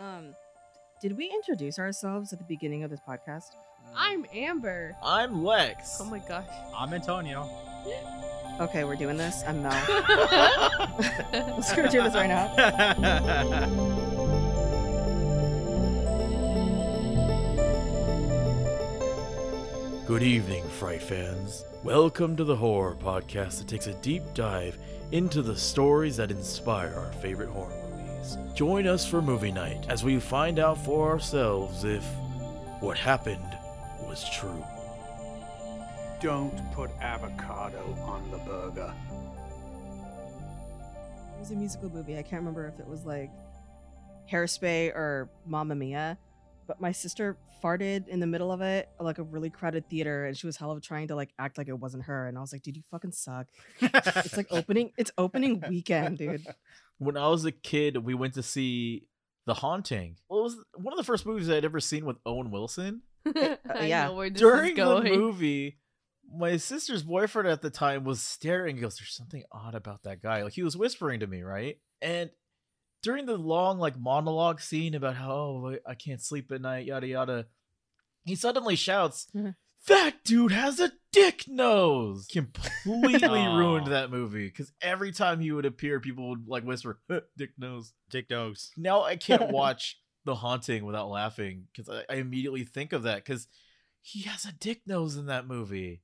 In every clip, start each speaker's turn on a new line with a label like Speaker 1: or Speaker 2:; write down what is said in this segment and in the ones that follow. Speaker 1: Um, did we introduce ourselves at the beginning of this podcast?
Speaker 2: I'm Amber.
Speaker 3: I'm Lex.
Speaker 2: Oh my gosh.
Speaker 4: I'm Antonio.
Speaker 1: Okay, we're doing this. I'm Mel.
Speaker 2: Let's
Speaker 1: Let's go do this right now.
Speaker 4: now.
Speaker 5: Good evening, Fright fans. Welcome to the horror podcast that takes a deep dive into the stories that inspire our favorite horror movies. Join us for movie night as we find out for ourselves if what happened was true.
Speaker 6: Don't put avocado on the burger.
Speaker 1: It was a musical movie. I can't remember if it was like Hairspray or Mamma Mia, but my sister farted in the middle of it, like a really crowded theater, and she was hell of trying to like act like it wasn't her. And I was like, dude, you fucking suck. It's like opening, it's opening weekend, dude.
Speaker 3: When I was a kid, we went to see The Haunting. Well, it was one of the first movies I'd ever seen with Owen Wilson.
Speaker 2: I
Speaker 1: yeah.
Speaker 2: know where this
Speaker 3: During
Speaker 2: is going.
Speaker 3: the movie, my sister's boyfriend at the time was staring. He goes, "There's something odd about that guy." Like he was whispering to me, right? And during the long like monologue scene about how oh, I- I can't sleep at night, yada yada, he suddenly shouts,
Speaker 2: Mm-hmm.
Speaker 1: Mhm.
Speaker 3: "That dude has a dick nose!" Completely
Speaker 4: Aw.
Speaker 3: ruined that movie because every time he would appear, people would like whisper, "Dick nose."
Speaker 4: Dick Dogs.
Speaker 3: now I can't watch The Haunting without laughing because I, I immediately think of that because he has a dick nose in that movie.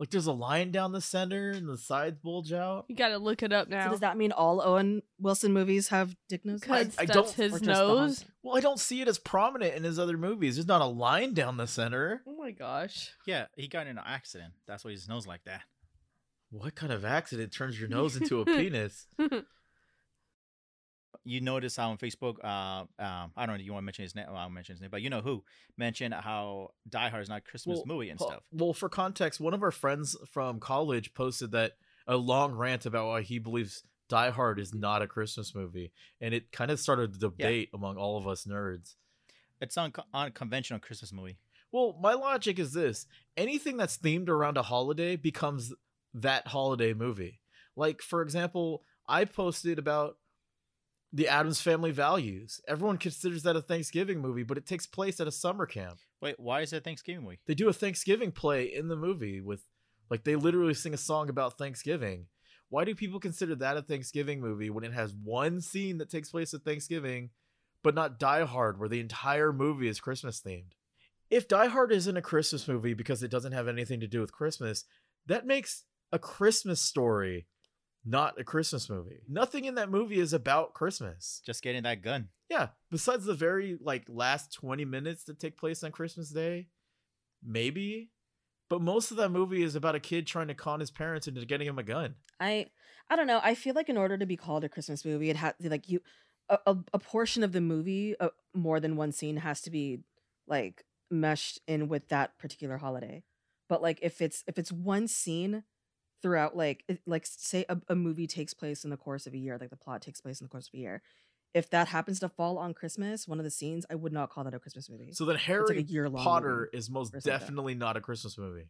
Speaker 3: Like there's a line down the center and the sides bulge out.
Speaker 2: You gotta look it up
Speaker 1: So
Speaker 2: now.
Speaker 1: does that mean all Owen Wilson movies have dick noses?
Speaker 2: Because
Speaker 3: I- I
Speaker 2: that's
Speaker 3: don't-
Speaker 1: Or
Speaker 2: his
Speaker 1: just The Haunting?
Speaker 2: nose.
Speaker 3: Well, I don't see it as prominent in his other movies. There's not a line down the center.
Speaker 2: Oh my gosh.
Speaker 4: Yeah, he got in an accident. That's why his nose like that.
Speaker 3: What kind of accident turns your nose into a penis?
Speaker 4: You notice how on Facebook, uh, um, I don't know, you want to mention his name? Well, I'll mention his name, but you know who mentioned how Die Hard is not a Christmas
Speaker 3: Well,
Speaker 4: movie and
Speaker 3: Well-
Speaker 4: stuff.
Speaker 3: Well, for context, one of our friends from college posted that a long rant about why he believes Die Hard is not a Christmas movie, and it kind of started the debate among all of us nerds.
Speaker 4: It's an unco- unconventional Christmas movie.
Speaker 3: Well, my logic is this anything that's themed around a holiday becomes that holiday movie. Like, for example, I posted about the Adams family values. Everyone considers that a Thanksgiving movie, but it takes place at a summer camp.
Speaker 4: Wait, why is it Thanksgiving movie?
Speaker 3: They do a Thanksgiving play in the movie with, like, they literally sing a song about Thanksgiving. Why do people consider that a Thanksgiving movie when it has one scene that takes place at Thanksgiving, but not Die Hard, where the entire movie is Christmas themed? If Die Hard isn't a Christmas movie because it doesn't have anything to do with Christmas, that makes a Christmas story not a Christmas movie. Nothing in that movie is about Christmas.
Speaker 4: Just getting that gun.
Speaker 3: Yeah, besides the very like last 20 minutes that take place on Christmas Day, maybe. But most of that movie is about a kid trying to con his parents into getting him a gun.
Speaker 1: I I don't know. I feel like in order to be called a Christmas movie, it had like you a, a, a portion of the movie, uh, more than one scene, has to be like meshed in with that particular holiday. But like if it's if it's one scene throughout, like it, like say a, a movie takes place in the course of a year, like the plot takes place in the course of a year. If that happens to fall on Christmas, one of the scenes, I would not call that a Christmas movie.
Speaker 3: So then
Speaker 1: it's like
Speaker 3: Harry
Speaker 1: a year long
Speaker 3: Potter is most
Speaker 1: or something.
Speaker 3: definitely not a Christmas movie.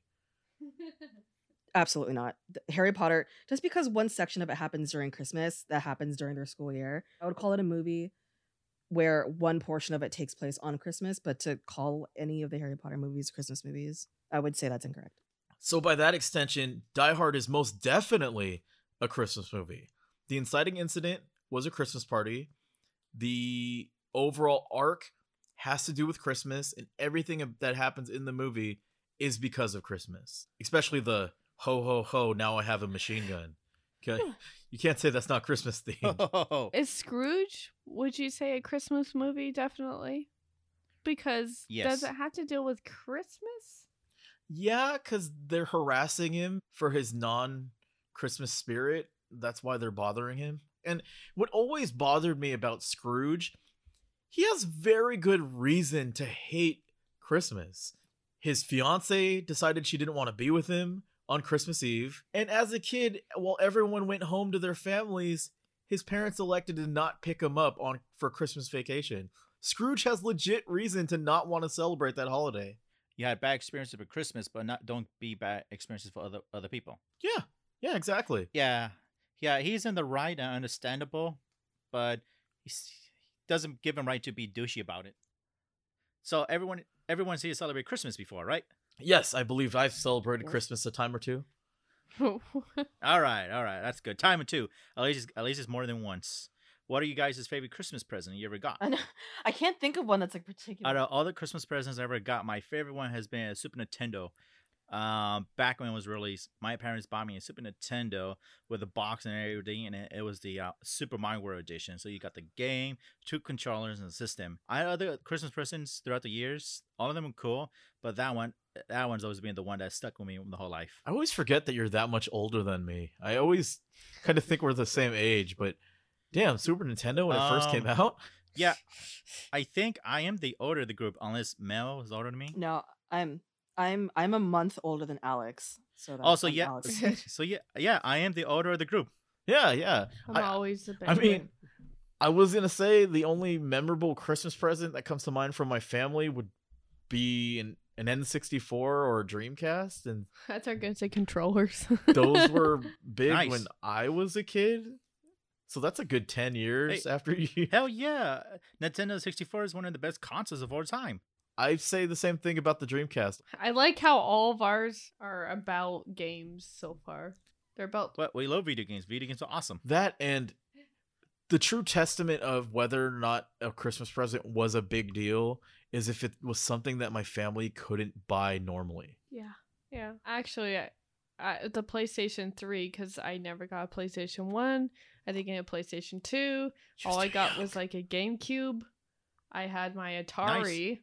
Speaker 1: Absolutely not. Th- Harry Potter, just because one section of it happens during Christmas, that happens during their school year, I would call it a movie where one portion of it takes place on Christmas, but to call any of the Harry Potter movies Christmas movies, I would say that's incorrect.
Speaker 3: So by that extension, Die Hard is most definitely a Christmas movie. The inciting incident was a Christmas party. The overall arc has to do with Christmas, and everything ab- that happens in the movie is because of Christmas. Especially the ho ho ho. Now I have a machine gun. Okay, you can't say that's not Christmas themed.
Speaker 4: Oh,
Speaker 2: Is Scrooge, would you say, a Christmas movie? Definitely. Because
Speaker 4: Yes.
Speaker 2: does it have to deal with Christmas?
Speaker 3: yeah, because they're harassing him for his non Christmas spirit. That's why they're bothering him. And what always bothered me about Scrooge, he has very good reason to hate Christmas. His fiance decided she didn't want to be with him on Christmas Eve. And as a kid, while everyone went home to their families, his parents elected to not pick him up on for Christmas vacation. Scrooge has legit reason to not want to celebrate that holiday.
Speaker 4: you had bad experiences with Christmas, but not don't be bad experiences for other other people.
Speaker 3: Yeah. Yeah, exactly.
Speaker 4: Yeah, yeah, uh, he's in the right and understandable, but he's, doesn't give him right to be douchey about it. So everyone everyone's here to celebrate Christmas before, right?
Speaker 3: Yes, I believe I've celebrated Christmas a time or two.
Speaker 4: All right, all right, that's good. Time and two. At least, it's- at least it's more than once. What are you guys' favorite Christmas present you ever got?
Speaker 1: I know. I can't think of one that's like particular.
Speaker 4: Out of all the Christmas presents I ever got, my favorite one has been a Super Nintendo. Um, back when it was released, my parents bought me a Super Nintendo with a box and everything, and it, it was the uh, Super Mario World edition. So you got the game, two controllers, and the system. I had other Christmas presents throughout the years. All of them were cool, but that one, that one's always been the one that stuck with me the whole life.
Speaker 3: I always forget that you're that much older than me. I always kind of think we're the same age, but damn, Super Nintendo when it first came
Speaker 4: Um,
Speaker 3: out.
Speaker 4: Yeah, I think I am the older of the group, unless Mel is older than me.
Speaker 1: no, I'm I'm I'm a month older than Alex. So that's
Speaker 4: Also,
Speaker 1: I'm
Speaker 4: yeah.
Speaker 1: Alex.
Speaker 4: So yeah, yeah, I am the older of the group.
Speaker 3: Yeah, yeah.
Speaker 2: I'm
Speaker 3: I-
Speaker 2: always the best.
Speaker 3: I mean, I was gonna say the only memorable Christmas present that comes to mind from my family would be an an N64 or a Dreamcast, and
Speaker 2: that's our gonna say controllers.
Speaker 3: those were big
Speaker 4: Nice.
Speaker 3: when I was a kid. So that's a good ten years
Speaker 4: Hey.
Speaker 3: after you.
Speaker 4: Hell yeah, Nintendo 64 is one of the best consoles of all time.
Speaker 3: I say the same thing about the Dreamcast.
Speaker 2: I like how all of ours are about games so far. They're about
Speaker 4: But we love video games. Video games are awesome.
Speaker 3: That and the true testament of whether or not a Christmas present was a big deal is if it was something that my family couldn't buy normally.
Speaker 2: yeah, yeah. Actually, I, I, the PlayStation Three because I never got a PlayStation One. I think I had a PlayStation Two. all I got was like a GameCube. I had my Atari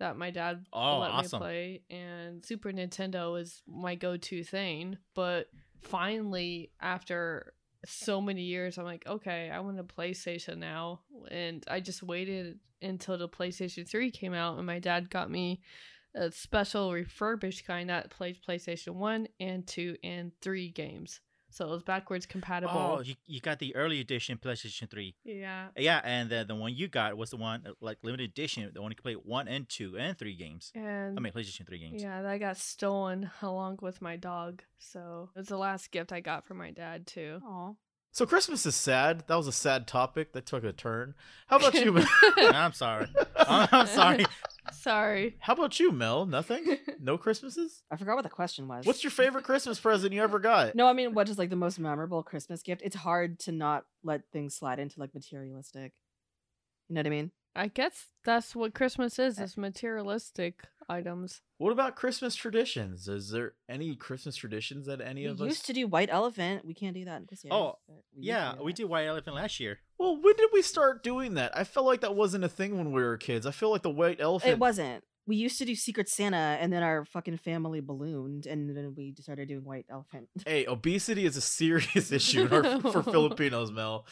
Speaker 2: that my dad
Speaker 4: Oh,
Speaker 2: let
Speaker 4: awesome.
Speaker 2: me play, and Super Nintendo was my go-to thing. But finally, after so many years, I'm like, okay, I want a PlayStation now, and I just waited until the PlayStation Three came out, and my dad got me a special refurbished kind that played PlayStation One and Two and Three games. So it was backwards compatible.
Speaker 4: Oh, you, you got the early edition PlayStation 3.
Speaker 2: yeah.
Speaker 4: Yeah, and the, the one you got was the one uh, like limited edition, the one you could play one and two and three games.
Speaker 2: And
Speaker 4: I mean, PlayStation 3 games.
Speaker 2: Mm. Yeah, that got stolen along with my dog. So it was the last gift I got from my dad too.
Speaker 1: Aw.
Speaker 3: So Christmas is sad. That was a sad topic that took a turn. How about you? Mel?
Speaker 4: I'm sorry. I'm, I'm sorry.
Speaker 2: Sorry.
Speaker 3: How about you, Mel? Nothing. No Christmases.
Speaker 1: I forgot what the question was.
Speaker 3: What's your favorite Christmas present you ever got?
Speaker 1: No, I mean what is like the most memorable Christmas gift? It's hard to not let things slide into like materialistic. You know what I mean?
Speaker 2: I guess that's what Christmas
Speaker 3: Eh.
Speaker 2: is, is materialistic items.
Speaker 3: What about Christmas traditions? Is there any Christmas traditions that any of
Speaker 1: we
Speaker 3: us
Speaker 1: used to do white elephant. We can't do that this year.
Speaker 4: Oh,
Speaker 1: but we used to
Speaker 4: Yeah,
Speaker 1: do
Speaker 4: we
Speaker 1: that.
Speaker 4: did White Elephant last year.
Speaker 3: Well, when did we start doing that? I felt like that wasn't a thing when we were kids. I feel like the white elephant.
Speaker 1: It wasn't. We used to do Secret Santa, and then our fucking family ballooned, and then we started doing White Elephant.
Speaker 3: Hey, obesity is a serious issue in our, for Filipinos, Mel.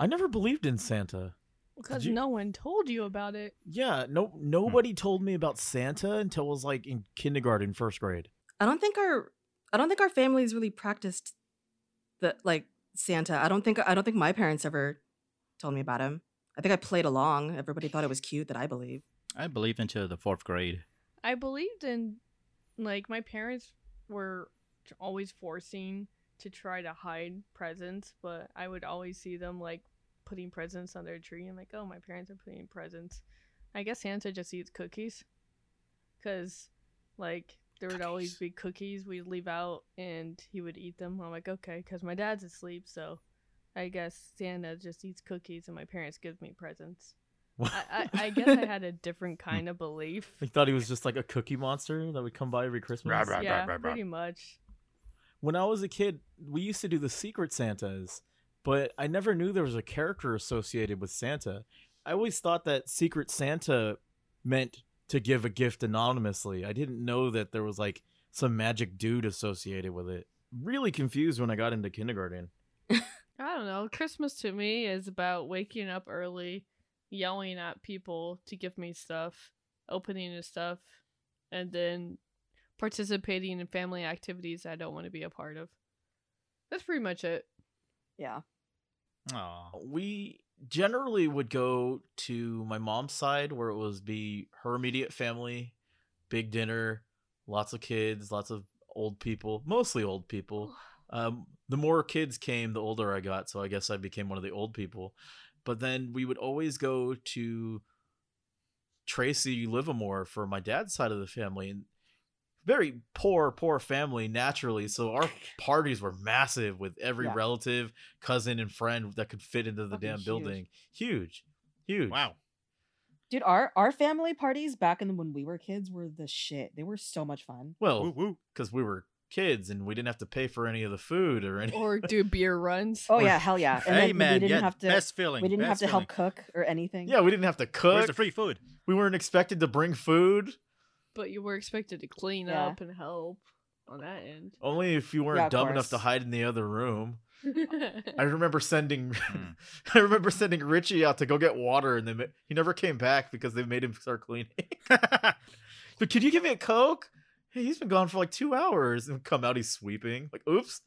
Speaker 3: I never believed in Santa.
Speaker 2: Because
Speaker 3: you-
Speaker 2: no one told you about it.
Speaker 3: Yeah, no, nobody told me about Santa until I was like in kindergarten, first grade.
Speaker 1: I don't think our I don't think our families really practiced the like Santa. I don't think I don't think my parents ever told me about him. I think I played along. Everybody thought it was cute that I believed.
Speaker 4: I believed until the fourth grade.
Speaker 2: I believed in like my parents were t- always forcing to try to hide presents, but I would always see them like putting presents on their tree. I'm like, oh, my parents are putting presents. I guess Santa just eats cookies, because like there would always be cookies we'd leave out, and he would eat them. I'm like, okay, because my dad's asleep, so I guess Santa just eats cookies, and my parents give me presents. I, I, I guess I had a different kind of belief.
Speaker 3: I thought he was just like a cookie monster that would come by every Christmas.
Speaker 6: Rah, rah.
Speaker 2: Yeah, pretty much.
Speaker 3: When I was a kid, we used to do the secret Santas, but I never knew there was a character associated with Santa. I always thought that secret Santa meant to give a gift anonymously. I didn't know that there was like some magic dude associated with it. Really confused when I got into kindergarten.
Speaker 2: I don't know. Christmas to me is about waking up early, yelling at people to give me stuff, opening the stuff, and then participating in family activities I don't want to be a part of. That's pretty much it.
Speaker 1: Yeah.
Speaker 4: Oh,
Speaker 3: we generally would go to my mom's side where it was be her immediate family big dinner lots of kids lots of old people mostly old people Um, the more kids came, the older I got, so I guess I became one of the old people. But then we would always go to Tracy Livermore for my dad's side of the family, and very poor, poor family naturally. So our parties were massive with every
Speaker 1: Yeah.
Speaker 3: relative, cousin, and friend that could fit into the
Speaker 1: Fucking
Speaker 3: damn
Speaker 1: huge.
Speaker 3: building. Huge, huge.
Speaker 4: Wow.
Speaker 1: Dude, our our family parties back in when we were kids were the shit. They were so much fun.
Speaker 4: Woo
Speaker 3: Well,
Speaker 4: woo.
Speaker 3: because we were kids and we didn't have to pay for any of the food or any.
Speaker 2: or do beer runs.
Speaker 1: Oh
Speaker 3: Or-
Speaker 1: yeah, hell yeah. And
Speaker 4: hey
Speaker 1: then
Speaker 4: man,
Speaker 1: we didn't
Speaker 4: yeah,
Speaker 1: have to
Speaker 4: best feeling.
Speaker 1: we didn't have
Speaker 4: best
Speaker 1: to
Speaker 4: feeling.
Speaker 1: help cook or anything.
Speaker 3: Yeah, we didn't have to
Speaker 4: Where's
Speaker 3: cook.
Speaker 4: the free food?
Speaker 3: we weren't expected to bring food.
Speaker 2: But you were expected to clean
Speaker 1: Yeah.
Speaker 2: up and help on that end.
Speaker 3: Only if you weren't
Speaker 1: Yeah, of
Speaker 3: dumb
Speaker 1: course.
Speaker 3: enough to hide in the other room. I remember sending, I remember sending Richie out to go get water, and they ma- he never came back because they made him start cleaning. but could you give me a coke? Hey, he's been gone for like two hours, and come out he's sweeping. Like, oops.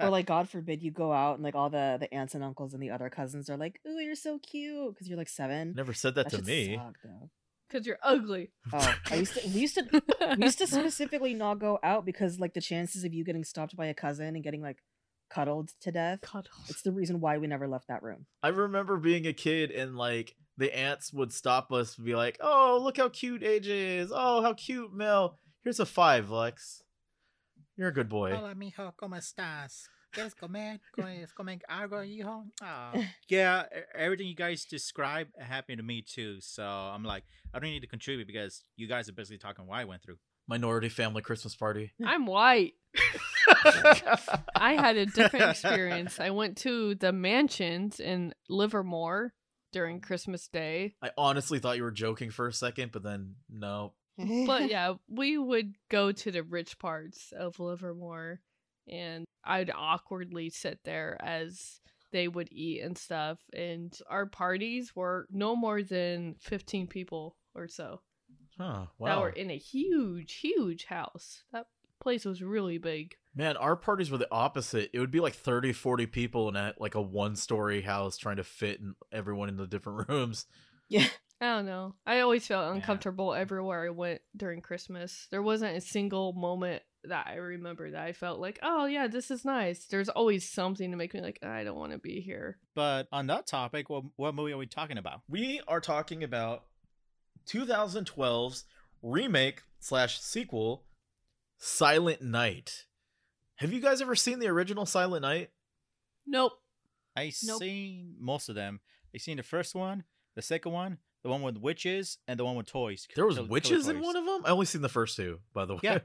Speaker 1: Or like God forbid you go out and like all the the aunts and uncles and the other cousins are like, "Ooh, you're so cute" cuz you're like 7.
Speaker 3: Never said that, to
Speaker 1: shit
Speaker 3: me.
Speaker 1: sucked, though.
Speaker 2: Because you're ugly.
Speaker 1: Oh, I used to we used to we used to specifically not go out because like the chances of you getting stopped by a cousin and getting like cuddled to death. It's the reason why we never left that room.
Speaker 3: I remember being a kid and like the aunts would stop us and be like, "Oh, look how cute AJ is. Oh, how cute Mel. Here's a five, Lex. You're a good boy."
Speaker 7: mijo, ¿cómo estás? ¿Quieres comer? ¿Quieres comer algo, hijo? Ah.
Speaker 4: yeah, e- everything you guys describe happened to me too. So I'm like, I don't need to contribute because you guys are basically talking what I went through.
Speaker 3: Minority family Christmas party.
Speaker 2: I'm white. I had a different experience. I went to the mansions in Livermore during Christmas Day.
Speaker 3: I honestly thought you were joking for a second, but then no.
Speaker 2: but yeah, we would go to the rich parts of Livermore and I'd awkwardly sit there as they would eat and stuff. And our parties were no more than 15 people or so
Speaker 3: Huh.
Speaker 2: that
Speaker 3: Wow.
Speaker 2: were in a huge, huge house. That place was really big.
Speaker 3: Man, our parties were the opposite. It would be like 30, 40 people in a, like a one story house trying to fit in, everyone in the different rooms.
Speaker 1: yeah.
Speaker 2: I don't know. I always felt
Speaker 4: Yeah.
Speaker 2: uncomfortable everywhere I went during Christmas. There wasn't a single moment that I remember that I felt like, oh, yeah, this is nice. There's always something to make me like, I don't want to be here.
Speaker 4: But on that topic, what, what movie are we talking about?
Speaker 3: We are talking about 2012's remake slash sequel, Silent Night. Have you guys ever seen the original Silent Night?
Speaker 2: Nope.
Speaker 4: I
Speaker 2: Nope.
Speaker 4: seen most of them. I seen the first one, the second one, the one with witches, and the one with toys.
Speaker 3: There was
Speaker 4: Kill- killer
Speaker 3: witches in
Speaker 4: toys.
Speaker 3: one of them. I only seen the first two, by the way.
Speaker 4: Yeah.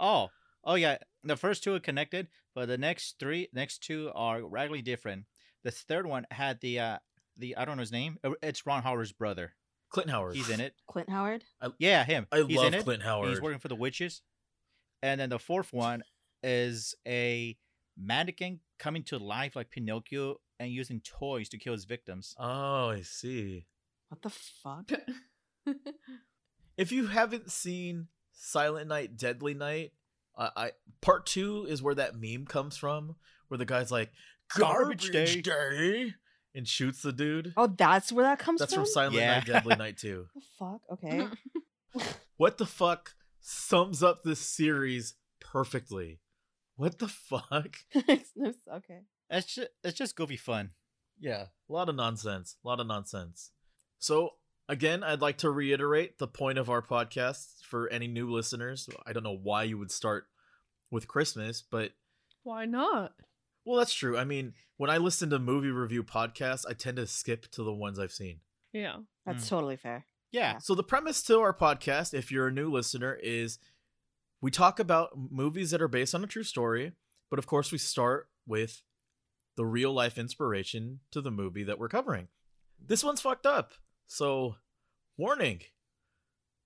Speaker 4: Oh, oh yeah. The first two are connected, but the next three, next two are radically different. The third one had the uh the I don't know his name. Uh, It's Ron Howard's brother.
Speaker 3: Clint Howard.
Speaker 4: He's in it.
Speaker 1: Clint Howard?
Speaker 4: Yeah, him.
Speaker 3: I
Speaker 4: He's
Speaker 3: love
Speaker 4: in it.
Speaker 3: Clint Howard.
Speaker 4: and He's working for the witches. And then the fourth one is a mannequin coming to life like Pinocchio and using toys to kill his victims.
Speaker 3: Oh, I see.
Speaker 1: What the fuck?
Speaker 3: If you haven't seen Silent Night, Deadly Night, I, I part two is where that meme comes from, where the guy's like
Speaker 4: Garbage
Speaker 3: garbage,
Speaker 4: Day."
Speaker 3: day. and shoots the dude.
Speaker 1: Oh, that's where that comes
Speaker 3: That's
Speaker 1: from.
Speaker 3: from Silent Night,
Speaker 4: Yeah.
Speaker 3: Deadly Night two.
Speaker 1: the fuck? Okay.
Speaker 3: What the fuck sums up this series perfectly? What the fuck?
Speaker 1: okay.
Speaker 4: It's just, it's just goofy fun.
Speaker 3: Yeah, a lot of nonsense. A lot of nonsense. So, again, I'd like to reiterate the point of our podcast for any new listeners. I don't know why you would start with Christmas, but
Speaker 2: Why not?
Speaker 3: well, that's true. I mean, when I listen to movie review podcasts, I tend to skip to the ones I've seen.
Speaker 2: Yeah.
Speaker 1: That's
Speaker 3: Hmm.
Speaker 4: Mm.
Speaker 1: totally fair.
Speaker 4: Yeah.
Speaker 3: So, the premise to our podcast, if you're a new listener, is we talk about movies that are based on a true story, but of course, we start with the real life inspiration to the movie that we're covering. This one's fucked up. So, warning.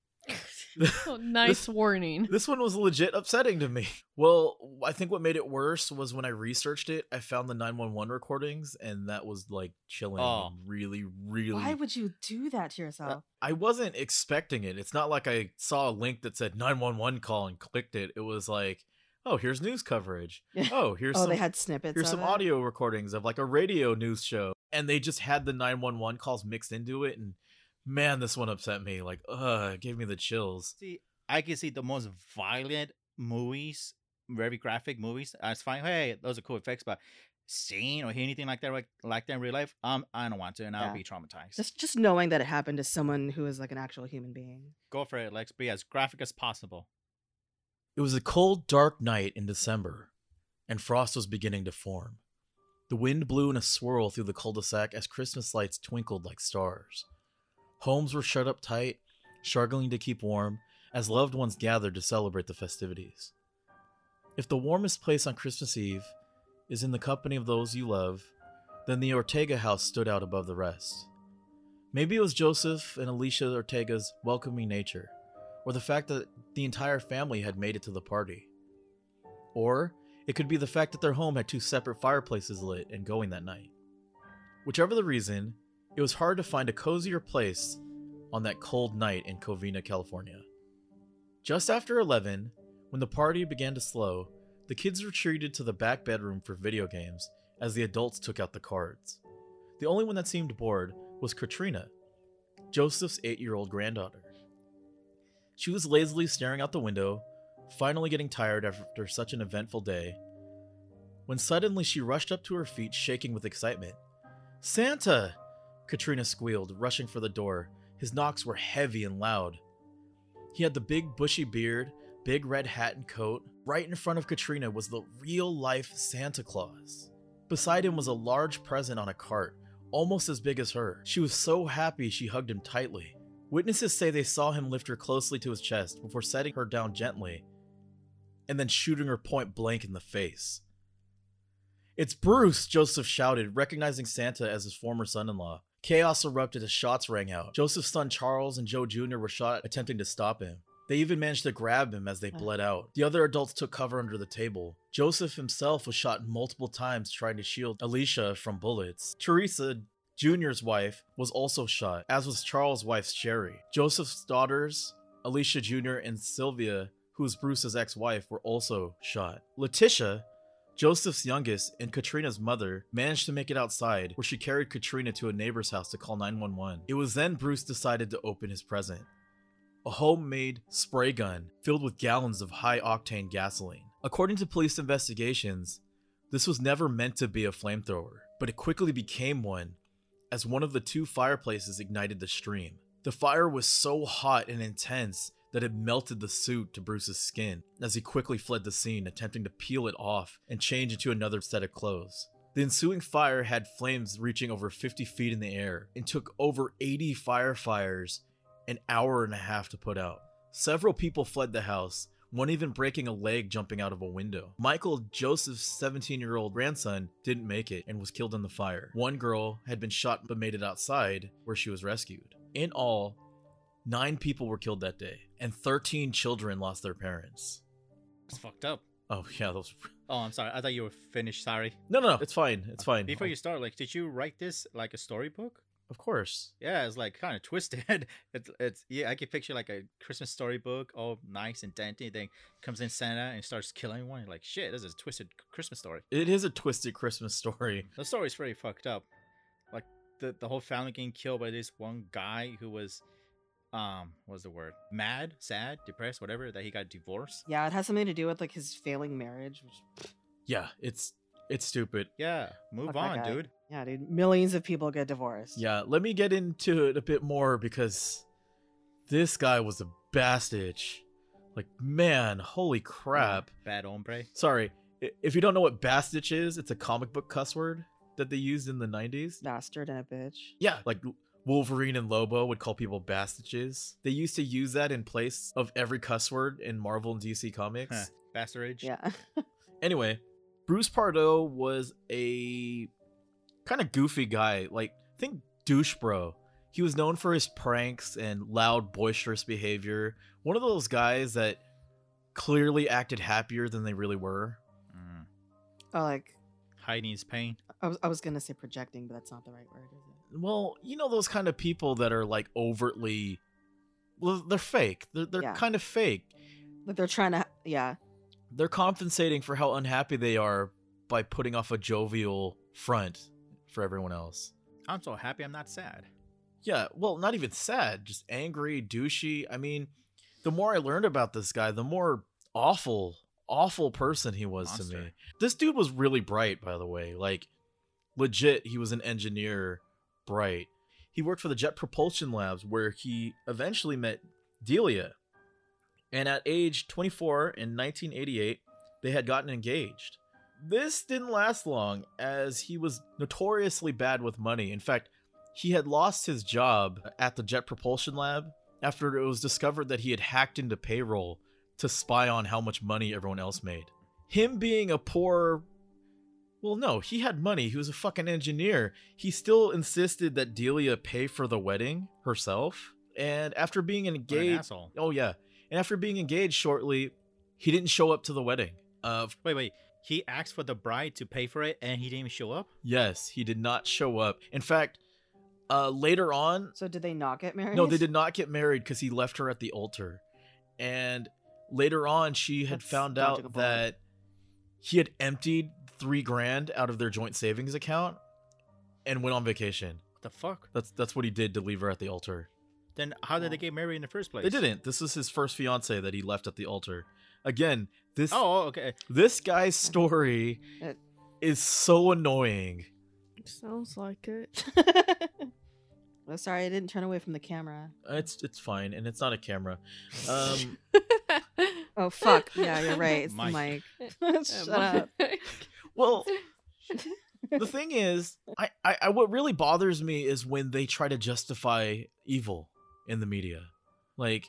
Speaker 2: Well, nice warning.
Speaker 3: This one was legit upsetting to me. Well, I think what made it worse was when I researched it, I found the 911 recordings, and that was like chilling.
Speaker 4: Oh.
Speaker 3: Really, really.
Speaker 1: Why would you do that to
Speaker 3: Uh,
Speaker 1: yourself?
Speaker 3: I wasn't expecting it. It's not like I saw a link that said 911 call and clicked it. It was like, oh, here's news coverage. Oh, here's
Speaker 1: oh,
Speaker 3: some,
Speaker 1: they had snippets.
Speaker 3: here's
Speaker 1: of
Speaker 3: some
Speaker 1: it?
Speaker 3: audio recordings of like a radio news show. And they just had the 911 calls mixed into it. And man, this one upset me. Like, ugh, it gave me the chills.
Speaker 4: See, I can see the most violent movies very graphic movies. That's fine. Hey, those are cool effects, but seeing or hearing anything like that, like, like that in real life, um, I don't want to, and I'll
Speaker 1: Yeah.
Speaker 4: be traumatized.
Speaker 1: Just just knowing that it happened to someone who is like an actual human being.
Speaker 4: Go for it, Lex. Be as graphic as possible.
Speaker 3: It was a cold, dark night in December, and frost was beginning to form. The wind blew in a swirl through the cul de sac as Christmas lights twinkled like stars. Homes were shut up tight, struggling to keep warm, as loved ones gathered to celebrate the festivities. If the warmest place on Christmas Eve is in the company of those you love, then the Ortega house stood out above the rest. Maybe it was Joseph and Alicia Ortega's welcoming nature, or the fact that the entire family had made it to the party. Or it could be the fact that their home had two separate fireplaces lit and going that night. Whichever the reason, it was hard to find a cozier place on that cold night in Covina, California. Just after 11, when the party began to slow, the kids retreated to the back bedroom for video games as the adults took out the cards. The only one that seemed bored was Katrina, Joseph's eight year old granddaughter. She was lazily staring out the window, finally getting tired after such an eventful day, when suddenly she rushed up to her feet, shaking with excitement. Santa! Katrina squealed, rushing for the door. His knocks were heavy and loud. He had the big, bushy beard, big red hat and coat. Right in front of Katrina was the real life Santa Claus. Beside him was a large present on a cart, almost as big as her. She was so happy she hugged him tightly. Witnesses say they saw him lift her closely to his chest before setting her down gently and then shooting her point blank in the face. It's Bruce, Joseph shouted, recognizing Santa as his former son in law. Chaos erupted as shots rang out. Joseph's son Charles and Joe Jr. were shot attempting to stop him. They even managed to grab him as they
Speaker 1: Ah.
Speaker 3: bled out. The other adults took cover under the table. Joseph himself was shot multiple times trying to shield Alicia from bullets. Teresa Junior's wife was also shot, as was Charles' wife Sherry. Joseph's daughters, Alicia Jr. and Sylvia, who was Bruce's ex-wife, were also shot. Letitia, Joseph's youngest, and Katrina's mother managed to make it outside, where she carried Katrina to a neighbor's house to call 911. It was then Bruce decided to open his present. A homemade spray gun filled with gallons of high octane gasoline. According to police investigations, this was never meant to be a flamethrower, but it quickly became one as one of the two fireplaces ignited the stream. The fire was so hot and intense that it melted the suit to Bruce's skin as he quickly fled the scene, attempting to peel it off and change into another set of clothes. The ensuing fire had flames reaching over 50 feet in the air and took over 80 firefighters an hour and a half to put out. Several people fled the house, one even breaking a leg jumping out of a window. Michael Joseph's 17 year old grandson didn't make it and was killed in the fire. One girl had been shot but made it outside where she was rescued. In all, nine people were killed that day, and 13 children lost their parents.
Speaker 4: It's fucked up.
Speaker 3: Oh, yeah, those.
Speaker 4: Oh, I'm sorry. I thought you were finished. Sorry.
Speaker 3: No, no, no, it's fine. It's fine.
Speaker 4: Before you start, like, did you write this like a storybook?
Speaker 3: Of course.
Speaker 4: Yeah, it's like kind of twisted. It's, it's yeah. I can picture like a Christmas storybook, all nice and dainty. Then comes in Santa and starts killing everyone. You're like, shit, this is a twisted Christmas story.
Speaker 3: It is a twisted Christmas story.
Speaker 4: The story's pretty fucked up. Like the the whole family getting killed by this one guy who was, um, what's the word? Mad, sad, depressed, whatever. That he got divorced.
Speaker 1: Yeah, it has something to do with like his failing marriage. Which,
Speaker 3: Yeah, it's it's stupid.
Speaker 4: Yeah, move
Speaker 1: Fuck that
Speaker 4: on,
Speaker 1: guy.
Speaker 4: dude.
Speaker 1: yeah, dude, millions of people get divorced.
Speaker 3: Yeah, let me get into it a bit more because this guy was a bastard. Like, man, holy crap.
Speaker 4: Bad hombre.
Speaker 3: Sorry, i- if you don't know what bastitch is, it's a comic book cuss word that they used in the 90s.
Speaker 1: bastard and a bitch.
Speaker 3: Yeah, like Wolverine and Lobo would call people bastiches. They used to use that in place of every cuss word in Marvel and DC comics.
Speaker 4: Huh. Bastardage.
Speaker 1: Yeah,
Speaker 3: Anyway, Bruce Pardo was a kind of goofy guy. Like, think douche bro. He was known for his pranks and loud, boisterous behavior. One of those guys that clearly acted happier than they really were.
Speaker 4: Mm.
Speaker 1: oh, like
Speaker 4: Hiding his pain.
Speaker 1: I was, I was gonna say projecting, but that's not the right word. Is it?
Speaker 3: Well, you know those kind of people that are like overtly. Well, they're fake. They're, they're
Speaker 1: Yeah.
Speaker 3: kind of fake.
Speaker 1: Like they're trying to, yeah,
Speaker 3: They're compensating for how unhappy they are by putting off a jovial front for everyone else.
Speaker 4: I'm so happy. I'm not sad.
Speaker 3: Yeah, well, not even sad, just angry, douchey. I mean, the more I learned about this guy, the more awful, awful person he was to me.
Speaker 4: Monster.
Speaker 3: This dude was really bright, by the way. Like, legit, he was an engineer, bright. He worked for the Jet Propulsion Labs, where he eventually met Delia. And at age 24 in 1988, they had gotten engaged. This didn't last long, as he was notoriously bad with money. In fact, he had lost his job at the Jet Propulsion Lab after it was discovered that he had hacked into payroll to spy on how much money everyone else made. Him being a poor. Well, no, he had money. He was a fucking engineer. He still insisted that Delia pay for the wedding herself. And after being
Speaker 4: What an
Speaker 3: engaged.
Speaker 4: asshole.
Speaker 3: Oh, yeah. And after being engaged shortly, he didn't show up to the wedding. Uh,
Speaker 4: Wait, wait. He asked for the bride to pay for it, and he didn't even show up.
Speaker 3: yes, he did not show up. In fact, uh, later on,
Speaker 1: So did they not get married?
Speaker 3: No, they did not get married because he left her at the altar. And later on, she had
Speaker 1: That's
Speaker 3: found
Speaker 1: dodging a
Speaker 3: out
Speaker 1: bullet.
Speaker 3: that he had emptied three grand out of their joint savings account and went on vacation.
Speaker 4: What the fuck?
Speaker 3: That's that's what he did to leave her at the altar.
Speaker 4: Then how did they
Speaker 1: Oh.
Speaker 4: get married in the first place?
Speaker 3: They didn't. This was his first fiance that he left at the altar. Again, this
Speaker 4: Oh, okay.
Speaker 3: this guy's story
Speaker 1: It-
Speaker 3: is so annoying.
Speaker 2: Sounds like it.
Speaker 1: Oh, sorry, I didn't turn away from the camera.
Speaker 3: It's it's fine, and it's not a camera. Um,
Speaker 1: Oh fuck! Yeah, you're right. It's
Speaker 4: Mike.
Speaker 1: the mic. Oh, Shut up.
Speaker 3: well, the thing is, I, I, I what really bothers me is when they try to justify evil in the media, like,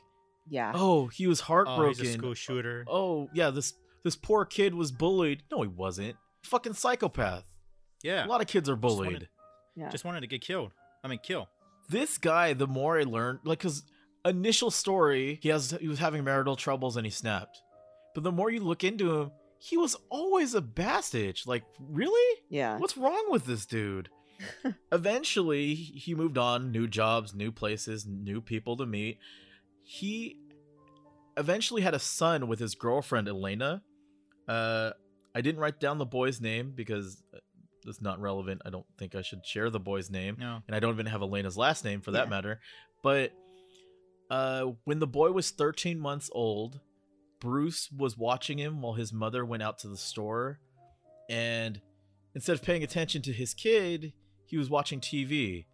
Speaker 1: Yeah.
Speaker 3: oh, he was
Speaker 4: Oh, he's
Speaker 3: heartbroken.
Speaker 4: a school shooter.
Speaker 3: oh, yeah, this this poor kid was bullied. No, he wasn't. Fucking psychopath.
Speaker 4: yeah.
Speaker 3: A lot of kids are
Speaker 4: Just wanted-
Speaker 3: bullied.
Speaker 1: yeah.
Speaker 4: Just wanted to get killed. I mean, kill.
Speaker 3: This guy, the more I learned, like, cause initial story, he has he was having marital troubles and he snapped. But the more you look into him, he was always a bastard. Like, really?
Speaker 1: yeah.
Speaker 3: What's wrong with this dude? Eventually, he moved on, new jobs, new places, new people to meet. He eventually had a son with his girlfriend Elena. Uh, I didn't write down the boy's name because it's not relevant. I don't think I should share the boy's name,
Speaker 4: No.
Speaker 3: and I don't even have Elena's last name for that
Speaker 1: Yeah.
Speaker 3: matter. But uh, when the boy was 13 months old, Bruce was watching him while his mother went out to the store, and instead of paying attention to his kid, he was watching TV.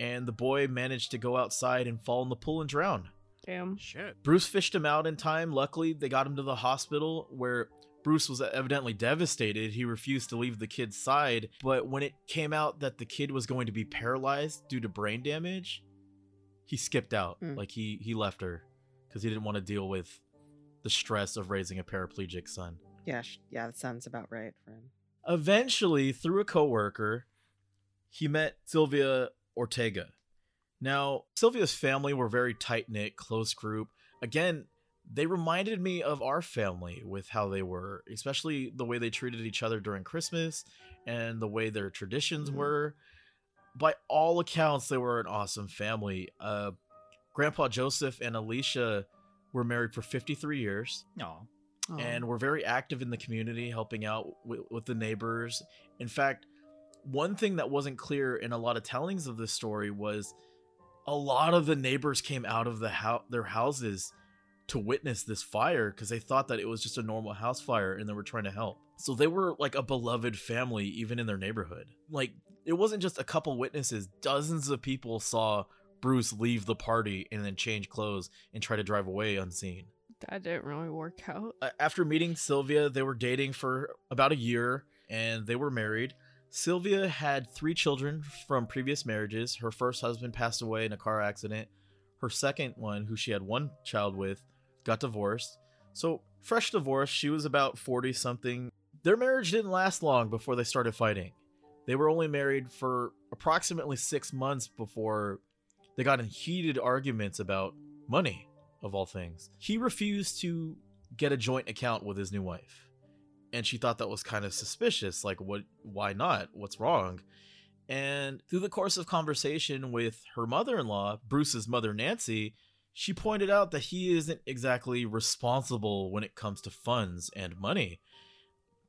Speaker 3: And the boy managed to go outside and fall in the pool and drown.
Speaker 2: Damn.
Speaker 4: Shit.
Speaker 3: Bruce fished him out in time. Luckily, they got him to the hospital where Bruce was evidently devastated. He refused to leave the kid's side. But when it came out that the kid was going to be paralyzed due to brain damage, he skipped out.
Speaker 1: Mm.
Speaker 3: Like he he left her because he didn't want to deal with the stress of raising a paraplegic son.
Speaker 1: Yeah. Sh- yeah. That sounds about right for him.
Speaker 3: Eventually, through a coworker, he met Sylvia Ortega. Now, Sylvia's family were very tight knit, close group. Again, they reminded me of our family with how they were, especially the way they treated each other during Christmas and the way their traditions
Speaker 1: Mhm.
Speaker 3: were. By all accounts, they were an awesome family. Uh, Grandpa Joseph and Alicia were married for 53 years
Speaker 4: No.
Speaker 1: Oh.
Speaker 3: and we're very active in the community, helping out with, with the neighbors. In fact, one thing that wasn't clear in a lot of tellings of this story was a lot of the neighbors came out of the house, their houses to witness this fire because they thought that it was just a normal house fire and they were trying to help. So they were like a beloved family even in their neighborhood. Like it wasn't just a couple witnesses, dozens of people saw Bruce leave the party and then change clothes and try to drive away unseen
Speaker 2: That didn't really work out.
Speaker 3: uh, after meeting Sylvia, they were dating for about a year and they were married. Sylvia had three children from previous marriages. Her first husband passed away in a car accident. Her second one, who she had one child with, got divorced. So, fresh divorce, she was about 40 something. Their marriage didn't last long before they started fighting. They were only married for approximately six months before they got in heated arguments about money, of all things. He refused to get a joint account with his new wife. And she thought that was kind of suspicious. Like, what? Why not? What's wrong? And through the course of conversation with her mother in law, Bruce's mother, Nancy, she pointed out that he isn't exactly responsible when it comes to funds and money.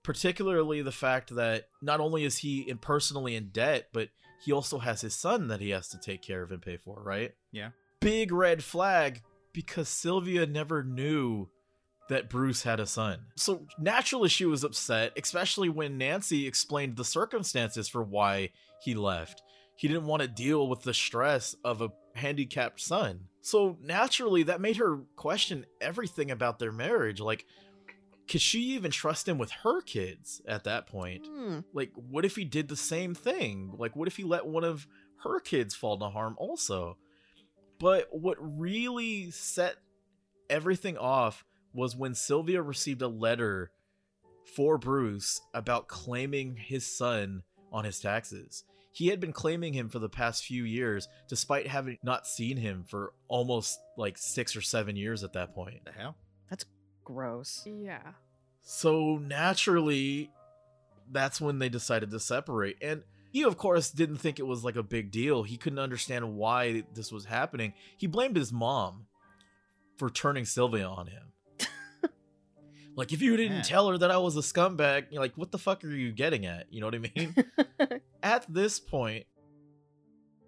Speaker 3: Particularly the fact that not only is he in personally in debt, but he also has his son that he has to take care of and pay for, right?
Speaker 4: Yeah.
Speaker 3: Big red flag because Sylvia never knew that Bruce had a son. So naturally, she was upset, especially when Nancy explained the circumstances for why he left. He didn't want to deal with the stress of a handicapped son. So naturally, that made her question everything about their marriage. Like, could she even trust him with her kids at that point?
Speaker 1: Hmm.
Speaker 3: Like, what if he did the same thing? Like, what if he let one of her kids fall to harm also? But what really set everything off was when Sylvia received a letter for Bruce about claiming his son on his taxes. He had been claiming him for the past few years, despite having not seen him for almost like six or seven years at that point.
Speaker 4: The hell?
Speaker 1: Gross.
Speaker 2: Yeah.
Speaker 3: So naturally, that's when they decided to separate. And he, of course, didn't think it was like a big deal. He couldn't understand why this was happening. He blamed his mom for turning Sylvia on him. like, if you didn't
Speaker 4: Man.
Speaker 3: tell her that I was a scumbag, you're like, what the fuck are you getting at? You know what I mean? at this point,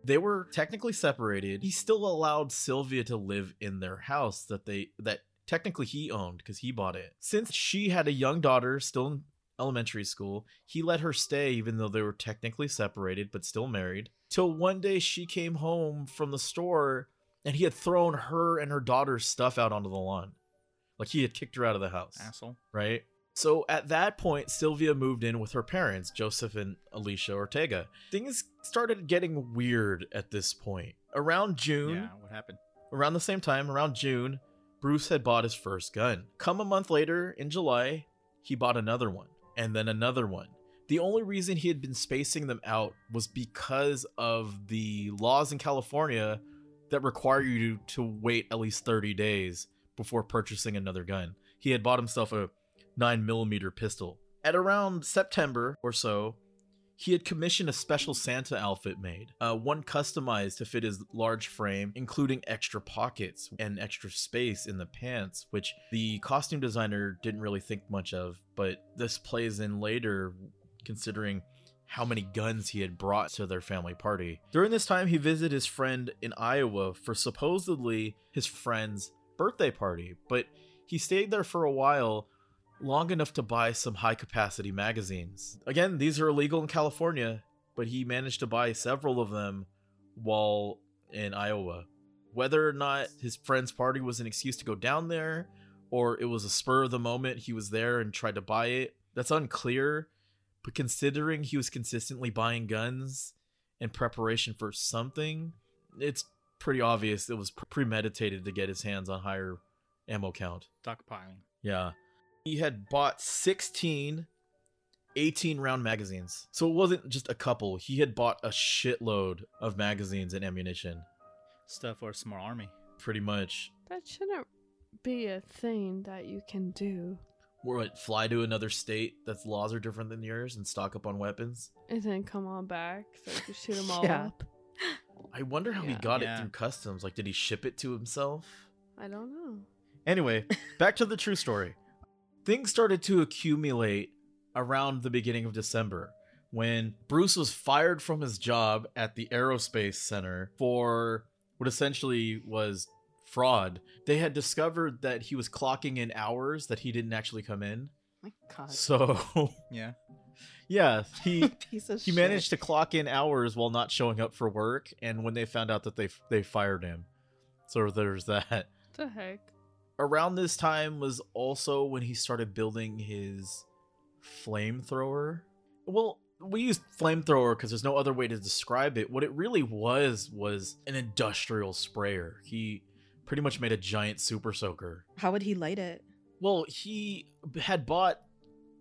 Speaker 3: they were technically separated. He still allowed Sylvia to live in their house that they that technically he owned because he bought it. Since she had a young daughter still in elementary school, he let her stay even though they were technically separated but still married. Till one day she came home from the store and he had thrown her and her daughter's stuff out onto the lawn. Like he had kicked her out of the house
Speaker 4: Asshole.
Speaker 3: right? So at that point, Sylvia moved in with her parents, Joseph and Alicia Ortega. Things started getting weird at this point. Around June,
Speaker 4: Yeah, what happened?
Speaker 3: around the same time, around June, Bruce had bought his first gun. Come a month later, in July, he bought another one, and then another one. The only reason he had been spacing them out was because of the laws in California that require you to, to wait at least 30 days before purchasing another gun. He had bought himself a 9mm pistol. At around September or so, he had commissioned a special Santa outfit made, uh, one customized to fit his large frame, including extra pockets and extra space in the pants, which the costume designer didn't really think much of, but this plays in later considering how many guns he had brought to their family party. During this time, he visited his friend in Iowa for supposedly his friend's birthday party, but he stayed there for a while long enough to buy some high capacity magazines. Again, these are illegal in California, but he managed to buy several of them while in Iowa. Whether or not his friend's party was an excuse to go down there or it was a spur of the moment he was there and tried to buy it, that's unclear. But considering he was consistently buying guns in preparation for something, it's pretty obvious it was premeditated to get his hands on higher ammo count.
Speaker 4: Stockpiling.
Speaker 3: Yeah. He had bought 16 18 round magazines. So it wasn't just a couple. He had bought a shitload of magazines and ammunition,
Speaker 4: Stuff for a small army.
Speaker 3: pretty much.
Speaker 2: That shouldn't be a thing that you can do.
Speaker 3: Or like fly to another state that's laws are different than yours and stock up on weapons.
Speaker 2: And then come on back so you can shoot them all
Speaker 1: Yeah.
Speaker 2: up.
Speaker 3: I wonder how he
Speaker 2: Yeah.
Speaker 3: got it
Speaker 4: Yeah.
Speaker 3: through customs. Like, did he ship it to himself?
Speaker 2: I don't know.
Speaker 3: Anyway, back to the true story. Things started to accumulate around the beginning of December when Bruce was fired from his job at the Aerospace Center for what essentially was fraud. They had discovered that he was clocking in hours that he didn't actually come in.
Speaker 1: My God.
Speaker 3: So,
Speaker 4: Yeah.
Speaker 3: yeah, he
Speaker 1: Piece of
Speaker 3: he
Speaker 1: shit.
Speaker 3: managed to clock in hours while not showing up for work and when they found out that they they fired him. So there's that
Speaker 2: The heck?
Speaker 3: around this time was also when he started building his flamethrower. Well, we use flamethrower because there's no other way to describe it. What it really was was an industrial sprayer. He pretty much made a giant super soaker.
Speaker 1: How would he light it?
Speaker 3: Well, he had bought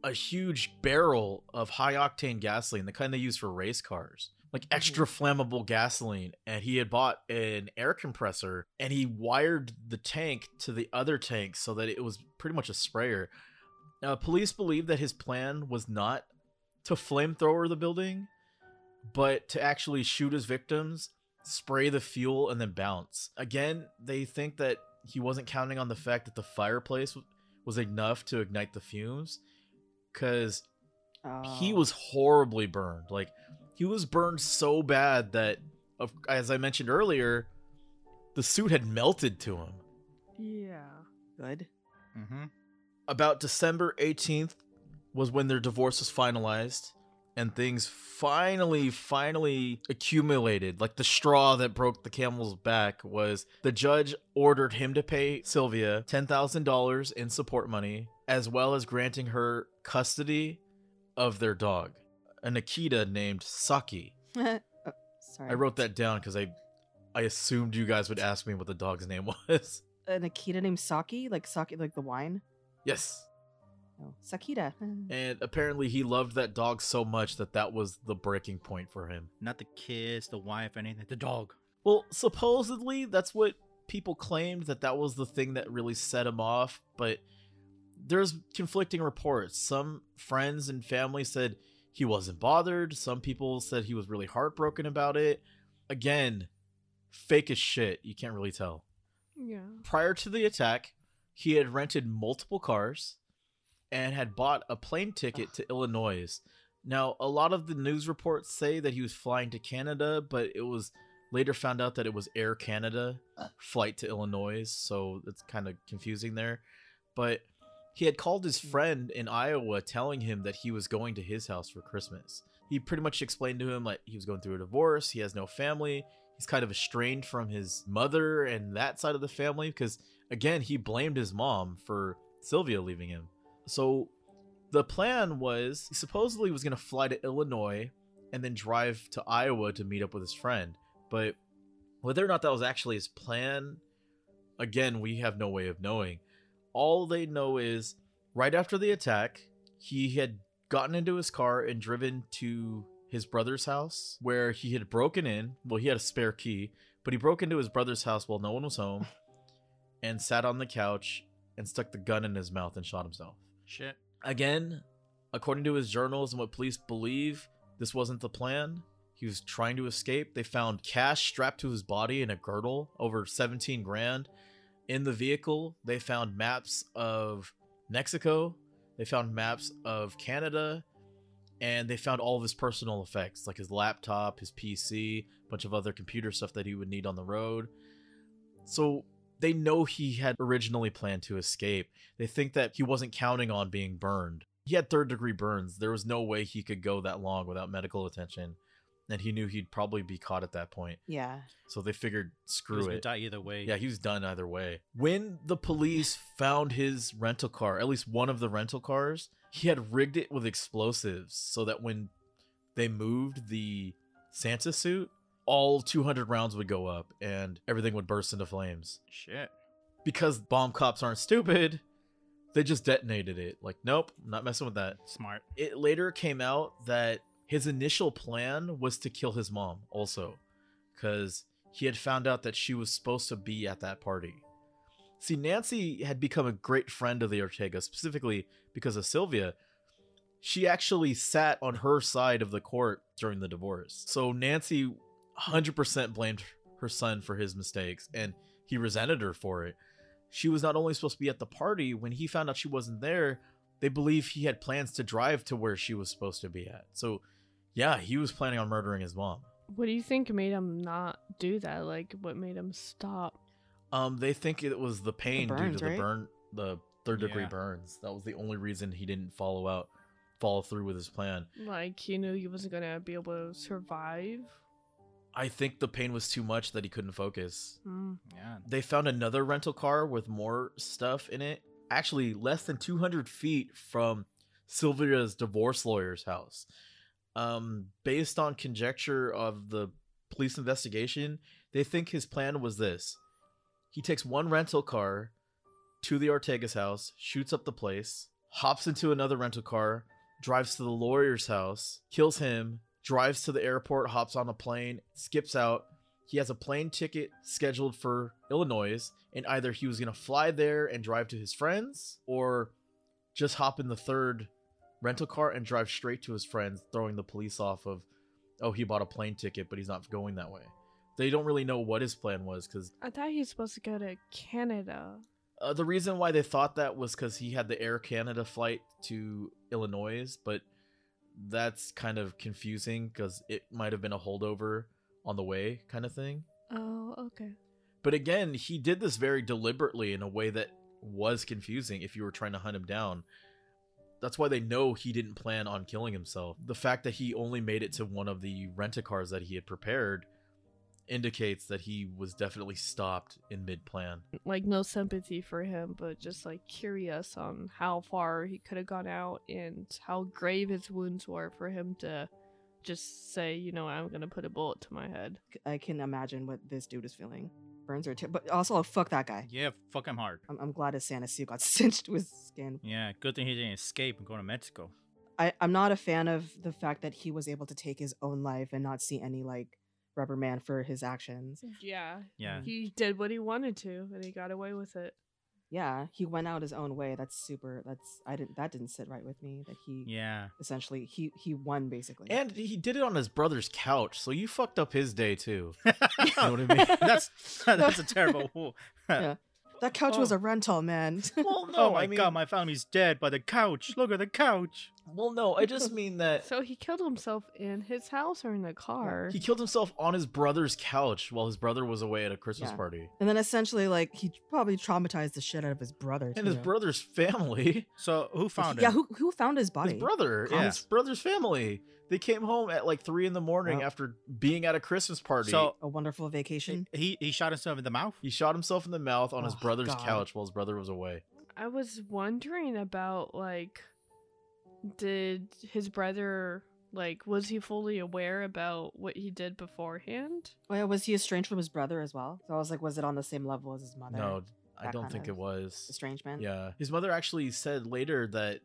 Speaker 3: a huge barrel of high octane gasoline, the kind they use for race cars, like extra flammable gasoline. And he had bought an air compressor and he wired the tank to the other tank so that it was pretty much a sprayer. Uh, police believe that his plan was not to flamethrower the building, but to actually shoot his victims, spray the fuel, and then bounce. Again, they think that he wasn't counting on the fact that the fireplace w- was enough to ignite the fumes because he
Speaker 1: Oh.
Speaker 3: was horribly burned. Like, he was burned so bad that, of, as I mentioned earlier, the suit had melted to him.
Speaker 2: Yeah.
Speaker 1: Oh, good.
Speaker 4: Mm-hmm.
Speaker 3: about December 18th was when their divorce was finalized and things finally finally accumulated like the straw that broke the camel's back was the judge ordered him to pay Sylvia $10,000 in support money as well as granting her custody of their dog an Akita named Saki
Speaker 1: oh, sorry.
Speaker 3: I wrote that down cuz I I assumed you guys would ask me what the dog's name was
Speaker 1: an Akita named Saki, like Saki, like the wine.
Speaker 3: yes
Speaker 1: Oh, Sakita.
Speaker 3: And apparently, he loved that dog so much that that was the breaking point for him.
Speaker 4: Not the kids, the wife, anything. The dog.
Speaker 3: Well, supposedly, that's what people claimed that that was the thing that really set him off, but there's conflicting reports. Some friends and family said he wasn't bothered, some people said he was really heartbroken about it. Again, fake as shit. You can't really tell.
Speaker 2: Yeah.
Speaker 3: prior to the attack, he had rented multiple cars and had bought a plane ticket to Illinois. Now, a lot of the news reports say that he was flying to Canada, but it was later found out that it was Air Canada flight to Illinois, so it's kind of confusing there. But he had called his friend in Iowa telling him that he was going to his house for Christmas. He pretty much explained to him like he was going through a divorce, he has no family, he's kind of estranged from his mother and that side of the family because again he blamed his mom for sylvia leaving him so the plan was he supposedly was going to fly to illinois and then drive to iowa to meet up with his friend but whether or not that was actually his plan again we have no way of knowing all they know is right after the attack he had gotten into his car and driven to his brother's house where he had broken in. Well, he had a spare key, but he broke into his brother's house while no one was home and sat on the couch and stuck the gun in his mouth and shot himself.
Speaker 4: Shit.
Speaker 3: Again, according to his journals and what police believe, this wasn't the plan. He was trying to escape. They found cash strapped to his body in a girdle, over 17 grand. In the vehicle, they found maps of Mexico, they found maps of Canada, and they found all of his personal effects, like his laptop, his PC, a bunch of other computer stuff that he would need on the road. So they know he had originally planned to escape. They think that he wasn't counting on being burned. He had third degree burns. There was no way he could go that long without medical attention. And he knew he'd probably be caught at that point.
Speaker 1: Yeah.
Speaker 3: So they figured,
Speaker 4: He was
Speaker 3: screw
Speaker 4: gonna
Speaker 3: it.
Speaker 4: Die either way.
Speaker 3: Yeah, he was done either way. When the police found his rental car, at least one of the rental cars, he had rigged it with explosives so that when they moved the Santa suit, all 200 rounds would go up and everything would burst into flames.
Speaker 4: Shit.
Speaker 3: Because bomb cops aren't stupid, they just detonated it. Like, nope, I'm not messing with that.
Speaker 4: Smart.
Speaker 3: It later came out that his initial plan was to kill his mom also because he had found out that she was supposed to be at that party. See, Nancy had become a great friend of the Ortega, specifically because of Sylvia. She actually sat on her side of the court during the divorce. So Nancy 100% blamed her son for his mistakes and he resented her for it. She was not only supposed to be at the party, when he found out she wasn't there, they believe he had plans to drive to where she was supposed to be at. So, yeah, he was planning on murdering his mom.
Speaker 2: What do you think made him not do that? Like, what made him stop?
Speaker 3: Um, they think it was the pain
Speaker 1: burns,
Speaker 3: due to the
Speaker 1: right?
Speaker 3: burn, the third degree
Speaker 4: Yeah.
Speaker 3: burns. That was the only reason he didn't follow out, follow through with his plan.
Speaker 2: Like, he knew he wasn't gonna be able to survive.
Speaker 3: I think the pain was too much that he couldn't focus.
Speaker 2: Mm.
Speaker 4: Yeah.
Speaker 3: They found another rental car with more stuff in it, actually less than 200 feet from Sylvia's divorce lawyer's house. Um, based on conjecture of the police investigation, they think his plan was this he takes one rental car to the Ortega's house, shoots up the place, hops into another rental car, drives to the lawyer's house, kills him, drives to the airport, hops on a plane, skips out, he has a plane ticket scheduled for Illinois, and either he was going to fly there and drive to his friends, or just hop in the third rental car and drive straight to his friends, throwing the police off of, oh, he bought a plane ticket, but he's not going that way. They don't really know what his plan was because
Speaker 2: I thought he was supposed to go to Canada.
Speaker 3: uh, the reason why they thought that was because he had the Air Canada flight to Illinois, but that's kind of confusing because it might have been a holdover on the way kind of thing.
Speaker 2: Oh, okay.
Speaker 3: But again, he did this very deliberately in a way that was confusing if you were trying to hunt him down. That's why they know he didn't plan on killing himself. The fact that he only made it to one of the rent a cars that he had prepared indicates that he was definitely stopped in mid plan.
Speaker 2: like no sympathy for him, but just like curious on how far he could have gone out and how grave his wounds were for him to just say, you know, I'm gonna put a bullet to my head.
Speaker 1: I can imagine what this dude is feeling. Burns are ter- but also oh, fuck that guy.
Speaker 4: Yeah, fuck him hard.
Speaker 1: I'm, I'm glad his Santa's got cinched with skin.
Speaker 4: Yeah, good thing he didn't escape and go to Mexico.
Speaker 1: I, I'm not a fan of the fact that he was able to take his own life and not see any like reprimand for his actions.
Speaker 2: Yeah.
Speaker 4: Yeah.
Speaker 2: He did what he wanted to and he got away with it.
Speaker 1: Yeah, he went out his own way. That's super. That's I didn't. That didn't sit right with me. That he
Speaker 4: Yeah.
Speaker 1: essentially he he won basically.
Speaker 3: And he did it on his brother's couch, so you fucked up his day too.
Speaker 4: you
Speaker 3: know what I mean?
Speaker 4: that's that's a terrible.
Speaker 1: Yeah. that couch was
Speaker 3: Oh.
Speaker 1: a rental, man.
Speaker 3: Well,
Speaker 4: oh my god, my family's dead by the couch. Look at the couch.
Speaker 3: well, no, I just mean that
Speaker 2: So he killed himself in his house or in the car.
Speaker 3: he killed himself on his brother's couch while his brother was away at a Christmas
Speaker 1: Yeah.
Speaker 3: party.
Speaker 1: and then essentially like he probably traumatized the shit out of his brother.
Speaker 3: And his
Speaker 1: too.
Speaker 3: brother's family.
Speaker 4: So who
Speaker 1: Like,
Speaker 4: found
Speaker 1: Yeah,
Speaker 4: him?
Speaker 1: who who found his body?
Speaker 3: His brother and
Speaker 4: Yeah.
Speaker 3: his brother's family. They came home at like three in the morning
Speaker 1: Wow.
Speaker 3: after being at a Christmas party.
Speaker 4: So
Speaker 1: a wonderful vacation.
Speaker 4: he he shot himself in the mouth.
Speaker 3: he shot himself in the mouth on his
Speaker 1: Oh,
Speaker 3: brother's
Speaker 1: God.
Speaker 3: couch while his brother was away.
Speaker 2: I was wondering about like did his brother like was he fully aware about what he did beforehand?
Speaker 1: Well, Oh, yeah, was he estranged from his brother as well? So I was like, was it on the same level as his mother?
Speaker 3: No, I
Speaker 1: that
Speaker 3: don't
Speaker 1: kind
Speaker 3: think
Speaker 1: of
Speaker 3: it was.
Speaker 1: estrangement.
Speaker 3: Yeah. His mother actually said later that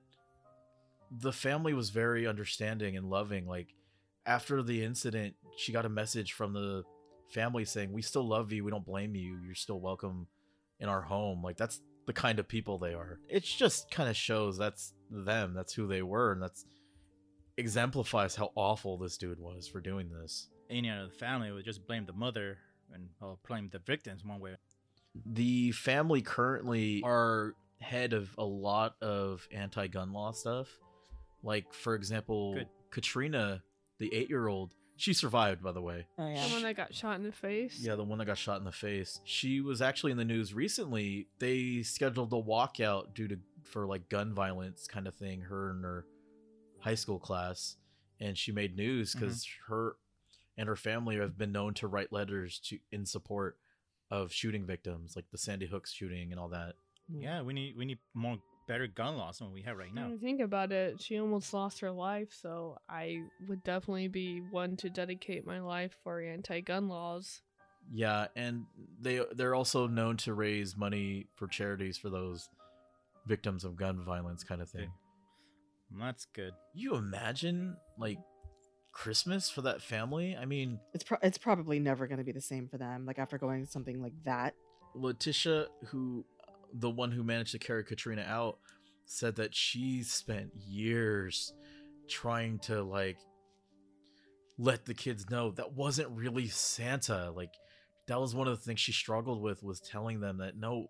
Speaker 3: the family was very understanding and loving. Like after the incident, she got a message from the family saying, We still love you. We don't blame you. You're still welcome in our home. Like that's the kind of people they are. It just kind of shows that's them. That's who they were. And that's exemplifies how awful this dude was for doing this.
Speaker 4: Any other family would just blame the mother and or blame the victims one way.
Speaker 3: the family currently are head of a lot of anti-gun law stuff like for example
Speaker 4: Good.
Speaker 3: katrina the eight-year-old she survived by the way
Speaker 1: Oh, yeah.
Speaker 2: Someone that got shot in the face.
Speaker 3: yeah the one that got shot in the face she was actually in the news recently they scheduled a walkout due to for like gun violence kind of thing her and her high school class and she made news because her and her family have been known to write letters to in support of shooting victims like the sandy hook shooting and all that
Speaker 4: Yeah, we need we need more better gun laws than we have right
Speaker 2: Now
Speaker 4: now.
Speaker 2: I think about it, she almost lost her life, so I would definitely be one to dedicate my life for anti-gun laws.
Speaker 3: Yeah, and they they're also known to raise money for charities for those victims of gun violence kind of thing.
Speaker 4: Okay.
Speaker 1: Mm-hmm.
Speaker 4: Mm, That's good.
Speaker 3: You imagine like Christmas for that family? I mean,
Speaker 1: It's pro- it's probably never going to be the same for them. Like after going something like that.
Speaker 3: Letitia who uh, the one who managed to carry Katrina out said that she spent years trying to like let the kids know that wasn't really Santa. Like that was one of the things she struggled with was telling them that no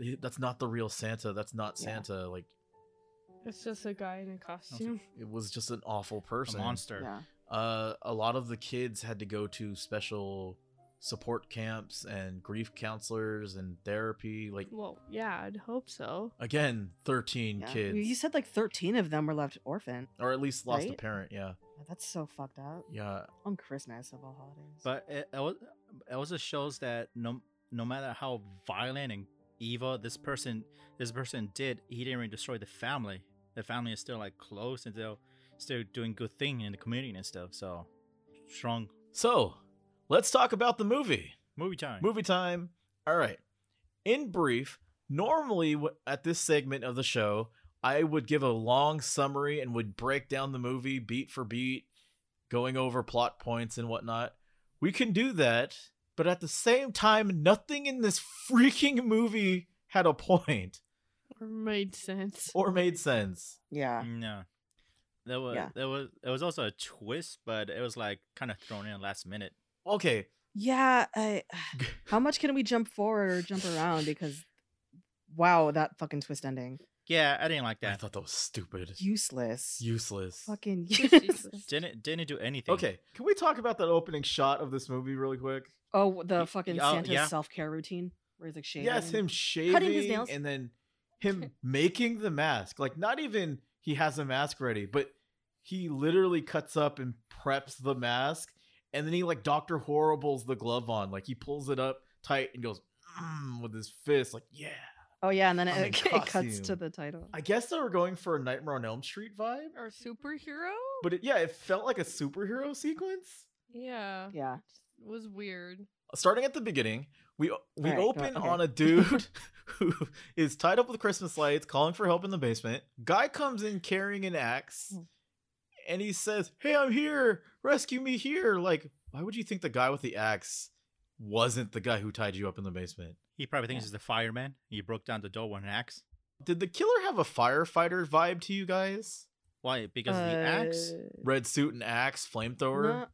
Speaker 3: th- that's not the real Santa. That's not
Speaker 1: Yeah.
Speaker 3: Santa. Like
Speaker 2: It's just a guy in a costume.
Speaker 3: it was just an awful person.
Speaker 4: A monster.
Speaker 1: Yeah.
Speaker 3: Uh, a lot of the kids had to go to special support camps and grief counselors and therapy. Like
Speaker 2: Well, yeah, I'd hope so.
Speaker 3: again, thirteen
Speaker 1: Mm. yeah.
Speaker 3: kids,
Speaker 1: You- You said like 13 of them were left orphaned.
Speaker 3: or at least lost a
Speaker 1: right?
Speaker 3: parent. Yeah,
Speaker 1: That's so fucked up.
Speaker 3: yeah.
Speaker 1: On Christmas of all holidays.
Speaker 4: But it, it al- it also shows that no no matter how violent and evil this person this person did, he didn't really destroy the family. The family is still like close and they're still doing good thing in the community and stuff. So strong
Speaker 3: So let's talk about the movie.
Speaker 4: movie time.
Speaker 3: Movie time. All right. In brief, normally w- at this segment of the show, I would give a long summary and would break down the movie beat for beat, going over plot points and whatnot. We can do that, but at the same time, nothing in this freaking movie had a point
Speaker 2: Or made sense.
Speaker 3: or made sense.
Speaker 1: yeah.
Speaker 4: No. There Mm, was
Speaker 1: Yeah.
Speaker 4: there was it was also a twist, but it was like kind of thrown in last minute.
Speaker 3: Okay.
Speaker 1: Yeah. I, how much can we jump forward or jump around? Because wow, that fucking twist ending.
Speaker 4: Yeah, I didn't like
Speaker 3: I
Speaker 4: that.
Speaker 3: thought that was stupid.
Speaker 1: Useless.
Speaker 3: Useless.
Speaker 1: fucking useless.
Speaker 2: Jesus.
Speaker 4: Didn't didn't do anything.
Speaker 3: Okay. Can we talk about that opening shot of this movie really quick?
Speaker 1: Oh, the
Speaker 4: Y-
Speaker 1: fucking
Speaker 4: yeah,
Speaker 1: Santa's
Speaker 4: yeah.
Speaker 1: self care routine. where he's like shaving.
Speaker 3: Yes, him shaving
Speaker 1: his nails.
Speaker 3: and then him making the mask. Like not even he has a mask ready, but he literally cuts up and preps the mask, and then he like Doctor Horrible's the glove on. Like he pulls it up tight and goes "Mm," with his fist. Like yeah,
Speaker 1: Oh yeah, and then
Speaker 3: I'm in
Speaker 1: it, it cuts to
Speaker 3: costume.
Speaker 1: the title.
Speaker 3: I guess they were going for a Nightmare on Elm Street vibe,
Speaker 2: Or superhero?
Speaker 3: but it, yeah, it felt like a superhero sequence.
Speaker 2: yeah,
Speaker 1: yeah.
Speaker 2: it was weird.
Speaker 3: starting at the beginning, we
Speaker 1: All
Speaker 3: we
Speaker 1: right, go-
Speaker 3: open
Speaker 1: okay.
Speaker 3: on a dude who is tied up with Christmas lights, calling for help in the basement. Guy comes in carrying an axe,
Speaker 1: Hmm.
Speaker 3: and he says, "Hey, I'm here. Rescue me here." Like, why would you think the guy with the axe wasn't the guy who tied you up in the basement?
Speaker 4: He probably thinks
Speaker 1: Yeah.
Speaker 4: he's the fireman. He broke down the door with an axe.
Speaker 3: Did the killer have a firefighter vibe to you guys?
Speaker 4: Why? Because of the axe.
Speaker 1: Uh,
Speaker 3: Red suit and axe, flamethrower.
Speaker 1: not-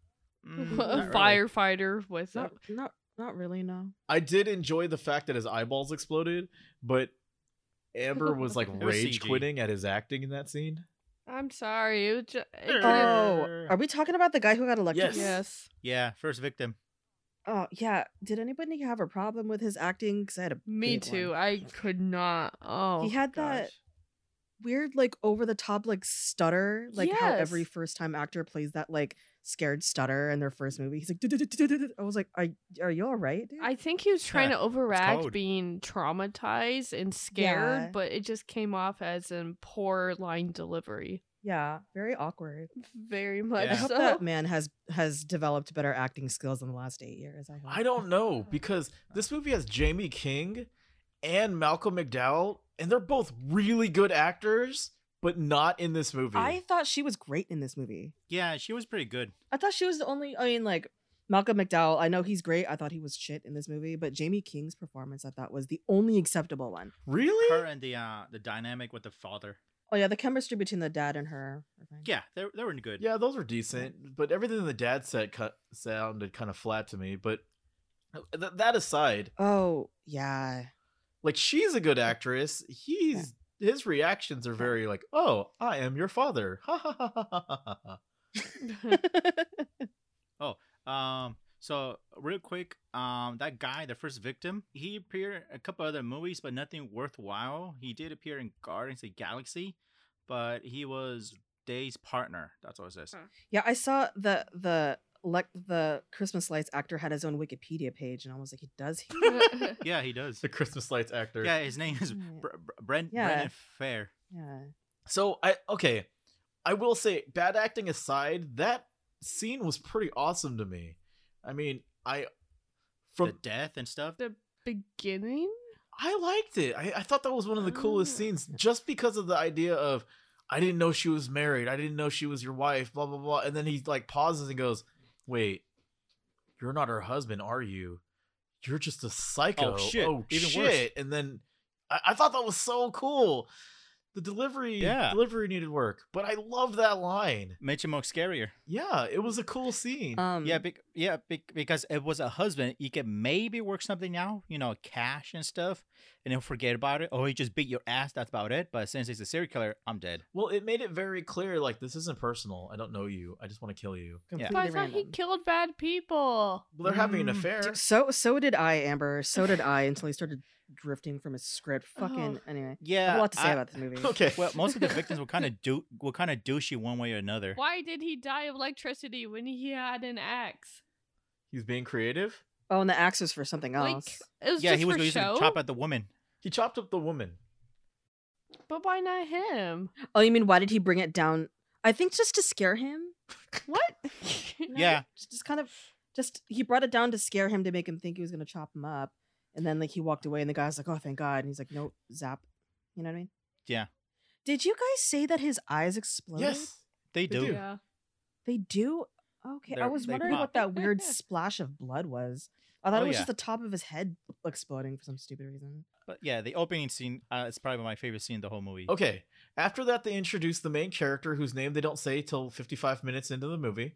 Speaker 4: Mm,
Speaker 1: Not
Speaker 2: a
Speaker 4: really.
Speaker 2: firefighter with a
Speaker 1: not, not not really no.
Speaker 3: I did enjoy the fact that his eyeballs exploded, but Amber was like
Speaker 2: It
Speaker 4: was
Speaker 3: rage
Speaker 4: CG.
Speaker 3: quitting at his acting in that scene.
Speaker 2: I'm sorry. It was ju- it could've-
Speaker 1: Oh, are we talking about the guy who got electrocuted?
Speaker 2: yes.
Speaker 4: Yeah, first victim.
Speaker 1: Oh yeah. Did anybody have a problem with his acting? Because I had a
Speaker 2: Me
Speaker 1: big one.
Speaker 2: too. I could not. Oh,
Speaker 1: he had that
Speaker 2: gosh.
Speaker 1: weird like over the top like stutter, like how every
Speaker 2: Yes.
Speaker 1: first time actor plays that like scared stutter in their first movie. He's like, "Du-du-du-du-du-du-du." I was like, are are you all right? dude?"
Speaker 2: I think he was trying to overact
Speaker 4: code.
Speaker 2: being traumatized and scared,
Speaker 1: Yeah.
Speaker 2: but it just came off as in poor line delivery.
Speaker 1: yeah, very awkward.
Speaker 2: Very much
Speaker 1: I
Speaker 4: Yeah.
Speaker 1: hope
Speaker 2: so.
Speaker 1: that man has has developed better acting skills in the last eight years. I, hope.
Speaker 3: I don't know because this movie has Jamie King and Malcolm McDowell, and they're both really good actors, but not in this movie.
Speaker 1: I thought she was great in this movie.
Speaker 4: Yeah, she was pretty good.
Speaker 1: I thought she was the only. I mean, like Malcolm McDowell. I know he's great. I thought he was shit in this movie, but Jamie King's performance I thought was the only acceptable one.
Speaker 3: really?
Speaker 4: Her and the uh, the dynamic with the father.
Speaker 1: Oh yeah, the chemistry between the dad and her. I think.
Speaker 4: Yeah, they they were good.
Speaker 3: Yeah, those were decent, but everything the dad said cut, sounded kind of flat to me. But th- that aside,
Speaker 1: Oh yeah.
Speaker 3: like she's a good actress. He's his reactions are very like, "Oh, I am your father." Ha ha ha ha ha ha ha.
Speaker 4: Um. So real quick, um, that guy, the first victim, he appeared in a couple other movies, but nothing worthwhile. He did appear in Guardians of the Galaxy, but he was Day's partner. That's what it says.
Speaker 1: Yeah, I saw the the like the Christmas lights actor had his own Wikipedia page, and I was like, he does. He?
Speaker 4: Yeah, he does.
Speaker 3: The Christmas lights actor.
Speaker 4: Yeah, his name is
Speaker 1: Yeah.
Speaker 4: Br- Br- Brent
Speaker 1: Yeah.
Speaker 4: Brendan Fair.
Speaker 1: yeah.
Speaker 3: So I okay, I will say bad acting aside, that scene was pretty awesome to me. I mean, I
Speaker 4: the
Speaker 3: from
Speaker 4: death and stuff.
Speaker 2: the beginning?
Speaker 3: I liked it. I, I thought that was one of the coolest
Speaker 2: Ah.
Speaker 3: scenes just because of the idea of I didn't know she was married. I didn't know she was your wife. Blah blah blah. And then he like pauses and goes, "Wait, you're not her husband, are you? You're just a psycho."
Speaker 4: shit.
Speaker 3: Oh,
Speaker 4: Even worse.
Speaker 3: shit. And then I, I thought that was so cool. The delivery,
Speaker 4: Yeah.
Speaker 3: delivery needed work, but I love that line.
Speaker 4: Made him more scarier.
Speaker 3: Yeah, it was a cool scene.
Speaker 1: Um,
Speaker 4: yeah, bec- yeah, bec- because it was a husband. He could maybe work something out, you know, cash and stuff, and he'll forget about it. Or he just beat your ass. That's about it. But since he's a serial killer, I'm dead.
Speaker 3: well, it made it very clear like this isn't personal. I don't know you. I just want to kill you.
Speaker 4: Yeah.
Speaker 2: But I
Speaker 1: completely
Speaker 2: thought he
Speaker 1: random.
Speaker 2: killed bad people.
Speaker 3: Well, they're having an
Speaker 4: Mm.
Speaker 3: affair.
Speaker 1: Dude, So so did I, Amber. So did I until he started drifting from his script. Fucking anyway. I
Speaker 4: Yeah,
Speaker 1: have a lot to say
Speaker 4: I-
Speaker 1: about this movie.
Speaker 3: Okay.
Speaker 4: Well, most of the victims were kind of do were kind of douchey one way or another.
Speaker 2: Why did he die of electricity when he had an axe?
Speaker 3: he's being creative.
Speaker 1: Oh, and the axe was for something else.
Speaker 2: Like it was
Speaker 4: Yeah,
Speaker 2: just
Speaker 4: he was
Speaker 2: for
Speaker 4: using
Speaker 2: show.
Speaker 4: to chop at the woman.
Speaker 3: He chopped up the woman.
Speaker 2: But why not him?
Speaker 1: oh, you mean why did he bring it down? I think just to scare him.
Speaker 2: What?
Speaker 4: Yeah,
Speaker 1: Just, just kind of, just he brought it down to scare him to make him think he was gonna chop him up, and then like he walked away, and the guy's like, "Oh, thank God," and he's like, "No, zap," you know what I mean?
Speaker 4: Yeah.
Speaker 1: Did you guys say that his eyes exploded?
Speaker 3: Yes. They
Speaker 4: they do.
Speaker 3: do.
Speaker 2: Yeah.
Speaker 1: they do. Okay, I
Speaker 4: They're-
Speaker 1: was
Speaker 4: they
Speaker 1: wondering
Speaker 4: pop.
Speaker 1: what that weird splash of blood was. I thought
Speaker 4: Oh,
Speaker 1: it was
Speaker 4: yeah.
Speaker 1: just the top of his head exploding for some stupid reason.
Speaker 4: But yeah, the opening scene uh, is probably my favorite scene in the whole movie.
Speaker 3: Okay. After that, they introduce the main character whose name they don't say till 55 minutes into the movie.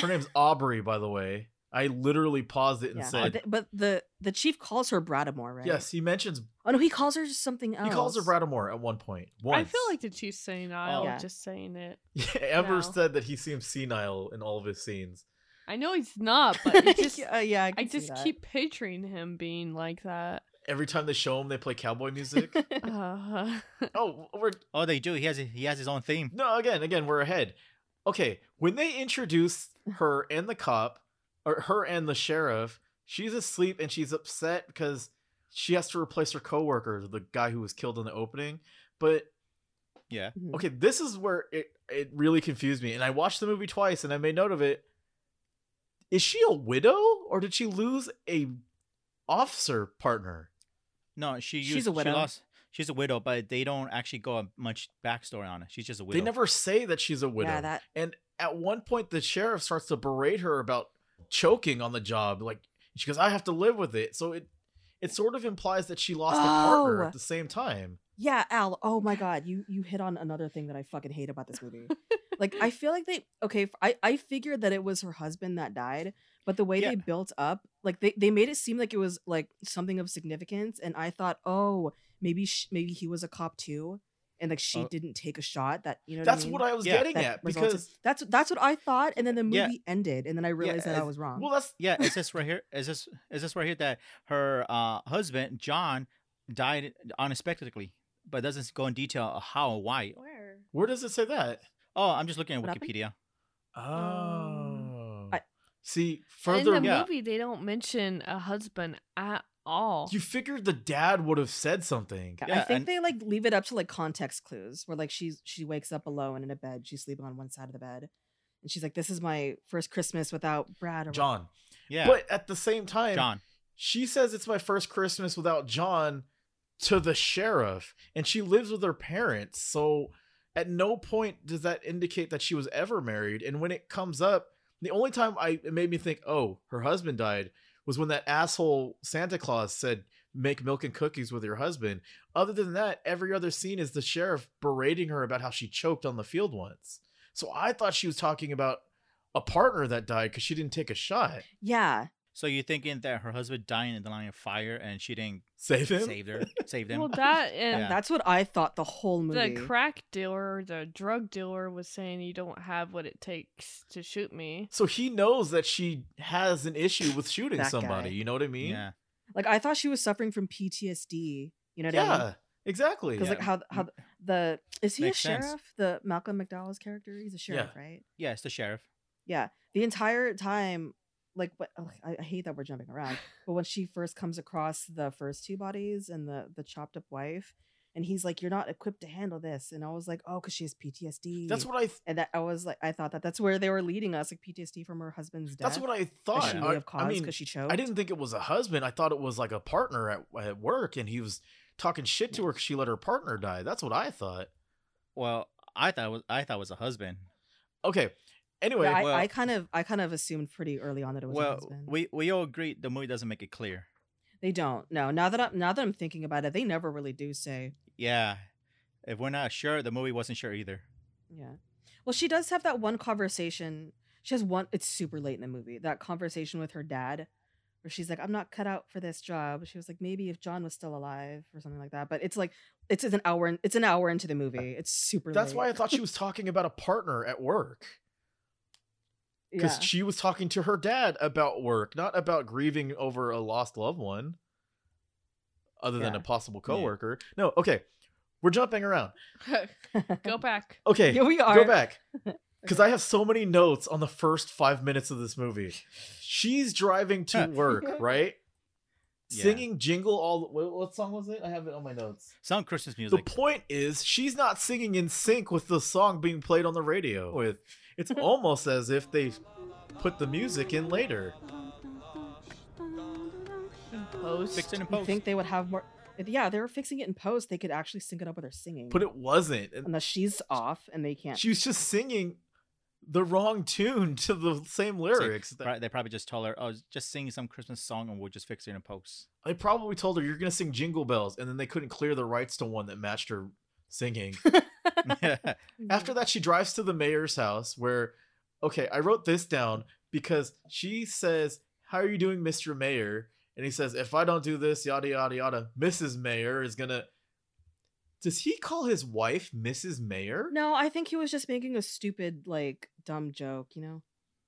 Speaker 3: Her name's Aubrey, by the way. I literally paused it and
Speaker 1: Yeah, but,
Speaker 3: said,
Speaker 1: the, but the the chief calls her Bradamore, right?
Speaker 3: "Yes." He mentions
Speaker 1: Oh no, he calls her something else.
Speaker 3: he calls her Bradamore at one point. Once.
Speaker 2: Oh. I feel like the chief's senile,
Speaker 1: Yeah.
Speaker 2: "Oh, just saying it.
Speaker 3: like Amber
Speaker 2: No.
Speaker 3: said that he seems senile in all of his scenes.
Speaker 2: I know he's not, but it just
Speaker 1: yeah, yeah,
Speaker 2: I
Speaker 1: can see
Speaker 2: just
Speaker 1: that.
Speaker 2: keep picturing him being like that.
Speaker 3: Every time they show him, they play cowboy music.
Speaker 2: Uh,
Speaker 3: oh, we're
Speaker 4: Oh, they do. He has a, he has his own theme.
Speaker 3: no again, again we're ahead. Okay, when they introduce her and the cop, or her and the sheriff, she's asleep and she's upset because she has to replace her coworker, the guy who was killed in the opening. But
Speaker 4: Yeah.
Speaker 1: Mhm.
Speaker 3: okay, this is where it it really confused me, and I watched the movie twice and I made note of it. Is she a widow or did she lose a officer partner?
Speaker 4: No, she used,
Speaker 1: She's a widow.
Speaker 4: She lost, she's a widow, but they don't actually go much backstory on it. She's just a widow.
Speaker 3: They never say that she's a widow.
Speaker 1: Yeah, that
Speaker 3: And at one point, the sheriff starts to berate her about choking on the job. Like she goes, "I have to live with it." So it it sort of implies that she lost a partner
Speaker 1: Oh.
Speaker 3: at the same time.
Speaker 1: Yeah, Al. Oh my God, you you hit on another thing that I fucking hate about this movie. like I feel like they okay. f- I I figured that it was her husband that died, but the way
Speaker 4: Yeah.
Speaker 1: they built up, like they they made it seem like it was like something of significance, and I thought, oh, maybe sh- maybe he was a cop too, and like she
Speaker 4: Oh.
Speaker 1: didn't take a shot. That you know
Speaker 3: Uh, That's
Speaker 1: what I mean?
Speaker 3: what I was
Speaker 4: Yeah,
Speaker 3: getting
Speaker 1: That
Speaker 3: at
Speaker 1: resulted-
Speaker 3: because
Speaker 1: that's that's what I thought, and then the movie
Speaker 4: Yeah.
Speaker 1: ended, and then I realized that I
Speaker 4: it's-
Speaker 1: was wrong.
Speaker 3: well, that's
Speaker 4: yeah, is this right here? Is this is this right here that her uh, husband John died unexpectedly, but doesn't go in detail of how or why.
Speaker 2: where?
Speaker 3: where does it say that?
Speaker 4: Oh, I'm just looking at
Speaker 1: What happened?
Speaker 4: Wikipedia.
Speaker 5: Ah.
Speaker 3: Oh,
Speaker 1: I-
Speaker 3: see
Speaker 2: Uh, In
Speaker 3: further.
Speaker 2: the
Speaker 4: yeah.
Speaker 2: movie, they don't mention a husband at all.
Speaker 3: You figured the dad would have said something.
Speaker 1: Yeah, I
Speaker 4: Yeah,
Speaker 1: think
Speaker 4: and-
Speaker 1: they like leave it up to like context clues where like she's she wakes up alone in a bed, she's sleeping on one side of the bed. And she's like, This is my first Christmas without Brad or
Speaker 3: John,
Speaker 4: Yeah,
Speaker 3: but at the same time,
Speaker 4: John.
Speaker 3: she says it's my first Christmas without John to the sheriff, and she lives with her parents. So at no point does that indicate that she was ever married. And when it comes up, the only time I it made me think, oh, her husband died was when that asshole Santa Claus said, make milk and cookies with your husband. Other than that, every other scene is the sheriff berating her about how she choked on the field once. So I thought she was talking about a partner that died because she didn't take a shot.
Speaker 1: Yeah.
Speaker 4: So you're thinking that her husband died in the line of fire and she didn't
Speaker 3: Save him.
Speaker 4: save her, save them?
Speaker 2: well, that and
Speaker 4: Yeah.
Speaker 1: That's what I thought the whole movie.
Speaker 2: the crack dealer, the drug dealer, was saying you don't have what it takes to shoot me.
Speaker 3: So he knows that she has an issue with shooting
Speaker 1: That
Speaker 3: somebody.
Speaker 1: guy.
Speaker 3: You know what I mean?
Speaker 4: yeah,
Speaker 1: like I thought she was suffering from PTSD. You know what I mean?
Speaker 3: Yeah, exactly.
Speaker 1: Because like
Speaker 4: Yeah.
Speaker 1: how th- how th- the is he
Speaker 4: Makes
Speaker 1: a
Speaker 4: sense.
Speaker 1: sheriff? The Malcolm McDowell's character? He's a sheriff, right?
Speaker 4: yeah, it's the sheriff.
Speaker 1: Yeah. The entire time, like, what, ugh, I, I hate that we're jumping around, but when she first comes across the first two bodies and the the chopped up wife, and he's like, "You're not equipped to handle this," and I was like, "Oh, because she has PTSD."
Speaker 3: That's what I. Th-
Speaker 1: And that I was like, I thought that that's where they were leading us, like PTSD from her husband's death.
Speaker 3: that's what I
Speaker 1: that
Speaker 3: thought.
Speaker 1: she
Speaker 3: I,
Speaker 1: may have
Speaker 3: I
Speaker 1: caused
Speaker 3: mean,
Speaker 1: because she choked.
Speaker 3: I didn't think it was a husband. I thought it was like a partner at, at work, and he was talking shit to her because she let her partner die. That's what I thought.
Speaker 4: Well, I thought it was I thought it was a husband.
Speaker 3: Okay. Anyway,
Speaker 1: Yeah, I,
Speaker 4: well-
Speaker 1: I kind of, I kind of assumed pretty early on that it was. her
Speaker 4: Well,
Speaker 1: husband.
Speaker 4: we we all agree the movie doesn't make it clear.
Speaker 1: they don't. No, now that I'm, now that I'm thinking about it, they never really do say.
Speaker 4: Yeah, if we're not sure, the movie wasn't sure either.
Speaker 1: Yeah. Well, she does have that one conversation. She has one, it's super late in the movie, that conversation with her dad where she's like, I'm not cut out for this job. She was like, maybe if John was still alive or something like that. But it's like, it's an hour, in, it's an hour into the movie. It's super
Speaker 3: that's
Speaker 1: late.
Speaker 3: why I thought she was talking about a partner at work
Speaker 1: yeah.
Speaker 3: because she was talking to her dad about work, not about grieving over a lost loved one, other than
Speaker 1: Yeah.
Speaker 3: a possible coworker. No, okay, we're jumping around.
Speaker 2: Go back.
Speaker 3: Okay,
Speaker 1: Yeah, we are.
Speaker 3: go back because i have so many notes on the first five minutes of this movie she's driving to work right
Speaker 4: Yeah.
Speaker 3: singing jingle all the, what, what song was it i have it on my notes
Speaker 4: Some Christmas
Speaker 3: the
Speaker 4: music.
Speaker 3: point is she's not singing in sync with the song being played on the radio with it's almost as if they put the music in later
Speaker 2: In Post.
Speaker 4: Fix it and
Speaker 1: You
Speaker 4: post.
Speaker 1: think they would have more. if- Yeah, they were fixing it in post. They could actually sync it up with her singing.
Speaker 3: but it wasn't And
Speaker 1: unless she's off and they can't.
Speaker 3: she was just singing the wrong tune to the same
Speaker 4: So,
Speaker 3: lyrics that-
Speaker 4: right, they probably just told her, "Oh, just sing some Christmas song, and we'll just fix it in post."
Speaker 3: I probably told her you're gonna sing Jingle Bells, and then they couldn't clear the rights to one that matched her singing. After that, she drives to the mayor's house where, okay, I wrote this down because she says, "How are you doing, Mr. Mayor?" And he says, "If I don't do this, yada yada yada, Mrs. Mayor is gonna." Does he call his wife Mrs. Mayor?
Speaker 1: Mm-hmm. no, I think he was just making a stupid, like, dumb joke, you know?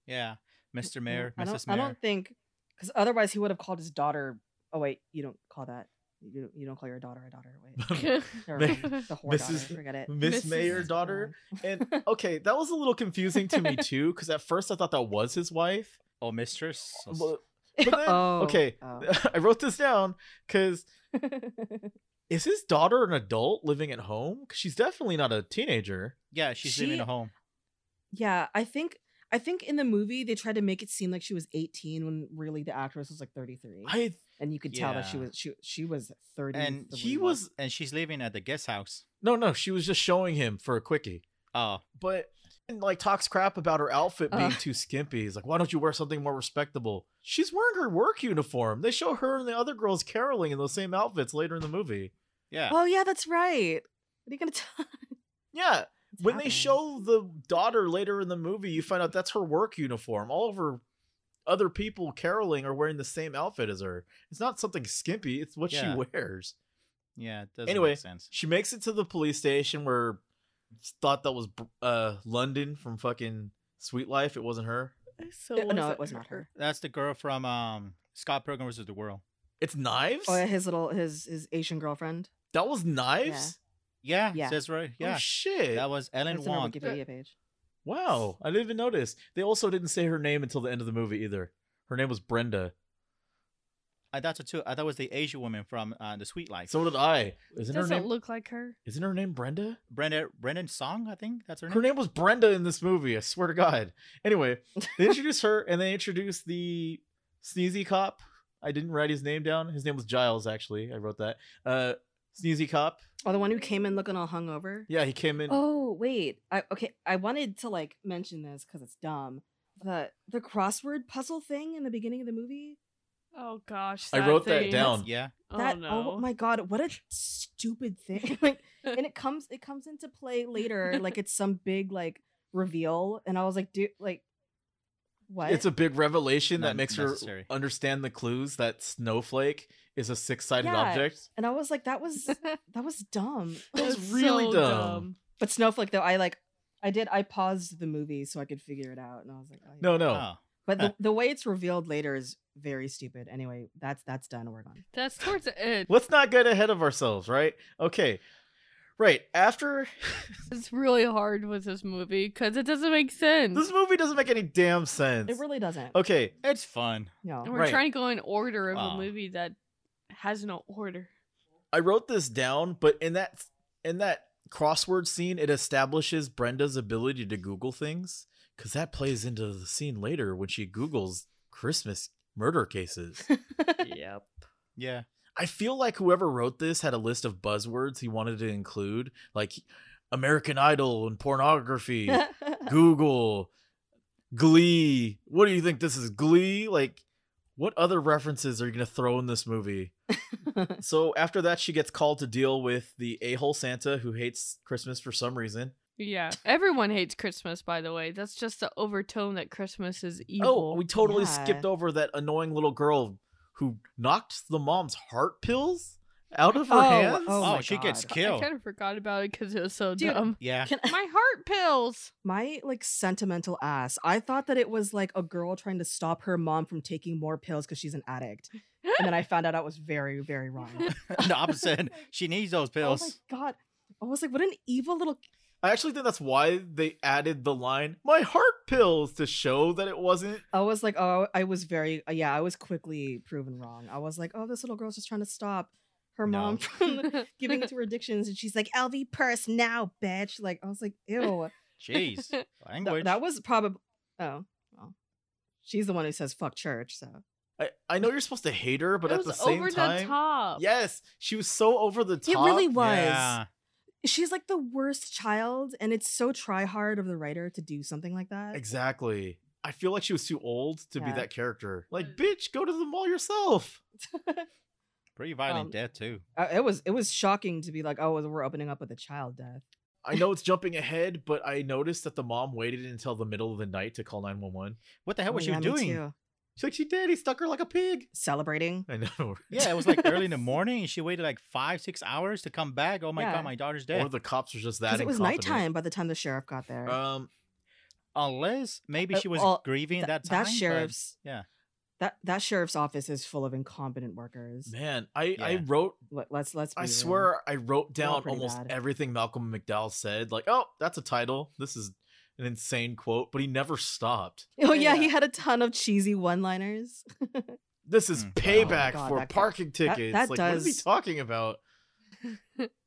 Speaker 4: yeah, Mr.
Speaker 1: No,
Speaker 4: Mayor,
Speaker 1: I don't,
Speaker 4: Mrs.
Speaker 1: I
Speaker 4: Mayor.
Speaker 1: don't think because otherwise he would have called his daughter. Oh wait, you don't call that you don't, you don't call your daughter a daughter. Wait, Never
Speaker 2: Never
Speaker 1: mind.
Speaker 2: mind.
Speaker 1: the whore
Speaker 3: Mrs.
Speaker 1: daughter. Forget it.
Speaker 3: Miss
Speaker 2: Mrs.
Speaker 3: Mayor
Speaker 1: Never
Speaker 3: daughter.
Speaker 1: mind.
Speaker 3: And okay, that was a little confusing to me too, because at first I thought that was his wife.
Speaker 4: Oh, mistress.
Speaker 3: But, but then,
Speaker 1: Oh,
Speaker 3: okay,
Speaker 1: oh.
Speaker 3: I wrote this down because is his daughter an adult living at home? 'Cause she's definitely not a teenager.
Speaker 4: Yeah, she's living
Speaker 1: She-
Speaker 4: at home.
Speaker 1: yeah, I think I think in the movie they tried to make it seem like she was 18 when really the actress was like 33,
Speaker 3: I
Speaker 1: and you could tell that she
Speaker 4: Yeah.
Speaker 1: was she she was 30.
Speaker 4: And
Speaker 3: he was
Speaker 4: And she's living at the guest house.
Speaker 3: no, no. She was just showing him for a quickie,
Speaker 4: Oh,
Speaker 3: but and, like talks crap about her outfit being
Speaker 1: Ugh.
Speaker 3: too skimpy. He's like, why don't you wear something more respectable? She's wearing her work uniform. They show her and the other girls caroling in those same outfits later in the movie.
Speaker 4: yeah.
Speaker 1: Oh yeah, that's right. What are you gonna tell?
Speaker 3: Yeah,
Speaker 1: It's
Speaker 3: when they
Speaker 1: happening.
Speaker 3: show the daughter later in the movie, you find out that's her work uniform. All of her other people caroling are wearing the same outfit as her. It's not something skimpy, it's what
Speaker 4: Yeah.
Speaker 3: she wears.
Speaker 4: Yeah, it doesn't
Speaker 3: Anyway,
Speaker 4: make sense.
Speaker 3: She makes it to the police station where thought that was uh London from fucking Sweet Life. It wasn't her.
Speaker 2: So
Speaker 1: No, no,
Speaker 2: wasn't
Speaker 1: it was not her.
Speaker 4: That's the girl from um Scott Pilgrim versus the World.
Speaker 3: It's Knives?
Speaker 1: Oh, yeah, his little his his Asian girlfriend.
Speaker 3: That was Knives?
Speaker 4: Yeah,
Speaker 1: Yeah. Oh,
Speaker 4: yeah. that's right.
Speaker 3: Yeah.
Speaker 4: Yeah,
Speaker 3: shit.
Speaker 4: that was Ellen
Speaker 1: That's in her
Speaker 4: Wong.
Speaker 1: Wikipedia page.
Speaker 3: wow. I didn't even notice. They also didn't say her name until the end of the movie either. Her name was Brenda.
Speaker 4: I thought so too. I thought it was the Asian woman from uh, the Sweet Life.
Speaker 3: So did I. Isn't her
Speaker 2: Doesn't
Speaker 3: name
Speaker 2: look like her.
Speaker 3: Isn't her name Brenda?
Speaker 4: Brenda Brendan Song, I think that's her name.
Speaker 3: Her name was Brenda in this movie. I swear to God. Anyway, they introduce her and they introduce the sneezy cop. I didn't write his name down. His name was Giles, actually. I wrote that. Uh, sneezy cop.
Speaker 1: Oh, the one who came in looking all hungover.
Speaker 3: Yeah, he came in.
Speaker 1: Oh wait, I, okay. I wanted to like mention this because it's dumb. The the crossword puzzle thing in the beginning of the movie.
Speaker 2: Oh gosh.
Speaker 3: I wrote that
Speaker 2: thing.
Speaker 3: down.
Speaker 4: Yeah,
Speaker 2: Oh
Speaker 1: that
Speaker 2: no.
Speaker 1: oh my god, what a stupid thing! like, and it comes it comes into play later. Like it's some big like reveal, and I was like, dude, like what?
Speaker 3: It's a big revelation that
Speaker 4: Not
Speaker 3: makes her
Speaker 4: necessary.
Speaker 3: understand the clues that snowflake is a six-sided
Speaker 1: Yeah.
Speaker 3: object.
Speaker 1: and I was like, that was that was dumb.
Speaker 3: That was
Speaker 2: That's
Speaker 3: really
Speaker 2: so
Speaker 3: dumb.
Speaker 1: But Snowflake though, I like. I did. I paused the movie so I could figure it out, and I was like, oh, yeah.
Speaker 3: No, no.
Speaker 4: Oh.
Speaker 1: But the, the way it's revealed later is very stupid. Anyway, that's that's done. We're done.
Speaker 2: That's towards the end.
Speaker 3: Let's not get ahead of ourselves, right? Okay. Right. After
Speaker 2: It's really hard with this movie because it doesn't make sense.
Speaker 3: this movie doesn't make any damn sense.
Speaker 1: It really doesn't.
Speaker 3: okay.
Speaker 4: it's fun.
Speaker 1: No.
Speaker 2: And we're
Speaker 3: Right.
Speaker 2: trying to go in order of
Speaker 4: Wow.
Speaker 2: a movie that has no order.
Speaker 3: I wrote this down, but in that in that crossword scene, it establishes Brenda's ability to Google things because that plays into the scene later when she Googles Christmas murder cases.
Speaker 2: yep.
Speaker 4: Yeah,
Speaker 3: I feel like whoever wrote this had a list of buzzwords he wanted to include, like American Idol and pornography, Google, Glee. What do you think this is? Glee? Like, what other references are you going to throw in this movie? So after that, she gets called to deal with the a hole Santa who hates Christmas for some reason.
Speaker 2: Yeah. Everyone hates Christmas, by the way. That's just the overtone that Christmas is
Speaker 3: Oh,
Speaker 2: evil.
Speaker 3: we totally
Speaker 1: Yeah.
Speaker 3: skipped over that annoying little girl who knocked the mom's heart pills out of her
Speaker 1: Oh,
Speaker 3: hands.
Speaker 1: oh
Speaker 4: Oh,
Speaker 1: my
Speaker 4: she gets
Speaker 1: God.
Speaker 2: I
Speaker 4: killed.
Speaker 2: kind of forgot about it because it was so
Speaker 1: Dude.
Speaker 2: dumb.
Speaker 4: Yeah,
Speaker 1: Can-
Speaker 2: My heart pills.
Speaker 1: my like sentimental ass. I thought that it was like a girl trying to stop her mom from taking more pills because she's an addict, and then I found out I was very very wrong.
Speaker 4: the opposite. She needs those
Speaker 1: oh
Speaker 4: pills.
Speaker 1: my god. I was like, what an evil little.
Speaker 3: I actually think that's why they added the line "my heart pills" to show that it wasn't.
Speaker 1: I was like, oh, I was very, yeah, I was quickly proven wrong. I was like, oh, this little girl's just trying to stop her
Speaker 4: No.
Speaker 1: mom from giving into her addictions, and she's like, LV purse now, bitch. Like, I was like, ew.
Speaker 4: Jeez,
Speaker 1: Th-
Speaker 4: language.
Speaker 1: that was probably oh well. She's the one who says fuck church, so
Speaker 3: I, I know you're supposed to hate her, but
Speaker 2: it
Speaker 3: at
Speaker 2: was
Speaker 3: the same
Speaker 2: over
Speaker 3: time,
Speaker 2: the top.
Speaker 3: yes, she was so over the top.
Speaker 1: it really was.
Speaker 4: Yeah.
Speaker 1: She's like the worst child, and it's so try hard of the writer to do something like that.
Speaker 3: Exactly. I feel like she was too old to be
Speaker 1: Yeah.
Speaker 3: that character. Like, bitch, go to the mall yourself.
Speaker 4: Pretty violent
Speaker 1: Um,
Speaker 4: death too.
Speaker 1: Uh, it was it was shocking to be like, oh, we're opening up with a child death.
Speaker 3: I know it's jumping ahead, but I noticed that the mom waited until the middle of the night to call 911.
Speaker 4: What the hell
Speaker 1: Oh,
Speaker 4: was she
Speaker 1: yeah, me
Speaker 4: doing?
Speaker 1: too.
Speaker 3: She's like, she did. He stuck her like a pig.
Speaker 1: Celebrating.
Speaker 3: I know.
Speaker 4: Yeah, it was like early in the morning, and she waited like five, six hours to come back. Oh my
Speaker 1: Yeah.
Speaker 4: god, my daughter's
Speaker 3: Or
Speaker 4: dead.
Speaker 3: the cops were just that
Speaker 1: Because it was
Speaker 3: incompetent.
Speaker 1: nighttime by the time the sheriff got
Speaker 4: Oh,
Speaker 1: there.
Speaker 3: Um,
Speaker 4: Unless maybe
Speaker 1: Uh,
Speaker 4: she was
Speaker 1: well,
Speaker 4: grieving
Speaker 1: Th-
Speaker 4: that time.
Speaker 1: that
Speaker 4: but-
Speaker 1: sheriff's
Speaker 4: yeah.
Speaker 1: That that sheriff's office is full of incompetent workers.
Speaker 3: Man, I I
Speaker 4: Yeah.
Speaker 3: wrote
Speaker 1: Let, us let's.
Speaker 3: I
Speaker 1: be real.
Speaker 3: swear I wrote
Speaker 1: They're all
Speaker 3: down
Speaker 1: pretty
Speaker 3: almost
Speaker 1: bad.
Speaker 3: everything Malcolm McDowell said. Like, oh, that's a title. This is an insane quote, but he never stopped.
Speaker 1: Oh yeah,
Speaker 7: Yeah.
Speaker 1: he had a ton of cheesy one-liners.
Speaker 3: This is
Speaker 4: Mm.
Speaker 3: payback
Speaker 1: Oh God,
Speaker 3: for
Speaker 1: that-
Speaker 3: parking tickets.
Speaker 1: that
Speaker 3: like, what is he
Speaker 1: does-
Speaker 3: talking about?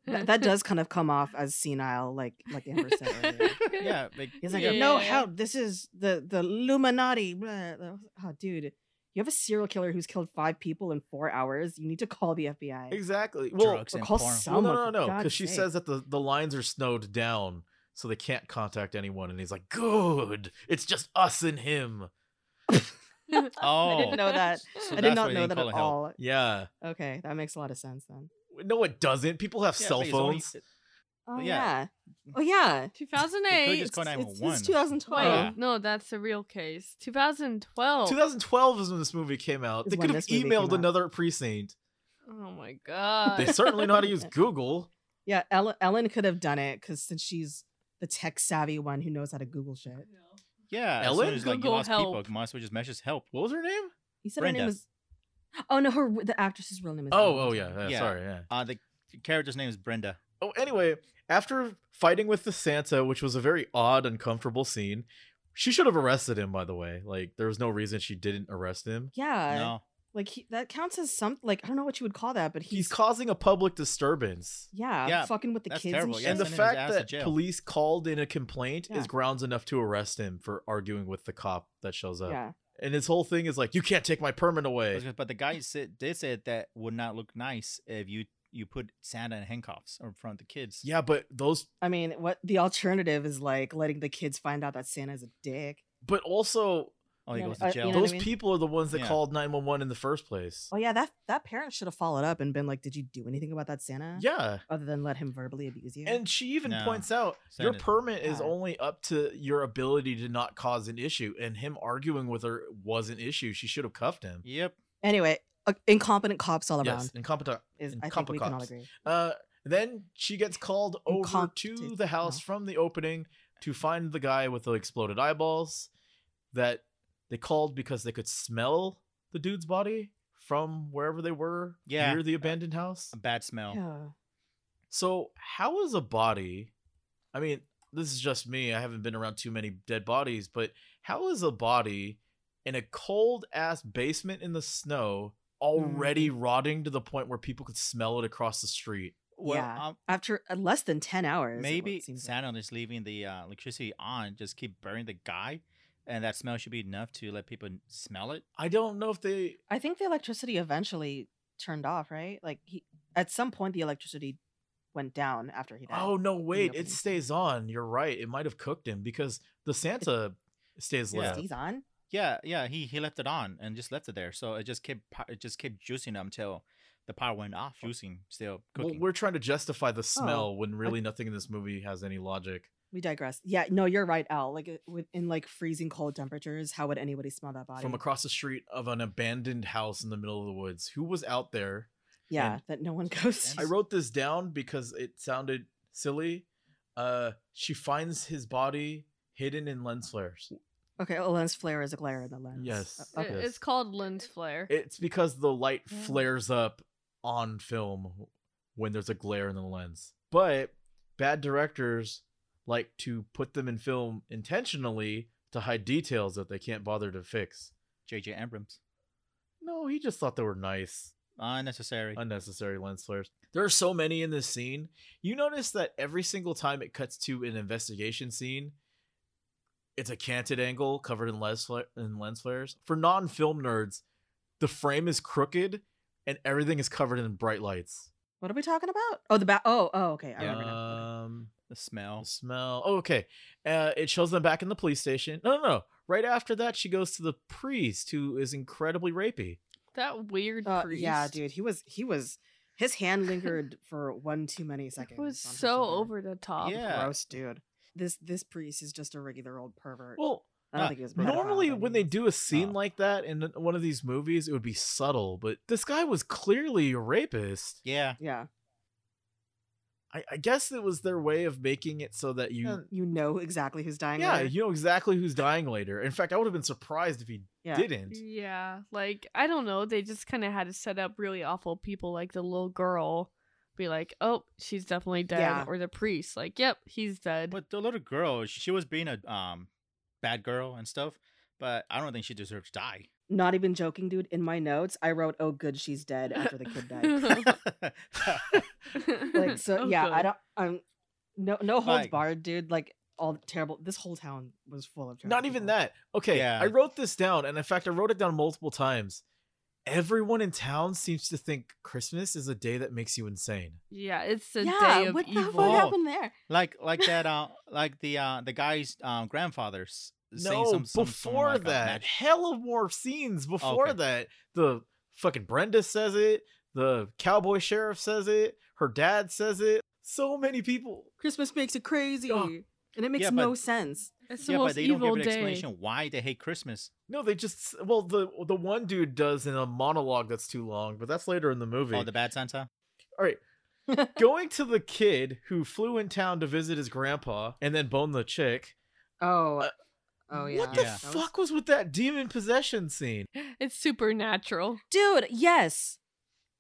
Speaker 1: that, that does kind of come off as senile, like like Amber said. earlier.
Speaker 4: Yeah, like
Speaker 1: He's like, no,
Speaker 2: Yeah.
Speaker 1: how this is the the Illuminati. blah, blah." Oh, dude, you have a serial killer who's killed five people in four hours. You need to call the FBI.
Speaker 3: Exactly. Well,
Speaker 4: drugs
Speaker 1: Or
Speaker 4: and
Speaker 1: call
Speaker 4: porn.
Speaker 3: well,
Speaker 1: someone.
Speaker 3: no, no, no,
Speaker 1: for
Speaker 3: because
Speaker 1: God's
Speaker 3: she
Speaker 1: sake.
Speaker 3: says that the the lines are snowed down, so they can't contact anyone. And he's like, good. It's just us and him.
Speaker 4: Oh,
Speaker 1: I didn't know that. I
Speaker 4: So
Speaker 1: did
Speaker 4: that's why
Speaker 1: not
Speaker 4: they
Speaker 1: know
Speaker 4: didn't
Speaker 1: that
Speaker 4: call
Speaker 1: at
Speaker 4: it help.
Speaker 1: all.
Speaker 3: Yeah.
Speaker 1: Okay, that makes a lot of sense then.
Speaker 3: No, it doesn't. People have
Speaker 4: Yeah,
Speaker 3: cell
Speaker 4: but it's only-
Speaker 3: phones.
Speaker 1: Oh yeah.
Speaker 4: yeah.
Speaker 1: Oh yeah.
Speaker 4: They could've
Speaker 2: 2008.
Speaker 4: just called
Speaker 1: It's,
Speaker 4: 911.
Speaker 1: it's 2012.
Speaker 4: Yeah.
Speaker 2: No, that's the real case. 2012.
Speaker 3: 2012 is when this movie came out.
Speaker 1: Oh. Is
Speaker 3: They
Speaker 1: when
Speaker 3: could have
Speaker 1: this movie came
Speaker 3: emailed
Speaker 1: out.
Speaker 3: another precinct.
Speaker 2: oh my god.
Speaker 3: They certainly know how to use Google.
Speaker 1: Yeah, Ellen, Ellen could have done it because since she's the tech savvy one who knows how to Google shit.
Speaker 4: Yeah,
Speaker 3: Ellen?
Speaker 4: as soon as, like, you
Speaker 2: Google
Speaker 4: lost
Speaker 2: help.
Speaker 4: people, might as well just message help.
Speaker 3: What was her name?
Speaker 1: You said her name
Speaker 4: Brenda.
Speaker 1: was. Oh no, her the actress's real name is.
Speaker 3: Oh,
Speaker 1: Ellen.
Speaker 3: oh yeah, yeah,
Speaker 4: Yeah.
Speaker 3: Sorry. Yeah.
Speaker 4: Uh, the character's name is Brenda.
Speaker 3: Oh, anyway, after fighting with the Santa, which was a very odd, uncomfortable scene, she should have arrested him. By the way, like there was no reason she didn't arrest him.
Speaker 1: Yeah,
Speaker 4: no,
Speaker 1: like he, that counts as some. Like I don't know what you would call that, but
Speaker 3: He's,
Speaker 1: he's,
Speaker 3: causing a public disturbance.
Speaker 1: yeah,
Speaker 4: Yeah,
Speaker 1: fucking with the
Speaker 4: that's
Speaker 1: kids
Speaker 4: terrible,
Speaker 1: and
Speaker 4: yeah.
Speaker 1: shit.
Speaker 3: And the
Speaker 4: sending
Speaker 3: fact
Speaker 4: his ass to
Speaker 3: that
Speaker 4: jail.
Speaker 3: police called in a complaint
Speaker 1: Yeah.
Speaker 3: is grounds enough to arrest him for arguing with the cop that shows up.
Speaker 1: yeah,
Speaker 3: And his whole thing is like, "You can't take my permit
Speaker 4: It
Speaker 3: away."
Speaker 4: was just- but the guy said did say that would not look nice if you you put Santa in handcuffs in front of the kids.
Speaker 3: Yeah, but those
Speaker 1: I mean, what the alternative is like letting the kids find out that Santa's a dick.
Speaker 3: but also
Speaker 4: oh, he
Speaker 1: Yeah,
Speaker 4: goes
Speaker 1: uh,
Speaker 4: to
Speaker 1: you
Speaker 4: jail.
Speaker 1: know what I
Speaker 3: those
Speaker 1: mean?
Speaker 3: people are the ones that
Speaker 4: Yeah.
Speaker 3: called 911 in the first place.
Speaker 1: Oh yeah, that that parent should have followed up and been like, "Did you do anything about that Santa?
Speaker 3: Yeah.
Speaker 1: other than let him verbally abuse you."
Speaker 3: And she even
Speaker 4: No.
Speaker 3: points out your
Speaker 4: Send it.
Speaker 3: permit is
Speaker 1: Yeah.
Speaker 3: only up to your ability to not cause an issue, and him arguing with her was an issue. She should have cuffed him.
Speaker 4: Yep.
Speaker 1: anyway, uh, incompetent cops all around
Speaker 3: Yes, incompetent.
Speaker 1: is I think
Speaker 3: incompetent
Speaker 1: we can all
Speaker 3: cops.
Speaker 1: agree.
Speaker 3: Uh, then she gets called over to
Speaker 1: Incompetent,
Speaker 3: the house
Speaker 1: no.
Speaker 3: from the opening to find the guy with the exploded eyeballs that they called because they could smell the dude's body from wherever they were
Speaker 4: Yeah.
Speaker 3: near the abandoned house.
Speaker 4: A bad smell.
Speaker 1: Yeah.
Speaker 3: So, how is a body? I mean, this is just me. I haven't been around too many dead bodies, but how is a body in a cold ass basement in the snow already rotting to the point where people could smell it across the street?
Speaker 4: Well,
Speaker 1: Yeah.
Speaker 4: um,
Speaker 1: After uh, less than ten hours,
Speaker 4: maybe
Speaker 1: Santa.
Speaker 4: Santa is leaving the uh, electricity on, just keep burning the guy, and that smell should be enough to let people smell it.
Speaker 3: I don't know if they.
Speaker 1: I think the electricity eventually turned off, right? Like he at some point the electricity went down after he died.
Speaker 3: Oh no, wait!
Speaker 1: opening.
Speaker 3: It stays on. You're right. It might have cooked him because the Santa stays
Speaker 4: Yeah.
Speaker 1: yeah.
Speaker 3: lit.
Speaker 1: stays on.
Speaker 4: Yeah, yeah, he he left it on and just left it there, so it just kept po- it just kept juicing until the power went off. Juicing, still
Speaker 3: Oh. Well,
Speaker 4: cooking.
Speaker 3: we're trying to justify the smell when really nothing in this movie has any logic.
Speaker 1: We digress. Yeah, no, you're right, Al. Like it- with- in like freezing cold temperatures, how would anybody smell that body?
Speaker 3: From across the street of an abandoned house in the middle of the woods. Who was out there?
Speaker 1: yeah,
Speaker 3: and-
Speaker 1: that no one goes.
Speaker 4: and-
Speaker 3: I wrote this down because it sounded silly. Uh, she finds his body hidden in lens flares.
Speaker 1: okay, a lens flare is a glare in the lens. Uh,
Speaker 3: Yes,
Speaker 1: O-
Speaker 2: It-
Speaker 1: okay.
Speaker 3: yes.
Speaker 2: It's called lens flare.
Speaker 3: It's because the light
Speaker 1: Yeah.
Speaker 3: flares up on film when there's a glare in the lens. But bad directors like to put them in film intentionally to hide details that they can't bother to fix.
Speaker 4: JJ Abrams,
Speaker 3: No, he just thought they were nice.
Speaker 4: unnecessary.
Speaker 3: unnecessary lens flares. There are so many in this scene. You notice that every single time it cuts to an investigation scene, it's a canted angle covered in lens flare- in lens flares. For non-film nerds, the frame is crooked and everything is covered in bright lights.
Speaker 1: What are we talking about? Oh, the back. Oh, oh, okay. I
Speaker 4: Yeah.
Speaker 1: remember now. Okay.
Speaker 3: Um,
Speaker 4: the smell.
Speaker 3: the smell. Oh, okay. Uh, it shows them back in the police station. No, no, no. Right after that, she goes to the priest, who is incredibly rapey.
Speaker 2: that weird
Speaker 1: Uh,
Speaker 2: priest.
Speaker 1: yeah, dude, he was he was his hand lingered for one too many seconds.
Speaker 2: It was
Speaker 1: on her
Speaker 2: so
Speaker 1: shoulder.
Speaker 2: over the top.
Speaker 4: Yeah.
Speaker 1: Gross, dude. This this priest is just a regular old pervert.
Speaker 3: Well,
Speaker 1: I don't
Speaker 4: Uh,
Speaker 1: think he was. a pedophile
Speaker 3: Normally,
Speaker 1: by
Speaker 3: when they
Speaker 1: means.
Speaker 3: do a scene
Speaker 4: Oh.
Speaker 3: like that in one of these movies, it would be subtle, but this guy was clearly a rapist.
Speaker 4: Yeah,
Speaker 1: yeah,
Speaker 3: I, I guess it was their way of making it so that you,
Speaker 1: You know exactly who's dying.
Speaker 3: yeah,
Speaker 1: later.
Speaker 3: you know exactly who's dying later. In fact, I would have been surprised if he
Speaker 1: yeah.
Speaker 3: didn't.
Speaker 2: Yeah, like I don't know. They just kind of had to set up really awful people, like the little girl, be like, "Oh, she's definitely dead,"
Speaker 1: Yeah.
Speaker 2: or the priest, like, "Yep, he's dead."
Speaker 4: But the little girl, she was being a um bad girl and stuff, but I don't think she deserves to die.
Speaker 1: Not even joking, dude. In my notes, I wrote, "Oh, good, she's dead." After the kid died. like so,
Speaker 2: Oh,
Speaker 1: yeah. I
Speaker 2: good.
Speaker 1: don't. I'm no no holds
Speaker 4: Like-
Speaker 1: barred, dude. Like all terrible. This whole town was full of terrible.
Speaker 3: Not even
Speaker 1: people.
Speaker 3: that. Okay,
Speaker 4: Yeah.
Speaker 3: I wrote this down, and in fact, I wrote it down multiple times. Everyone in town seems to think Christmas is a day that makes you insane.
Speaker 2: Yeah, it's the
Speaker 1: yeah,
Speaker 2: day of
Speaker 1: what the
Speaker 2: evil.
Speaker 1: fuck happened there?
Speaker 4: like like that uh like the uh the guy's um grandfather's
Speaker 3: no,
Speaker 4: saying some, some- some,
Speaker 3: before
Speaker 4: like, uh,
Speaker 3: that,
Speaker 4: magic-
Speaker 3: hella more scenes before
Speaker 4: Okay.
Speaker 3: that. The fucking Brenda says it. The cowboy sheriff says it. Her dad says it. So many people.
Speaker 1: Christmas makes it crazy,
Speaker 3: Oh.
Speaker 1: and it makes
Speaker 4: Yeah, but-
Speaker 1: no sense.
Speaker 2: It's the
Speaker 4: yeah,
Speaker 2: most
Speaker 4: but they don't
Speaker 2: evil
Speaker 4: give an
Speaker 2: day.
Speaker 4: explanation why they hate Christmas.
Speaker 3: No, they just well the the one dude does in a monologue that's too long, but that's later in the movie.
Speaker 4: Oh, the bad Santa.
Speaker 3: All right, Uh, going to the kid who flew in town to visit his grandpa and then bone the chick.
Speaker 1: Oh,
Speaker 3: Uh,
Speaker 1: oh yeah.
Speaker 3: What the
Speaker 4: Yeah.
Speaker 1: that was-
Speaker 3: fuck was... with that demon possession scene?
Speaker 2: It's supernatural.
Speaker 1: dude? Yes.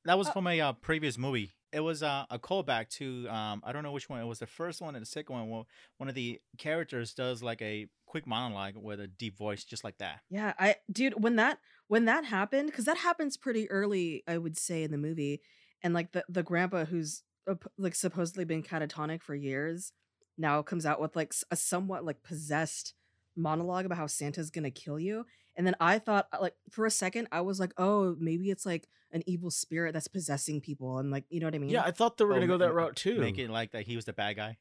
Speaker 4: That was
Speaker 1: Uh,
Speaker 4: from a uh, previous movie. It was uh, a callback to um, I don't know which one. It was the first one and the second one. Well, one of the characters does like a quick monologue with a deep voice, just like that.
Speaker 1: Yeah, I dude, when that when that happened, because that happens pretty early, I would say, in the movie, and like the the grandpa who's uh, p- like supposedly been catatonic for years, now comes out with like s- a somewhat like possessed monologue about how Santa's gonna kill you, and then I thought uh, like for a second I was like, oh, maybe it's like an evil spirit that's possessing people, and like you know what I mean?
Speaker 3: Yeah, I thought they were
Speaker 4: Oh,
Speaker 3: gonna go
Speaker 4: ma-
Speaker 3: that route too.
Speaker 4: Make it like that he was the bad guy.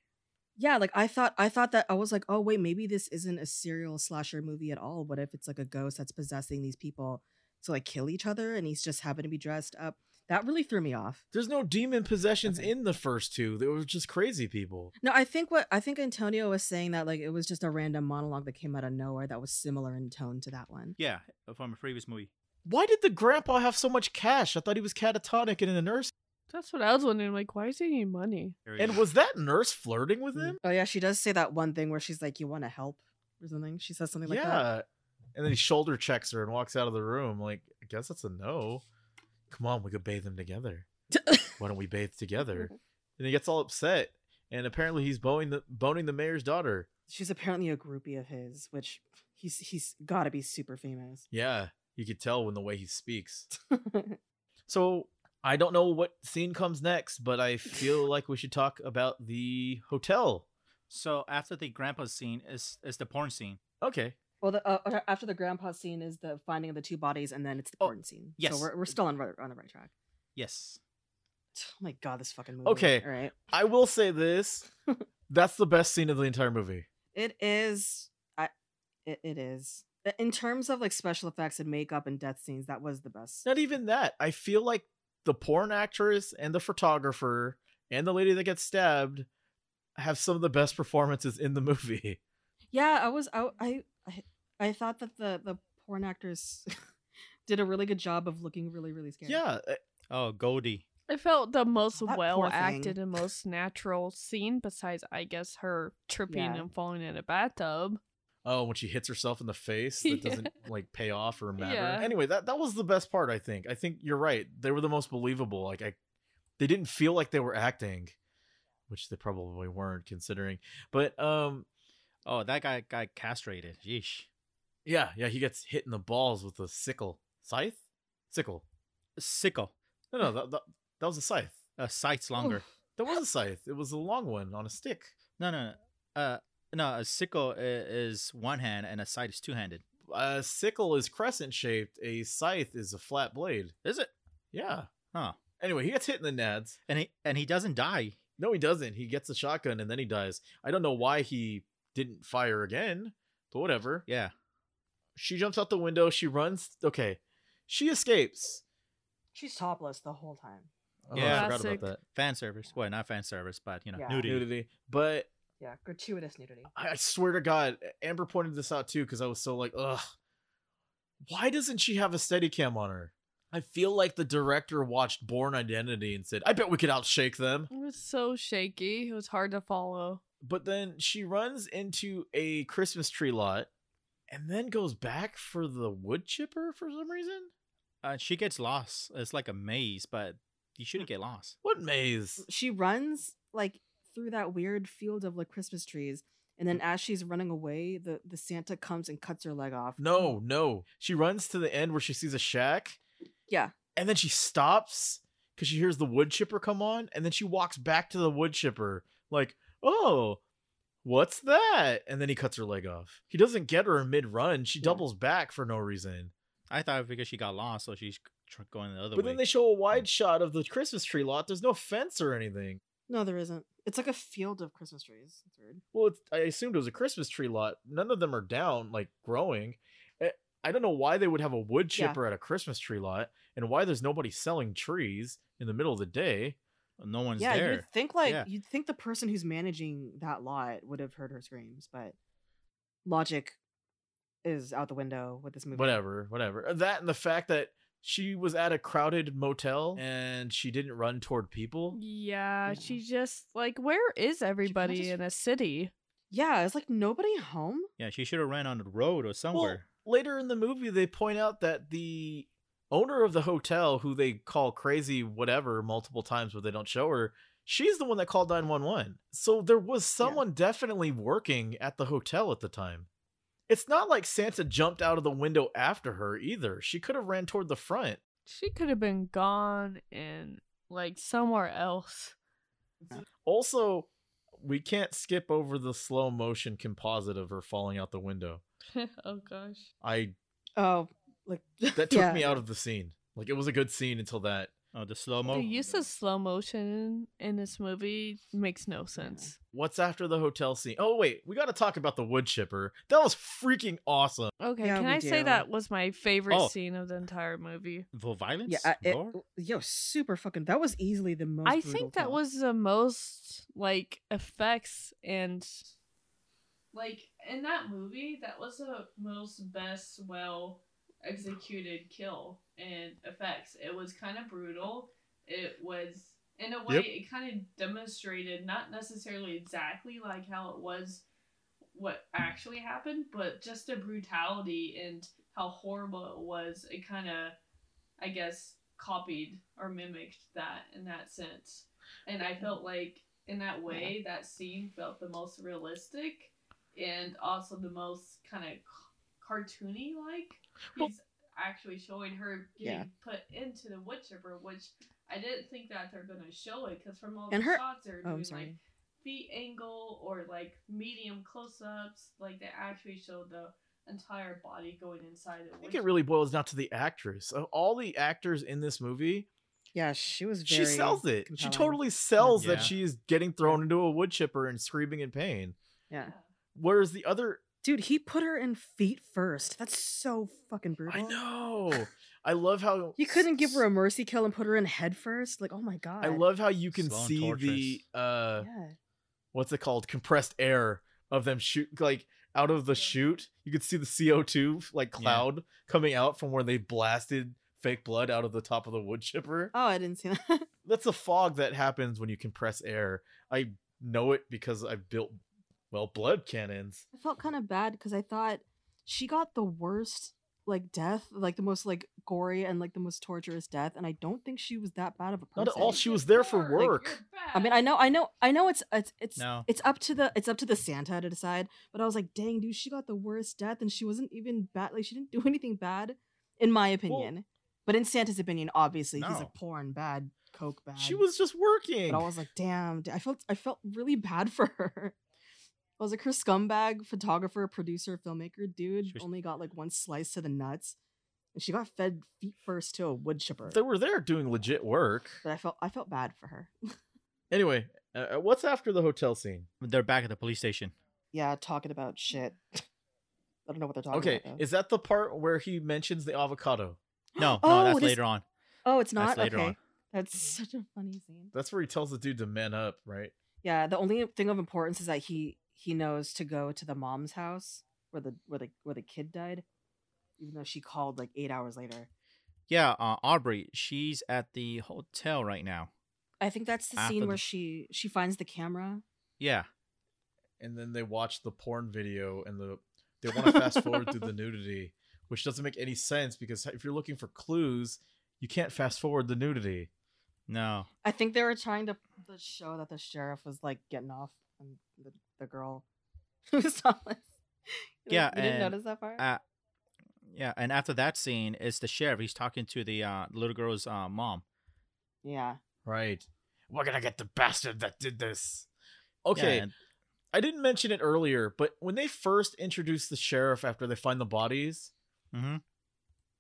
Speaker 1: yeah. Like I thought I thought that I was like, oh wait, maybe this isn't a serial slasher movie at all. What if it's like a ghost that's possessing these people to like kill each other, and he's just happened to be dressed up? That really threw me off.
Speaker 3: There's no demon possessions
Speaker 4: Okay.
Speaker 3: in the first two. They were just crazy people.
Speaker 1: No, I think what I think Antonio was saying that like it was just a random monologue that came out of nowhere that was similar in tone to that one.
Speaker 4: Yeah, from a previous movie.
Speaker 3: Why did the grandpa have so much cash? I thought he was catatonic and in a nurse.
Speaker 2: That's what I was wondering. Like, why is he need money?
Speaker 4: There he
Speaker 3: And
Speaker 4: is.
Speaker 3: was that nurse flirting with him?
Speaker 1: Oh yeah, she does say that one thing where she's like, "You want to help?" or something. She says something like
Speaker 3: yeah.
Speaker 1: that.
Speaker 3: And then he shoulder checks her and walks out of the room. Like, I guess that's a no. Come on, we could bathe them together. Why don't we bathe
Speaker 1: Mm-hmm.
Speaker 3: together? And he gets all upset. And apparently he's boning the boning the mayor's daughter.
Speaker 1: She's apparently a groupie of his, which he's he's got to be super famous.
Speaker 3: Yeah. You could tell when the way he speaks. So I don't know what scene comes next, but I feel like we should talk about the hotel.
Speaker 4: so after the grandpa scene is is the porn scene.
Speaker 3: Okay.
Speaker 1: Well, the, uh, uh, after the grandpa scene is the finding of the two bodies, and then it's the
Speaker 4: Oh,
Speaker 1: porn scene.
Speaker 4: yes.
Speaker 1: So we're, we're still on right, on the right track.
Speaker 4: Yes.
Speaker 1: Oh my god, this fucking movie.
Speaker 3: Okay.
Speaker 1: All right.
Speaker 3: I will say this. That's the best scene of the entire movie.
Speaker 1: It is. I. It, it is. I- In terms of like special effects and makeup and death scenes, that was the best.
Speaker 3: Not even that. I feel like the porn actress and the photographer and the lady that gets stabbed have some of the best performances in the movie.
Speaker 1: Yeah, I was. I. I. I, I thought that the the porn actors did a really good job of looking really really scary.
Speaker 3: Yeah. uh,
Speaker 4: Oh, Goldie.
Speaker 2: It felt the most
Speaker 1: That poor
Speaker 2: well
Speaker 1: thing.
Speaker 2: acted and most natural scene, besides, I guess, her tripping
Speaker 1: Yeah.
Speaker 2: and falling in a bathtub.
Speaker 3: Oh, when she hits herself in the face, that
Speaker 2: Yeah.
Speaker 3: doesn't like pay off or matter.
Speaker 2: Yeah.
Speaker 3: Anyway, that that was the best part. I think. I think you're right. They were the most believable. Like I, they didn't feel like they were acting, which they probably weren't considering. But um,
Speaker 4: Oh, that guy got castrated. Yeesh.
Speaker 3: yeah, yeah, he gets hit in the balls with a sickle, scythe, sickle.
Speaker 4: Sickle.
Speaker 3: No, no, that that, that was a scythe.
Speaker 4: Uh, sights longer.
Speaker 3: That was a scythe. It was a long one on a stick.
Speaker 4: No, no, no. Uh, no. A sickle i- is one hand, and a scythe is two handed.
Speaker 3: A sickle is crescent shaped. A scythe is a flat blade.
Speaker 4: Is it?
Speaker 3: Yeah.
Speaker 4: Huh.
Speaker 3: Anyway, he gets hit in the nads.
Speaker 4: And he and he doesn't die.
Speaker 3: No, he doesn't. He gets a shotgun and then he dies. I don't know why he didn't fire again, but whatever.
Speaker 4: Yeah.
Speaker 3: She jumps out the window. She runs. Okay. She escapes.
Speaker 1: she's topless the whole time.
Speaker 3: Oh,
Speaker 4: Yeah.
Speaker 3: I forgot
Speaker 2: Classic.
Speaker 3: about that.
Speaker 4: Fan service. Well, not fan service, but you know,
Speaker 1: Yeah.
Speaker 4: nudity.
Speaker 3: Nudity. But
Speaker 1: Yeah, gratuitous nudity.
Speaker 3: I I swear to God, Amber pointed this out too because I was so like, ugh. Why doesn't she have a steady cam on her? I feel like the director watched Born Identity and said, I bet we could outshake them.
Speaker 2: It was so shaky. It was hard to follow.
Speaker 3: But then she runs into a Christmas tree lot and then goes back for the wood chipper for some reason.
Speaker 4: Uh, she gets lost. It's like a maze, but you shouldn't get lost.
Speaker 3: What maze?
Speaker 1: She runs like through that weird field of like Christmas trees, and
Speaker 3: Mm.
Speaker 1: then as she's running away, the the Santa comes and cuts her leg off.
Speaker 3: No, no. She runs to the end where she sees a shack
Speaker 1: Yeah.
Speaker 3: and then she stops because she hears the wood chipper come on and then she walks back to the wood chipper like oh what's that and then he cuts her leg off he doesn't get her in mid-run she
Speaker 1: Yeah.
Speaker 3: doubles back for no reason
Speaker 4: I thought because she got lost, so she's tr- going the other
Speaker 3: but
Speaker 4: way. Mm.
Speaker 3: then they show a wide shot of the christmas tree lot there's no fence or anything
Speaker 1: No, there isn't. It's like a field of Christmas trees. It's weird.
Speaker 3: well it's, i assumed it was a christmas tree lot none of them are down like growing Eh, i don't know why they would have a wood
Speaker 1: Yeah.
Speaker 3: chipper at a christmas tree lot and why there's nobody selling trees in the middle of the day
Speaker 4: no one's
Speaker 1: yeah,
Speaker 4: there.
Speaker 1: you'd think like
Speaker 4: Yeah.
Speaker 1: you'd think the person who's managing that lot would have heard her screams, but logic is out the window with this movie.
Speaker 3: whatever, whatever. Uh, That and the fact that she was at a crowded motel and she didn't run toward people.
Speaker 2: Yeah,
Speaker 1: Yeah.
Speaker 2: she just like, where is everybody
Speaker 1: just-
Speaker 2: in a city?
Speaker 1: Yeah, it's like nobody home.
Speaker 4: Yeah, she should have ran on the road or somewhere.
Speaker 3: Later in the movie, they point out that the owner of the hotel, who they call crazy whatever multiple times, but they don't show her, she's the one that called 911. So there was someone definitely working at the hotel at the time. It's not like Santa jumped out of the window after her either. She could have ran toward the front.
Speaker 2: She could have been gone and like somewhere else.
Speaker 3: Also, we can't skip over the slow motion composite of her falling out the window.
Speaker 2: oh gosh.
Speaker 3: I
Speaker 1: Oh, like
Speaker 3: that took me out of the scene. Like it was a good scene until that.
Speaker 4: Oh, the slow
Speaker 2: The
Speaker 4: mo.
Speaker 2: use of slow motion in this movie makes no sense.
Speaker 3: What's after the hotel scene? Oh wait, we got to talk about the wood chipper. That was freaking awesome.
Speaker 2: Okay,
Speaker 1: Yeah,
Speaker 2: can
Speaker 1: we
Speaker 2: I say
Speaker 1: do.
Speaker 2: that was my favorite
Speaker 4: Oh.
Speaker 2: scene of the entire movie?
Speaker 4: For violence?
Speaker 1: Yeah, I- it,
Speaker 4: Gore?
Speaker 1: yo, super fucking. That was easily the most.
Speaker 2: I
Speaker 1: brutal
Speaker 2: think that
Speaker 1: kill.
Speaker 2: was the most like effects and like in that movie that was the most best well executed kill and effects. It was kind of brutal. It was in a way
Speaker 3: Yep.
Speaker 2: it kind of demonstrated not necessarily exactly like how it was what actually happened, but just the brutality and how horrible it was. It kind of I guess, copied or mimicked that in that sense. And I felt like, in that way, that scene felt the most realistic and also the most kind of cartoony like.
Speaker 3: Well-
Speaker 2: He's actually showing her getting
Speaker 1: Yeah.
Speaker 2: put into the wood chipper, which I didn't think that they're going to show it because from all
Speaker 1: And
Speaker 2: the
Speaker 1: her-
Speaker 2: shots, they're
Speaker 1: Oh, I'm
Speaker 2: doing
Speaker 1: sorry.
Speaker 2: like feet angle or like medium close ups. Like, they actually showed the entire body going inside the
Speaker 3: I
Speaker 2: wood
Speaker 3: think it really boils down to the actress. Of all the actors in this movie,
Speaker 1: Yeah, she was.
Speaker 3: she
Speaker 1: Very
Speaker 3: sells it. She
Speaker 1: compelling.
Speaker 3: totally sells
Speaker 4: Yeah.
Speaker 3: that she is getting thrown into a wood chipper and screaming in pain.
Speaker 1: Yeah,
Speaker 3: Whereas the other,
Speaker 1: dude, he put her in feet first. That's so fucking brutal.
Speaker 3: I know. I love how
Speaker 1: You couldn't give her a mercy kill and put her in head first. Like, oh my god.
Speaker 3: I love how you can
Speaker 4: Slow and
Speaker 3: see the
Speaker 4: torturous.
Speaker 3: uh
Speaker 1: Yeah.
Speaker 3: what's it called compressed air of them shoot like out of the chute you could see the co2 like
Speaker 4: Yeah.
Speaker 3: cloud coming out from where they blasted fake blood out of the top of the wood chipper
Speaker 1: Oh, I didn't see that.
Speaker 3: that's a fog that happens when you compress air i know it because i've built well blood cannons
Speaker 1: I felt kind of bad because I thought she got the worst like death, like the most like gory and like the most torturous death, and I don't think she was that bad of a person.
Speaker 3: Not at all. She was there for work.
Speaker 1: I mean, I know, I know, I know. It's it's it's
Speaker 4: No.
Speaker 1: it's up to the it's up to the Santa to decide. But I was like, dang, dude, she got the worst death, and she wasn't even bad. Like she didn't do anything bad, in my opinion. but in Santa's opinion, obviously, he's
Speaker 4: No.
Speaker 1: like porn bad, coke bad.
Speaker 3: she was just working
Speaker 1: But I was like, damn, d- I felt I felt really bad for her. I was like, her scumbag photographer, producer, filmmaker dude
Speaker 4: She was-
Speaker 1: only got like one slice to the nuts, and she got fed feet first to a wood chipper.
Speaker 3: they were there doing legit work
Speaker 1: But I felt I felt bad for her.
Speaker 3: anyway uh, uh, what's after the hotel scene
Speaker 4: They're back at the police station.
Speaker 1: Yeah, talking about shit. I don't know what they're talking
Speaker 3: okay
Speaker 1: about. though.
Speaker 3: is that the part where he mentions the avocado
Speaker 4: No,
Speaker 1: Oh,
Speaker 4: no, that's
Speaker 1: it is-
Speaker 4: later on.
Speaker 1: Oh, it's
Speaker 4: That's
Speaker 1: not.
Speaker 4: later
Speaker 1: okay,
Speaker 4: on.
Speaker 1: that's such a funny scene.
Speaker 3: that's where he tells the dude to man up right
Speaker 1: Yeah, the only thing of importance is that he he knows to go to the mom's house where the where the where the kid died, even though she called like eight hours later.
Speaker 4: yeah, uh, Aubrey, she's at the hotel right now.
Speaker 1: I think that's the
Speaker 4: After
Speaker 1: scene
Speaker 4: the-
Speaker 1: where she she finds the camera.
Speaker 4: Yeah.
Speaker 3: and then they watch the porn video and the they want to fast forward through the nudity, which doesn't make any sense because if you're looking for clues, you can't fast forward the nudity.
Speaker 4: No.
Speaker 1: I think they were trying to to show that the sheriff was like getting off and the, the girl who was Thomas.
Speaker 4: Yeah,
Speaker 1: you didn't
Speaker 4: and
Speaker 1: notice that part.
Speaker 4: uh, Yeah, and after that scene, it's the sheriff. He's talking to the uh, little girl's uh, mom.
Speaker 1: yeah,
Speaker 3: Right. We're gonna get the bastard that did this.
Speaker 4: Yeah,
Speaker 3: Okay,
Speaker 4: and-
Speaker 3: I didn't mention it earlier, but when they first introduce the sheriff after they find the bodies, Mm-hmm.
Speaker 4: mhm.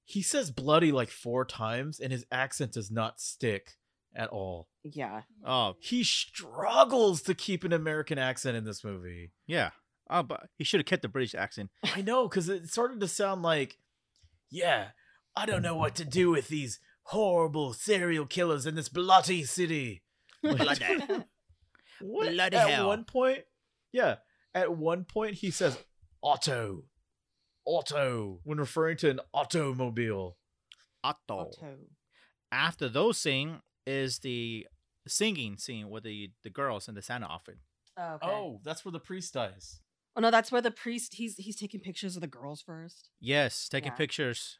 Speaker 3: he says bloody like four times and his accent does not stick at all.
Speaker 1: yeah.
Speaker 4: Oh,
Speaker 3: He struggles to keep an American accent in this movie.
Speaker 4: yeah. Oh, but he should have kept the British accent.
Speaker 3: I know, because it started to sound like, yeah, I don't know what to do with these horrible serial killers in this bloody city.
Speaker 4: Bloody.
Speaker 3: What?
Speaker 4: Bloody
Speaker 3: at
Speaker 4: hell.
Speaker 3: one point, yeah, at one point he says Otto, Otto, when referring to an automobile.
Speaker 4: Otto.
Speaker 1: Otto.
Speaker 4: After those scene is the singing scene with the, the girls in the Santa outfit.
Speaker 1: Oh, okay.
Speaker 3: Oh, that's where the priest dies.
Speaker 1: Oh, no, that's where the priest he's he's taking pictures of the girls first.
Speaker 4: Yes, taking
Speaker 1: Yeah.
Speaker 4: pictures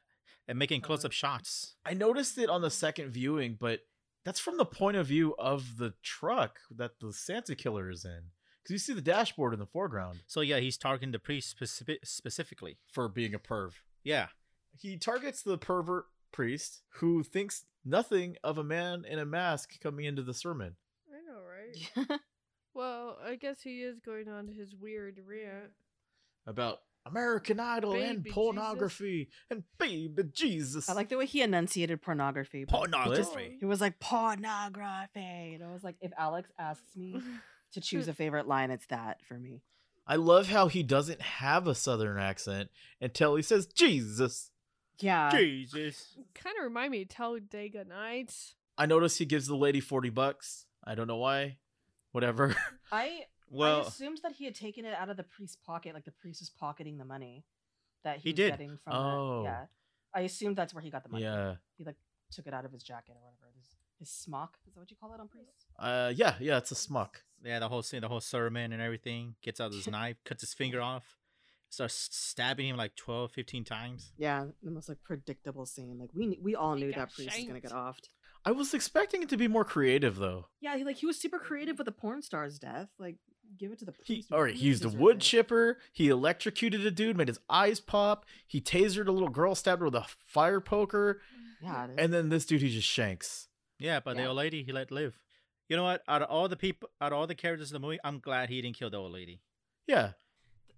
Speaker 4: and making close up shots.
Speaker 3: I noticed it on the second viewing, but that's from the point of view of the truck that the Santa killer is in. Because you see the dashboard in the foreground
Speaker 4: So yeah, he's targeting the priest specific- specifically.
Speaker 3: for being a perv.
Speaker 4: Yeah.
Speaker 3: He targets the pervert priest who thinks nothing of a man in a mask coming into the sermon.
Speaker 2: I know, right? Well, I guess he is going on his weird rant.
Speaker 3: about American Idol and
Speaker 2: Baby
Speaker 3: pornography and baby Jesus.
Speaker 1: I like the way he enunciated pornography. but
Speaker 4: Pornography.
Speaker 1: He was like pornography, and I was like, if Alex asks me to choose a favorite line, it's that for me.
Speaker 3: I love how he doesn't have a southern accent until he says Jesus.
Speaker 1: Yeah,
Speaker 4: Jesus.
Speaker 2: kind of remind me of Talladega Nights.
Speaker 3: I notice he gives the lady 40 bucks. I don't know why. Whatever.
Speaker 1: I I
Speaker 4: Well,
Speaker 1: assumed that he had taken it out of the priest's pocket, like the priest was pocketing the money that he,
Speaker 4: He
Speaker 1: was
Speaker 4: did.
Speaker 1: getting from.
Speaker 3: Oh.
Speaker 1: The, yeah, I assumed that's where he got the money.
Speaker 3: yeah.
Speaker 1: took it out of his jacket or whatever. His, his smock is that what you call it on priests?
Speaker 3: Uh yeah, yeah, it's a smuck.
Speaker 4: yeah, the whole scene, the whole sermon and everything. Gets out his knife, cuts his finger off, starts stabbing him like 12, 15 times.
Speaker 1: Yeah, the most like predictable scene. Like we kn- we all
Speaker 2: He
Speaker 1: knew
Speaker 2: got
Speaker 1: that priest was gonna get
Speaker 2: shanked.
Speaker 1: offed.
Speaker 3: I was expecting it to be more creative though.
Speaker 1: Yeah, he like he was super creative with the porn star's death. Like, give it to the
Speaker 3: He,
Speaker 1: priest.
Speaker 3: all right, he used a
Speaker 1: deserved
Speaker 3: wood
Speaker 1: it.
Speaker 3: chipper. He electrocuted a dude, made his eyes pop. He tasered a little girl, stabbed her with a fire poker,
Speaker 1: Yeah, it is.
Speaker 3: and then this dude he just shanks.
Speaker 4: Yeah, but
Speaker 1: Yeah.
Speaker 4: the old lady he let live. You know what? Out of all the people, out of all the characters in the movie, I'm glad he didn't kill the old lady.
Speaker 3: Yeah.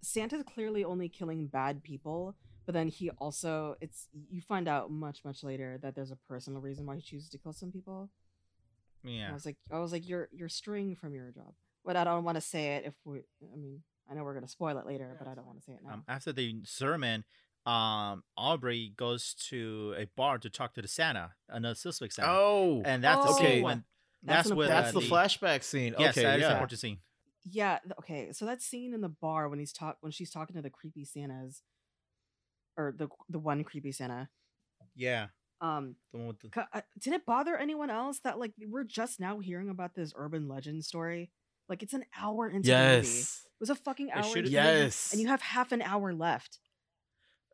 Speaker 1: Santa's clearly only killing bad people, but then he also it's you find out much much later that there's a personal reason why he chooses to kill some people. And I
Speaker 4: Yeah.
Speaker 1: was like, I was like, you're you're straying from your job. But I don't want to say it if we. I mean, I know we're gonna spoil it later, but I don't want to say it now.
Speaker 4: Um, after the sermon, um, Aubrey goes to a bar to talk to the Santa, another suspect Santa.
Speaker 3: Oh.
Speaker 4: And that's the
Speaker 3: Okay.
Speaker 4: scene when that's,
Speaker 1: an
Speaker 4: where
Speaker 1: important
Speaker 3: That's
Speaker 4: the,
Speaker 3: the
Speaker 1: scene.
Speaker 3: flashback scene.
Speaker 4: Yes,
Speaker 3: okay,
Speaker 4: that is
Speaker 3: yeah.
Speaker 4: an important scene.
Speaker 1: Yeah. th- Okay. So that scene in the bar when he's talk when she's talking to the creepy Santas, or the the one creepy Santa.
Speaker 4: Yeah.
Speaker 1: Um,
Speaker 4: The one with the
Speaker 1: ca- uh, did it bother anyone else that like we're just now hearing about this urban legend story? Like it's an hour into the movie. It
Speaker 3: Yes.
Speaker 1: was a fucking hour.
Speaker 4: should've-
Speaker 1: into the movie,
Speaker 3: Yes.
Speaker 1: And you have half an hour left.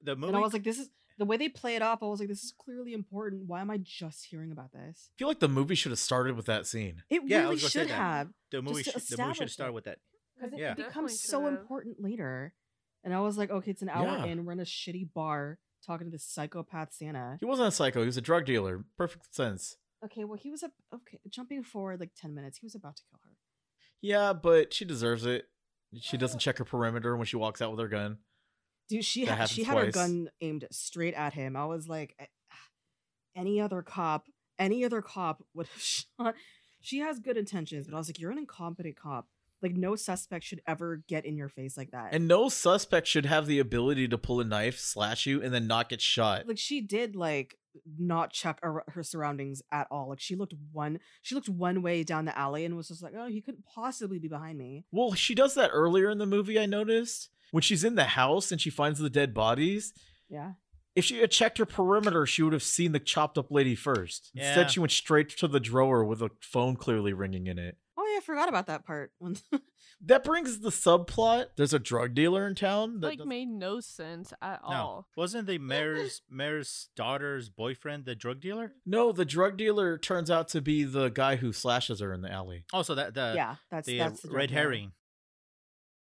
Speaker 4: the movie.
Speaker 1: And I was like, this is the way they play it off. I was like, this is clearly important. Why am I just hearing about this?
Speaker 3: I feel like the movie should have started with that scene.
Speaker 1: It
Speaker 4: Yeah, I
Speaker 1: really
Speaker 4: was gonna say
Speaker 1: should
Speaker 4: that.
Speaker 1: have
Speaker 4: the movie.
Speaker 1: to
Speaker 4: Should, the movie should
Speaker 1: establish
Speaker 4: start
Speaker 1: it.
Speaker 4: with that.
Speaker 1: because it
Speaker 4: Yeah.
Speaker 2: Definitely
Speaker 1: becomes so
Speaker 2: should have.
Speaker 1: important later. And I was like, okay, it's an hour
Speaker 3: Yeah.
Speaker 1: in. We're in a shitty bar talking to this psychopath Santa.
Speaker 3: He wasn't a psycho, he was a drug dealer. Perfect sense.
Speaker 1: Okay, well, he was a okay. Jumping forward like ten minutes, he was about to kill her.
Speaker 3: Yeah, but she deserves it. She doesn't check her perimeter when she walks out with her gun.
Speaker 1: Dude, she
Speaker 3: That
Speaker 1: ha- she
Speaker 3: happens
Speaker 1: had her
Speaker 3: twice.
Speaker 1: gun aimed straight at him. I was like, "Eh, any other cop, any other cop would have shot. She has good intentions, but I was like, you're an incompetent cop. Like, no suspect should ever get in your face like that.
Speaker 3: And no suspect should have the ability to pull a knife, slash you, and then not get shot.
Speaker 1: like she did like not check ar- her surroundings at all. Like she looked one she looked one way down the alley and was just like, "Oh, he couldn't possibly be behind me."
Speaker 3: Well, she does that earlier in the movie, I noticed. When she's in the house and she finds the dead bodies,
Speaker 1: Yeah.
Speaker 3: If she had checked her perimeter, she would have seen the chopped up lady first.
Speaker 4: Yeah.
Speaker 3: Instead, she went straight to the drawer with a phone clearly ringing in it.
Speaker 1: Oh yeah, I forgot about that part. When
Speaker 3: Uh, That brings the subplot. There's a drug dealer in town. That
Speaker 2: like
Speaker 3: does-
Speaker 2: made no sense at all.
Speaker 4: Wasn't the mayor's mayor's daughter's boyfriend the drug dealer?
Speaker 3: no, the drug dealer turns out to be the guy who slashes her in the alley.
Speaker 4: Also, Oh, that the
Speaker 1: yeah, that's
Speaker 4: the, uh,
Speaker 1: that's the drug
Speaker 4: red
Speaker 1: dealer.
Speaker 4: herring.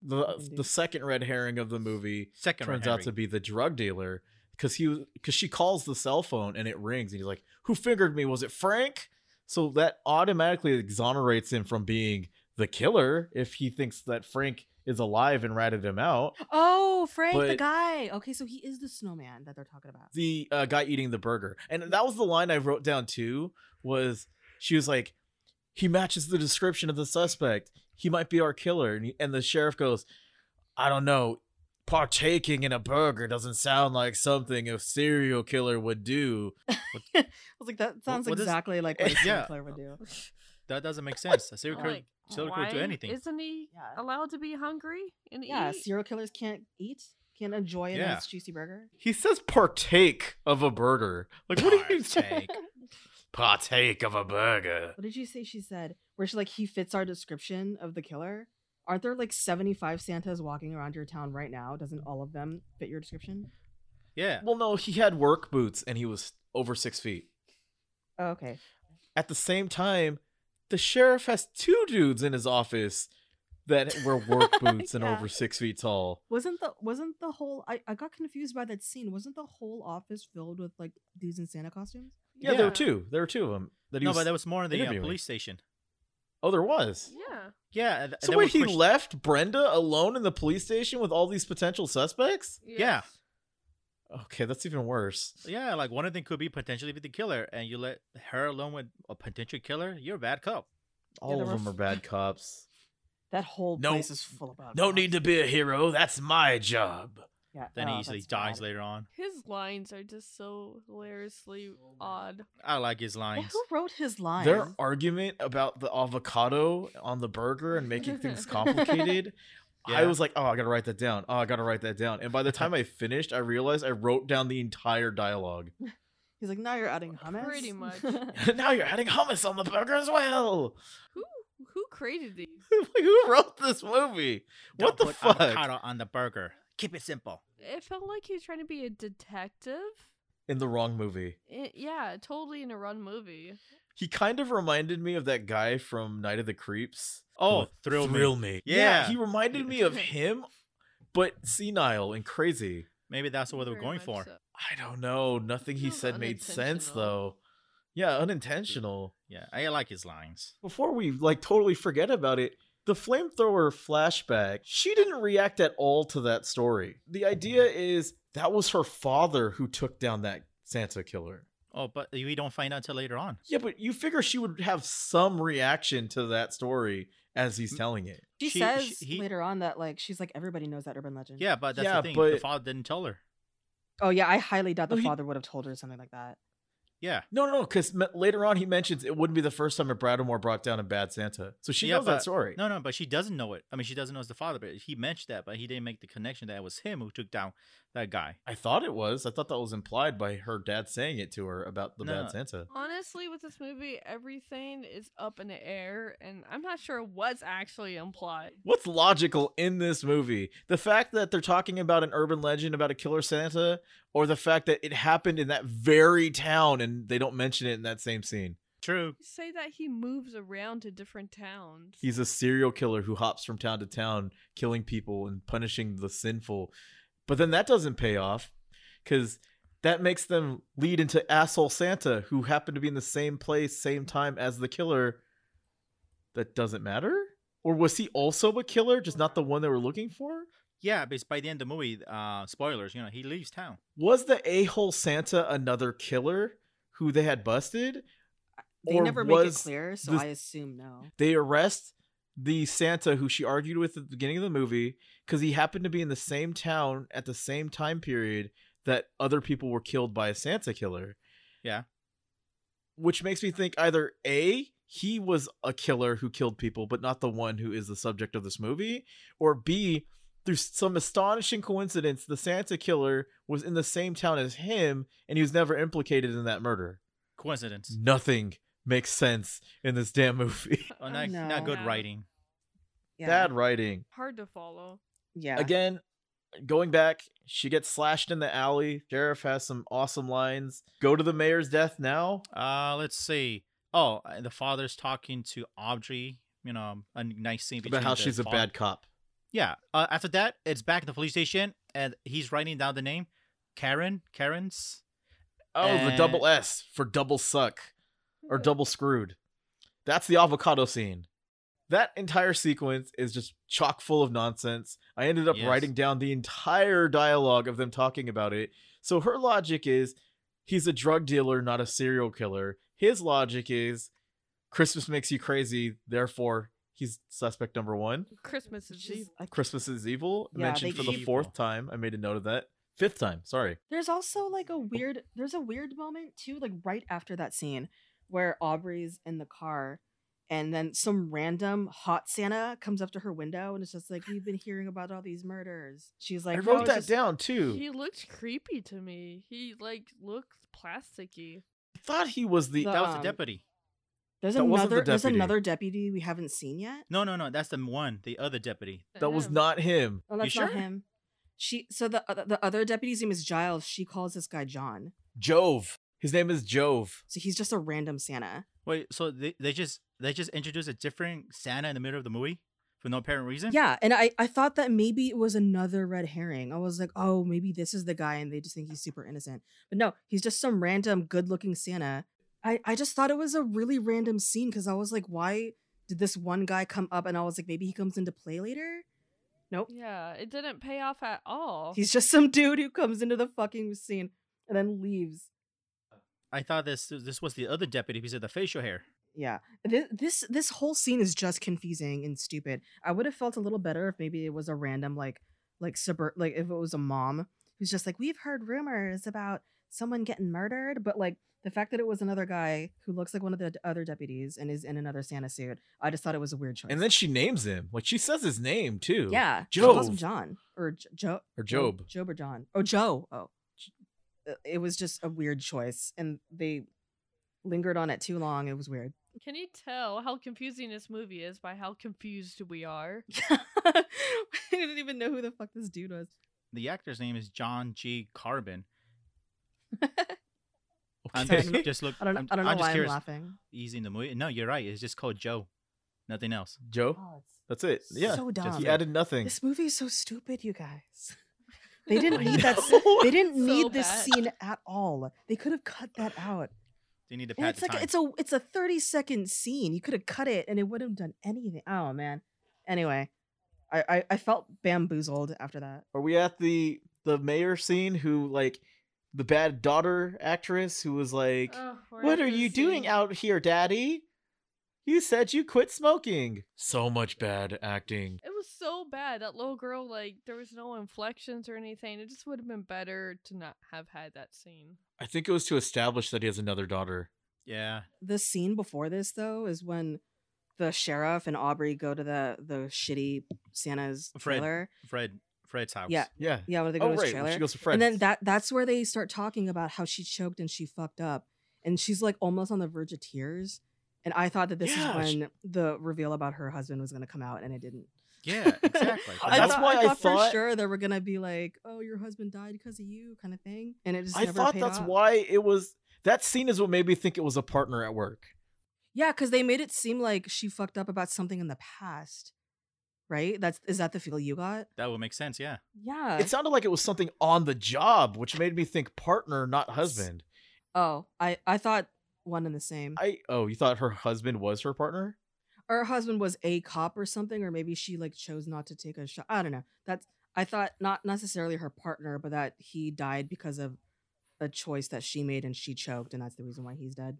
Speaker 3: The
Speaker 1: Indeed.
Speaker 3: the second red herring of the movie
Speaker 4: Second red
Speaker 3: turns out to
Speaker 4: herring.
Speaker 3: be the drug dealer because he was because she calls the cell phone and it rings and he's like, "Who fingered me? Was it Frank?" So that automatically exonerates him from being the killer if he thinks that Frank is alive and ratted him out.
Speaker 1: Oh, Frank, the
Speaker 3: But-
Speaker 1: guy. Okay, so he is the snowman that they're talking about.
Speaker 3: The uh, guy eating the burger, and that was the line I wrote down too. Was she was like, "He matches the description of the suspect. He might be our killer." And, he, and the sheriff goes, "I don't know." Partaking in a burger doesn't sound like something a serial killer would do.
Speaker 1: I was like, that sounds
Speaker 4: what is-
Speaker 1: exactly like what a
Speaker 4: Yeah.
Speaker 1: Sinclair would do.
Speaker 4: That doesn't make sense. A serial
Speaker 2: I'm
Speaker 4: killer,
Speaker 2: like,
Speaker 4: serial killer would do
Speaker 2: why
Speaker 4: anything.
Speaker 2: Isn't he
Speaker 1: Yeah.
Speaker 2: allowed to be hungry and
Speaker 1: Yeah,
Speaker 2: eat?
Speaker 1: serial killers can't eat, can't enjoy a
Speaker 4: Yeah.
Speaker 1: nice juicy burger.
Speaker 3: He says partake of a burger. Like, what do you say?
Speaker 4: Partake.
Speaker 5: Partake of a burger.
Speaker 1: What did you say she said? Where she like he fits our description of the killer. Aren't there like 75 Santas walking around your town right now? Doesn't all of them fit your description?
Speaker 4: Yeah.
Speaker 3: Well, no, he had work boots and he was over six feet.
Speaker 1: Oh, okay.
Speaker 3: At the same time, the sheriff has two dudes in his office that wear work boots and
Speaker 1: Yeah.
Speaker 3: over six feet tall.
Speaker 1: Wasn't the wasn't the whole I, I got confused by that scene. Wasn't the whole office filled with like dudes in Santa costumes?
Speaker 3: Yeah, there were
Speaker 2: Yeah.
Speaker 3: two. There were two of them. That he
Speaker 4: No,
Speaker 3: was,
Speaker 4: but that was more in the uh,
Speaker 3: interviewing.
Speaker 4: police station.
Speaker 3: oh, there was.
Speaker 2: Yeah.
Speaker 4: Yeah. th-
Speaker 3: So
Speaker 4: that
Speaker 3: wait,
Speaker 4: was
Speaker 3: he
Speaker 4: pushed-
Speaker 3: left Brenda alone in the police station with all these potential suspects?
Speaker 4: Yeah.
Speaker 3: Okay, that's even worse.
Speaker 4: Yeah, like one of them could be potentially be the killer, and you let her alone with a potential killer. You're a bad cop.
Speaker 3: All
Speaker 1: there
Speaker 3: of
Speaker 1: were
Speaker 3: them
Speaker 1: f-
Speaker 3: are bad cops.
Speaker 1: That whole
Speaker 5: No-
Speaker 1: place is full of uh, bad
Speaker 5: No
Speaker 1: cops.
Speaker 5: need to be a hero. That's my job.
Speaker 1: Yeah.
Speaker 4: Then
Speaker 1: oh,
Speaker 4: he easily
Speaker 1: that's
Speaker 4: dies
Speaker 1: bad.
Speaker 4: later on.
Speaker 2: His lines are just so hilariously odd.
Speaker 4: I like his
Speaker 1: And
Speaker 4: lines.
Speaker 1: Who wrote his lines?
Speaker 3: Their argument about the avocado on the burger and making things complicated. I
Speaker 4: Yeah.
Speaker 3: was like, oh, I gotta write that down. Oh, I gotta write that down. And by the time I finished, I realized I wrote down the entire dialogue.
Speaker 1: He's like, now you're adding hummus.
Speaker 2: Pretty much.
Speaker 3: now you're adding hummus on the burger as well.
Speaker 2: Who who created these?
Speaker 3: Like, Who wrote this movie?
Speaker 4: Don't
Speaker 3: what the
Speaker 4: put
Speaker 3: fuck?
Speaker 4: Avocado on the burger. Keep it simple.
Speaker 2: It felt like he was trying to be a detective.
Speaker 3: In the wrong movie.
Speaker 2: It, yeah, totally in a run movie.
Speaker 3: He kind of reminded me of that guy from Night of the Creeps.
Speaker 4: Oh, thrill,
Speaker 5: Thrill
Speaker 4: me.
Speaker 5: me.
Speaker 4: Yeah.
Speaker 3: he reminded me of him, but senile and crazy.
Speaker 4: Maybe that's what they were
Speaker 2: Very
Speaker 4: going
Speaker 2: much
Speaker 4: for.
Speaker 2: so.
Speaker 3: I don't know. Nothing he
Speaker 2: Sounds
Speaker 3: said made sense
Speaker 2: unintentional.
Speaker 3: though. Yeah, unintentional.
Speaker 4: Yeah, I like his lines.
Speaker 3: Before we like totally forget about it, the flamethrower flashback, she didn't react at all to that story. The idea is that was her father who took down that Santa killer.
Speaker 4: Oh, but we don't find out until later on.
Speaker 3: Yeah, but you figure she would have some reaction to that story as he's telling it.
Speaker 1: She,
Speaker 4: She-
Speaker 1: says
Speaker 4: she- he-
Speaker 1: later on that like she's like everybody knows that urban legend.
Speaker 4: Yeah, but that's
Speaker 3: Yeah,
Speaker 4: the thing. The
Speaker 3: but-
Speaker 4: father didn't tell her.
Speaker 1: Oh yeah, I highly doubt the
Speaker 3: No, he-
Speaker 1: father would have told her something like that.
Speaker 4: Yeah.
Speaker 3: No, no, because me- later on he mentions it wouldn't be the first time that Bradamore brought down a bad Santa. So she
Speaker 4: Yeah,
Speaker 3: knows
Speaker 4: but-
Speaker 3: that story.
Speaker 4: No, no, but she doesn't know it. I mean, she doesn't know it's the father, but he mentioned that, but he didn't make the connection that it was him who took down that guy.
Speaker 3: I thought it was. I thought that was implied by her dad saying it to her about the
Speaker 4: No.
Speaker 3: bad Santa.
Speaker 2: Honestly, with this movie, everything is up in the air, and I'm not sure what's actually implied.
Speaker 3: What's logical in this movie? The fact that they're talking about an urban legend about a killer Santa, or the fact that it happened in that very town and they don't mention it in that same scene?
Speaker 4: True.
Speaker 2: You say that he moves around to different towns.
Speaker 3: He's a serial killer who hops from town to town, killing people and punishing the sinful. But then that doesn't pay off because that makes them lead into asshole Santa, who happened to be in the same place, same time as the killer. That doesn't matter? Or was he also a killer, just not the one they were looking for?
Speaker 4: Yeah, because by the end of the movie, uh, spoilers, you know, he leaves town.
Speaker 3: Was the a hole Santa another killer who they had busted?
Speaker 1: They
Speaker 3: Or
Speaker 1: never make it
Speaker 3: was
Speaker 1: clear, so
Speaker 3: this-
Speaker 1: I assume no.
Speaker 3: They arrest the Santa who she argued with at the beginning of the movie because he happened to be in the same town at the same time period that other people were killed by a Santa killer.
Speaker 4: Yeah.
Speaker 3: Which makes me think either A, he was a killer who killed people, but not the one who is the subject of this movie, or B, Through some astonishing coincidence, the Santa killer was in the same town as him, and he was never implicated in that murder.
Speaker 4: Coincidence.
Speaker 3: Nothing makes sense in this damn movie.
Speaker 4: Oh, not,
Speaker 1: no.
Speaker 4: not good
Speaker 2: No.
Speaker 4: writing.
Speaker 1: Yeah.
Speaker 3: Bad writing.
Speaker 2: Hard to follow.
Speaker 1: Yeah.
Speaker 3: Again, going back, she gets slashed in the alley. Sheriff has some awesome lines. Go to the mayor's death now.
Speaker 4: Uh, let's see. Oh, uh, the father's talking to Audrey. You know, a nice scene between
Speaker 3: About how
Speaker 4: the
Speaker 3: she's a
Speaker 4: father-
Speaker 3: bad cop.
Speaker 4: Yeah. Uh, after that, it's back at the police station, and he's writing down the name, Karen. Karen's.
Speaker 3: Oh, the
Speaker 4: Eh.
Speaker 3: double S for double suck or double screwed. That's the avocado scene. That entire sequence is just chock full of nonsense. I ended up
Speaker 4: Yes.
Speaker 3: writing down the entire dialogue of them talking about it. So her logic is he's a drug dealer, not a serial killer. His logic is Christmas makes you crazy, therefore he's suspect number one.
Speaker 2: Christmas is
Speaker 1: Jeez,
Speaker 2: Eve.
Speaker 1: I-
Speaker 3: Christmas is evil,
Speaker 1: Yeah,
Speaker 3: mentioned
Speaker 1: they
Speaker 3: for the
Speaker 4: keep-
Speaker 3: fourth time. I made a note of that. Fifth time, sorry.
Speaker 1: There's also like a weird there's a weird moment too, like right after that scene where Aubrey's in the car and then some random hot Santa comes up to her window and it's just like, We've been hearing about all these murders. She's like,
Speaker 3: I
Speaker 1: "No,
Speaker 3: wrote
Speaker 1: it's
Speaker 3: that
Speaker 1: just-
Speaker 3: down too.
Speaker 2: He looked creepy to me. He like looked plasticky.
Speaker 3: I thought he was the
Speaker 1: The-
Speaker 4: That was
Speaker 1: Um,
Speaker 4: the deputy.
Speaker 1: There's
Speaker 3: That wasn't the
Speaker 1: another there's
Speaker 3: deputy.
Speaker 1: another deputy we haven't seen yet.
Speaker 4: No, no, no. That's the one. The other deputy.
Speaker 3: That was
Speaker 2: Yeah.
Speaker 3: not him.
Speaker 1: Oh, that's not
Speaker 4: sure?
Speaker 1: him. She so the oth- the other deputy's name is Giles. She calls this guy John.
Speaker 3: Jove. His name is Jove.
Speaker 1: So he's just a random Santa.
Speaker 4: Wait. So they, they just they just introduced a different Santa in the middle of the movie for no apparent reason.
Speaker 1: Yeah, and I I thought that maybe it was another red herring. I was like, oh, maybe this is the guy, and they just think he's super innocent. But no, he's just some random good looking Santa. I I just thought it was a really random scene because I was like, why did this one guy come up? And I was like, maybe he comes into play later. Nope,
Speaker 2: Yeah, it didn't pay off at all.
Speaker 1: he's just some dude who comes into the fucking scene and then leaves.
Speaker 4: I thought this this was the other deputy because of the facial hair.
Speaker 1: Yeah. This this this whole scene is just confusing and stupid. I would have felt a little better if maybe it was a random like like super like if it was a mom who's just like we've heard rumors about someone getting murdered, but like the fact that it was another guy who looks like one of the d- other deputies and is in another Santa suit, I just thought it was a weird choice.
Speaker 3: And then she names him. Like she says his name too.
Speaker 1: yeah, she calls him
Speaker 3: Jove.
Speaker 1: John or J- Joe
Speaker 3: Or Job.
Speaker 1: Job or John. Oh, Joe. Oh, Uh, it was just a weird choice, and they lingered on it too long. It was weird.
Speaker 2: Can you tell how confusing this movie is by how confused we are?
Speaker 1: I didn't even know who the fuck this dude was.
Speaker 4: The actor's name is John G. Carbon. I'm
Speaker 3: Okay.
Speaker 4: just, just look.
Speaker 1: I don't,
Speaker 4: I'm,
Speaker 1: I don't know
Speaker 4: I'm just
Speaker 1: why
Speaker 4: curious.
Speaker 1: I'm laughing.
Speaker 4: He's in the movie. No, you're right. It's just called Joe. Nothing else.
Speaker 3: Joe.
Speaker 1: Oh, it's
Speaker 3: That's it. Yeah.
Speaker 1: so dumb.
Speaker 3: he added nothing.
Speaker 1: This movie is so stupid, you guys. They didn't
Speaker 3: I
Speaker 1: need that. s-
Speaker 3: know.
Speaker 1: They didn't
Speaker 2: So
Speaker 1: need this
Speaker 2: bad.
Speaker 1: scene at all. They could have cut that out.
Speaker 4: They need to
Speaker 1: And
Speaker 4: pad
Speaker 1: it's
Speaker 4: the
Speaker 1: like
Speaker 4: time.
Speaker 1: it's a it's a thirty second scene. You could have cut it, and it wouldn't have done anything. Oh man. Anyway, I I, I felt bamboozled after that.
Speaker 3: Are we at the the mayor scene who like the bad daughter actress who was like,
Speaker 1: Oh,
Speaker 2: Ugh, we're
Speaker 3: What
Speaker 2: at
Speaker 3: are
Speaker 2: Oh, this
Speaker 3: you doing
Speaker 2: scene.
Speaker 3: out here, Daddy? You said you quit smoking.
Speaker 5: So much bad acting.
Speaker 2: It was so bad. That little girl, like, there was no inflections or anything. It just would have been better to not have had that scene.
Speaker 3: I think it was to establish that he has another daughter.
Speaker 4: yeah.
Speaker 1: the scene before this though is when the sheriff and Aubrey go to the the shitty Santa's
Speaker 4: Fred.
Speaker 1: trailer.
Speaker 4: Fred. Fred's house.
Speaker 1: Yeah.
Speaker 3: Yeah.
Speaker 1: Yeah, when they go
Speaker 3: Oh
Speaker 1: to his
Speaker 3: right.
Speaker 1: trailer.
Speaker 3: She goes to Fred.
Speaker 1: and then that that's where they start talking about how she choked and she fucked up. And she's like almost on the verge of tears. And I thought that this
Speaker 3: Yeah,
Speaker 1: is
Speaker 3: sh-
Speaker 1: when the reveal about her husband was gonna come out and it didn't.
Speaker 4: Yeah. Exactly.
Speaker 1: I
Speaker 3: That's
Speaker 1: thought,
Speaker 3: why
Speaker 1: I
Speaker 3: I
Speaker 1: thought for
Speaker 3: thought-
Speaker 1: sure they were gonna be like, Oh, your husband died because of you kind of thing. And it just
Speaker 3: I
Speaker 1: never
Speaker 3: thought
Speaker 1: paid
Speaker 3: that's
Speaker 1: off.
Speaker 3: why it was that scene is what made me think it was a partner at work.
Speaker 1: Yeah, because they made it seem like she fucked up about something in the past. Right? That's is that the feel you got?
Speaker 4: that would make sense. Yeah.
Speaker 1: Yeah.
Speaker 3: It sounded like it was something on the job, which made me think partner, not husband.
Speaker 1: oh, I I thought one and the same.
Speaker 3: I oh, you thought her husband was her partner?
Speaker 1: her husband was a cop or something, or maybe she like chose not to take a shot. I don't know. That's I thought not necessarily her partner, but that he died because of a choice that she made and she choked, and that's the reason why he's dead.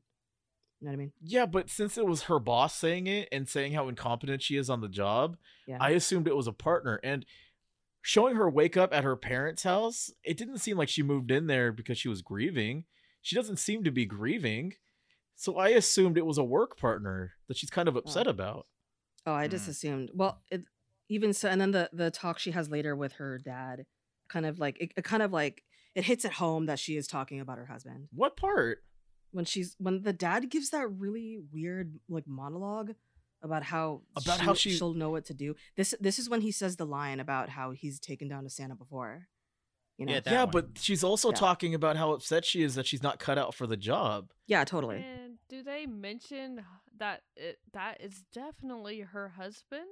Speaker 1: You know what I mean?
Speaker 3: Yeah, but since it was her boss saying it and saying how incompetent she is on the job,
Speaker 1: Yeah.
Speaker 3: I assumed it was a partner. And showing her wake up at her parents' house, it didn't seem like she moved in there because she was grieving. She doesn't seem to be grieving. So I assumed it was a work partner that she's kind of upset
Speaker 1: Oh.
Speaker 3: about.
Speaker 1: oh, I just
Speaker 4: Hmm.
Speaker 1: assumed. Well, it, even so and then the the talk she has later with her dad kind of like it, it kind of like it hits at home that she is talking about her husband
Speaker 3: What part?
Speaker 1: when she's when the dad gives that really weird like monologue about how
Speaker 3: About how she-
Speaker 1: she'll know what to do. This this is when he says the line about how he's taken down to Santa before. You know.
Speaker 4: Yeah,
Speaker 1: Yeah,
Speaker 4: that
Speaker 3: yeah,
Speaker 4: one.
Speaker 3: but she's also
Speaker 1: Yeah.
Speaker 3: talking about how upset she is that she's not cut out for the job.
Speaker 1: totally.
Speaker 2: And do they mention that it, that is definitely her husband?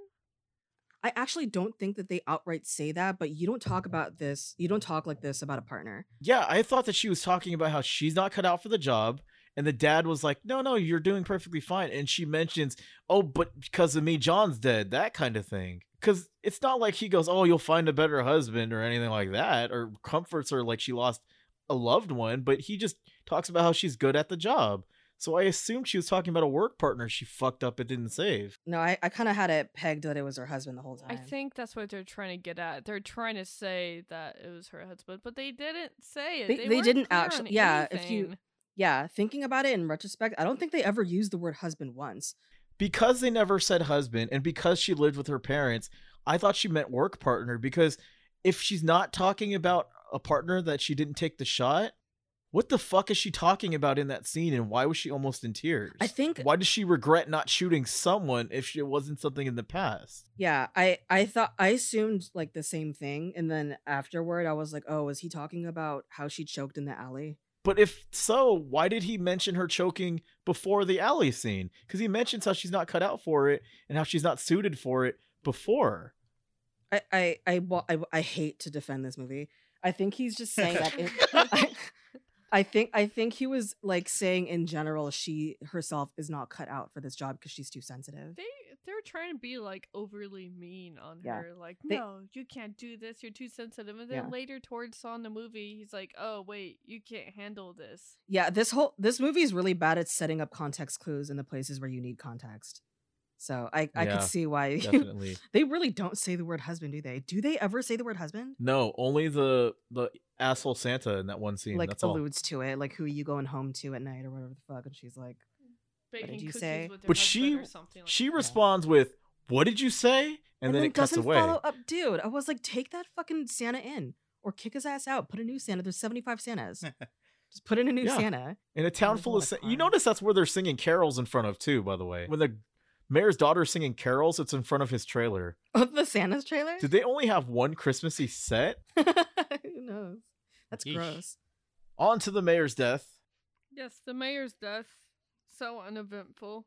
Speaker 1: I actually don't think that they outright say that, but you don't talk about this. You don't talk like this about a partner.
Speaker 3: Yeah, I thought that she was talking about how she's not cut out for the job. And the dad was like, no, no, you're doing perfectly fine. And she mentions, oh, but because of me, John's dead, that kind of thing. Because it's not like he goes, oh, you'll find a better husband or anything like that, or comforts her like she lost a loved one. But he just talks about how she's good at the job. So I assumed she was talking about a work partner she fucked up and didn't save.
Speaker 1: No, I, I kind of had it pegged that it was her husband the whole time.
Speaker 2: I think that's what they're trying to get at. They're trying to say that it was her husband, but they didn't say it.
Speaker 1: They-
Speaker 2: They,
Speaker 1: they
Speaker 2: weren't
Speaker 1: didn't
Speaker 2: clear
Speaker 1: actu-
Speaker 2: on
Speaker 1: yeah, if you-
Speaker 2: anything.
Speaker 1: Yeah, thinking about it in retrospect, I don't think they ever used the word husband once.
Speaker 3: because they never said husband and because she lived with her parents, I thought she meant work partner because if she's not talking about a partner that she didn't take the shot, what the fuck is she talking about in that scene and why was she almost in tears?
Speaker 1: I think
Speaker 3: why does she regret not shooting someone if she, it wasn't something in the past?
Speaker 1: Yeah, I I thought I assumed like the same thing, and then afterward I was like, oh, was he talking about how she choked in the alley?
Speaker 3: But if so, why did he mention her choking before the alley scene? Because he mentions how she's not cut out for it and how she's not suited for it before.
Speaker 1: I I I wa- I, I hate to defend this movie. I think he's just saying that. in- I, I think I think he was like saying in general she herself is not cut out for this job because she's too sensitive.
Speaker 2: They they're trying to be like overly mean on
Speaker 1: Yeah.
Speaker 2: her, like
Speaker 1: They-
Speaker 2: no, you can't do this. You're too sensitive. And then
Speaker 1: Yeah.
Speaker 2: later, towards on the movie, he's like, oh wait, you can't handle this.
Speaker 1: Yeah, this whole this movie is really bad at setting up context clues in the places where you need context. So I I
Speaker 3: Yeah,
Speaker 1: could see why
Speaker 3: Definitely.
Speaker 1: they really don't say the word husband, do they? Do they ever say the word husband?
Speaker 3: No, only the the asshole Santa in that one scene.
Speaker 1: like oh,
Speaker 3: That's all.
Speaker 1: alludes to it, like who are you going home to at night or whatever the fuck, and she's like,
Speaker 2: Baking
Speaker 1: did you
Speaker 2: cookies
Speaker 1: say?
Speaker 2: with her
Speaker 3: But
Speaker 2: husband
Speaker 3: she-
Speaker 2: or something like
Speaker 3: She
Speaker 2: that.
Speaker 3: responds with, "What did you say?" And, then, it cuts
Speaker 1: doesn't
Speaker 3: away.
Speaker 1: follow up, dude. I was like, take that fucking Santa in or kick his ass out. Put a new Santa. There's 75 Santas. Just put in a new
Speaker 3: Yeah.
Speaker 1: Santa.
Speaker 3: In a town
Speaker 1: There's a
Speaker 3: full
Speaker 1: lot
Speaker 3: of,
Speaker 1: of
Speaker 3: Sa-
Speaker 1: cars.
Speaker 3: you notice that's where they're singing carols in front of too. By the way, when the mayor's daughter is singing carols, it's in front of his trailer.
Speaker 1: Oh, the Santa's trailer.
Speaker 3: Did they only have one Christmassy set?
Speaker 1: who knows? That's
Speaker 4: Yeesh.
Speaker 1: gross.
Speaker 3: On to the mayor's death.
Speaker 2: Yes, the mayor's death so uneventful.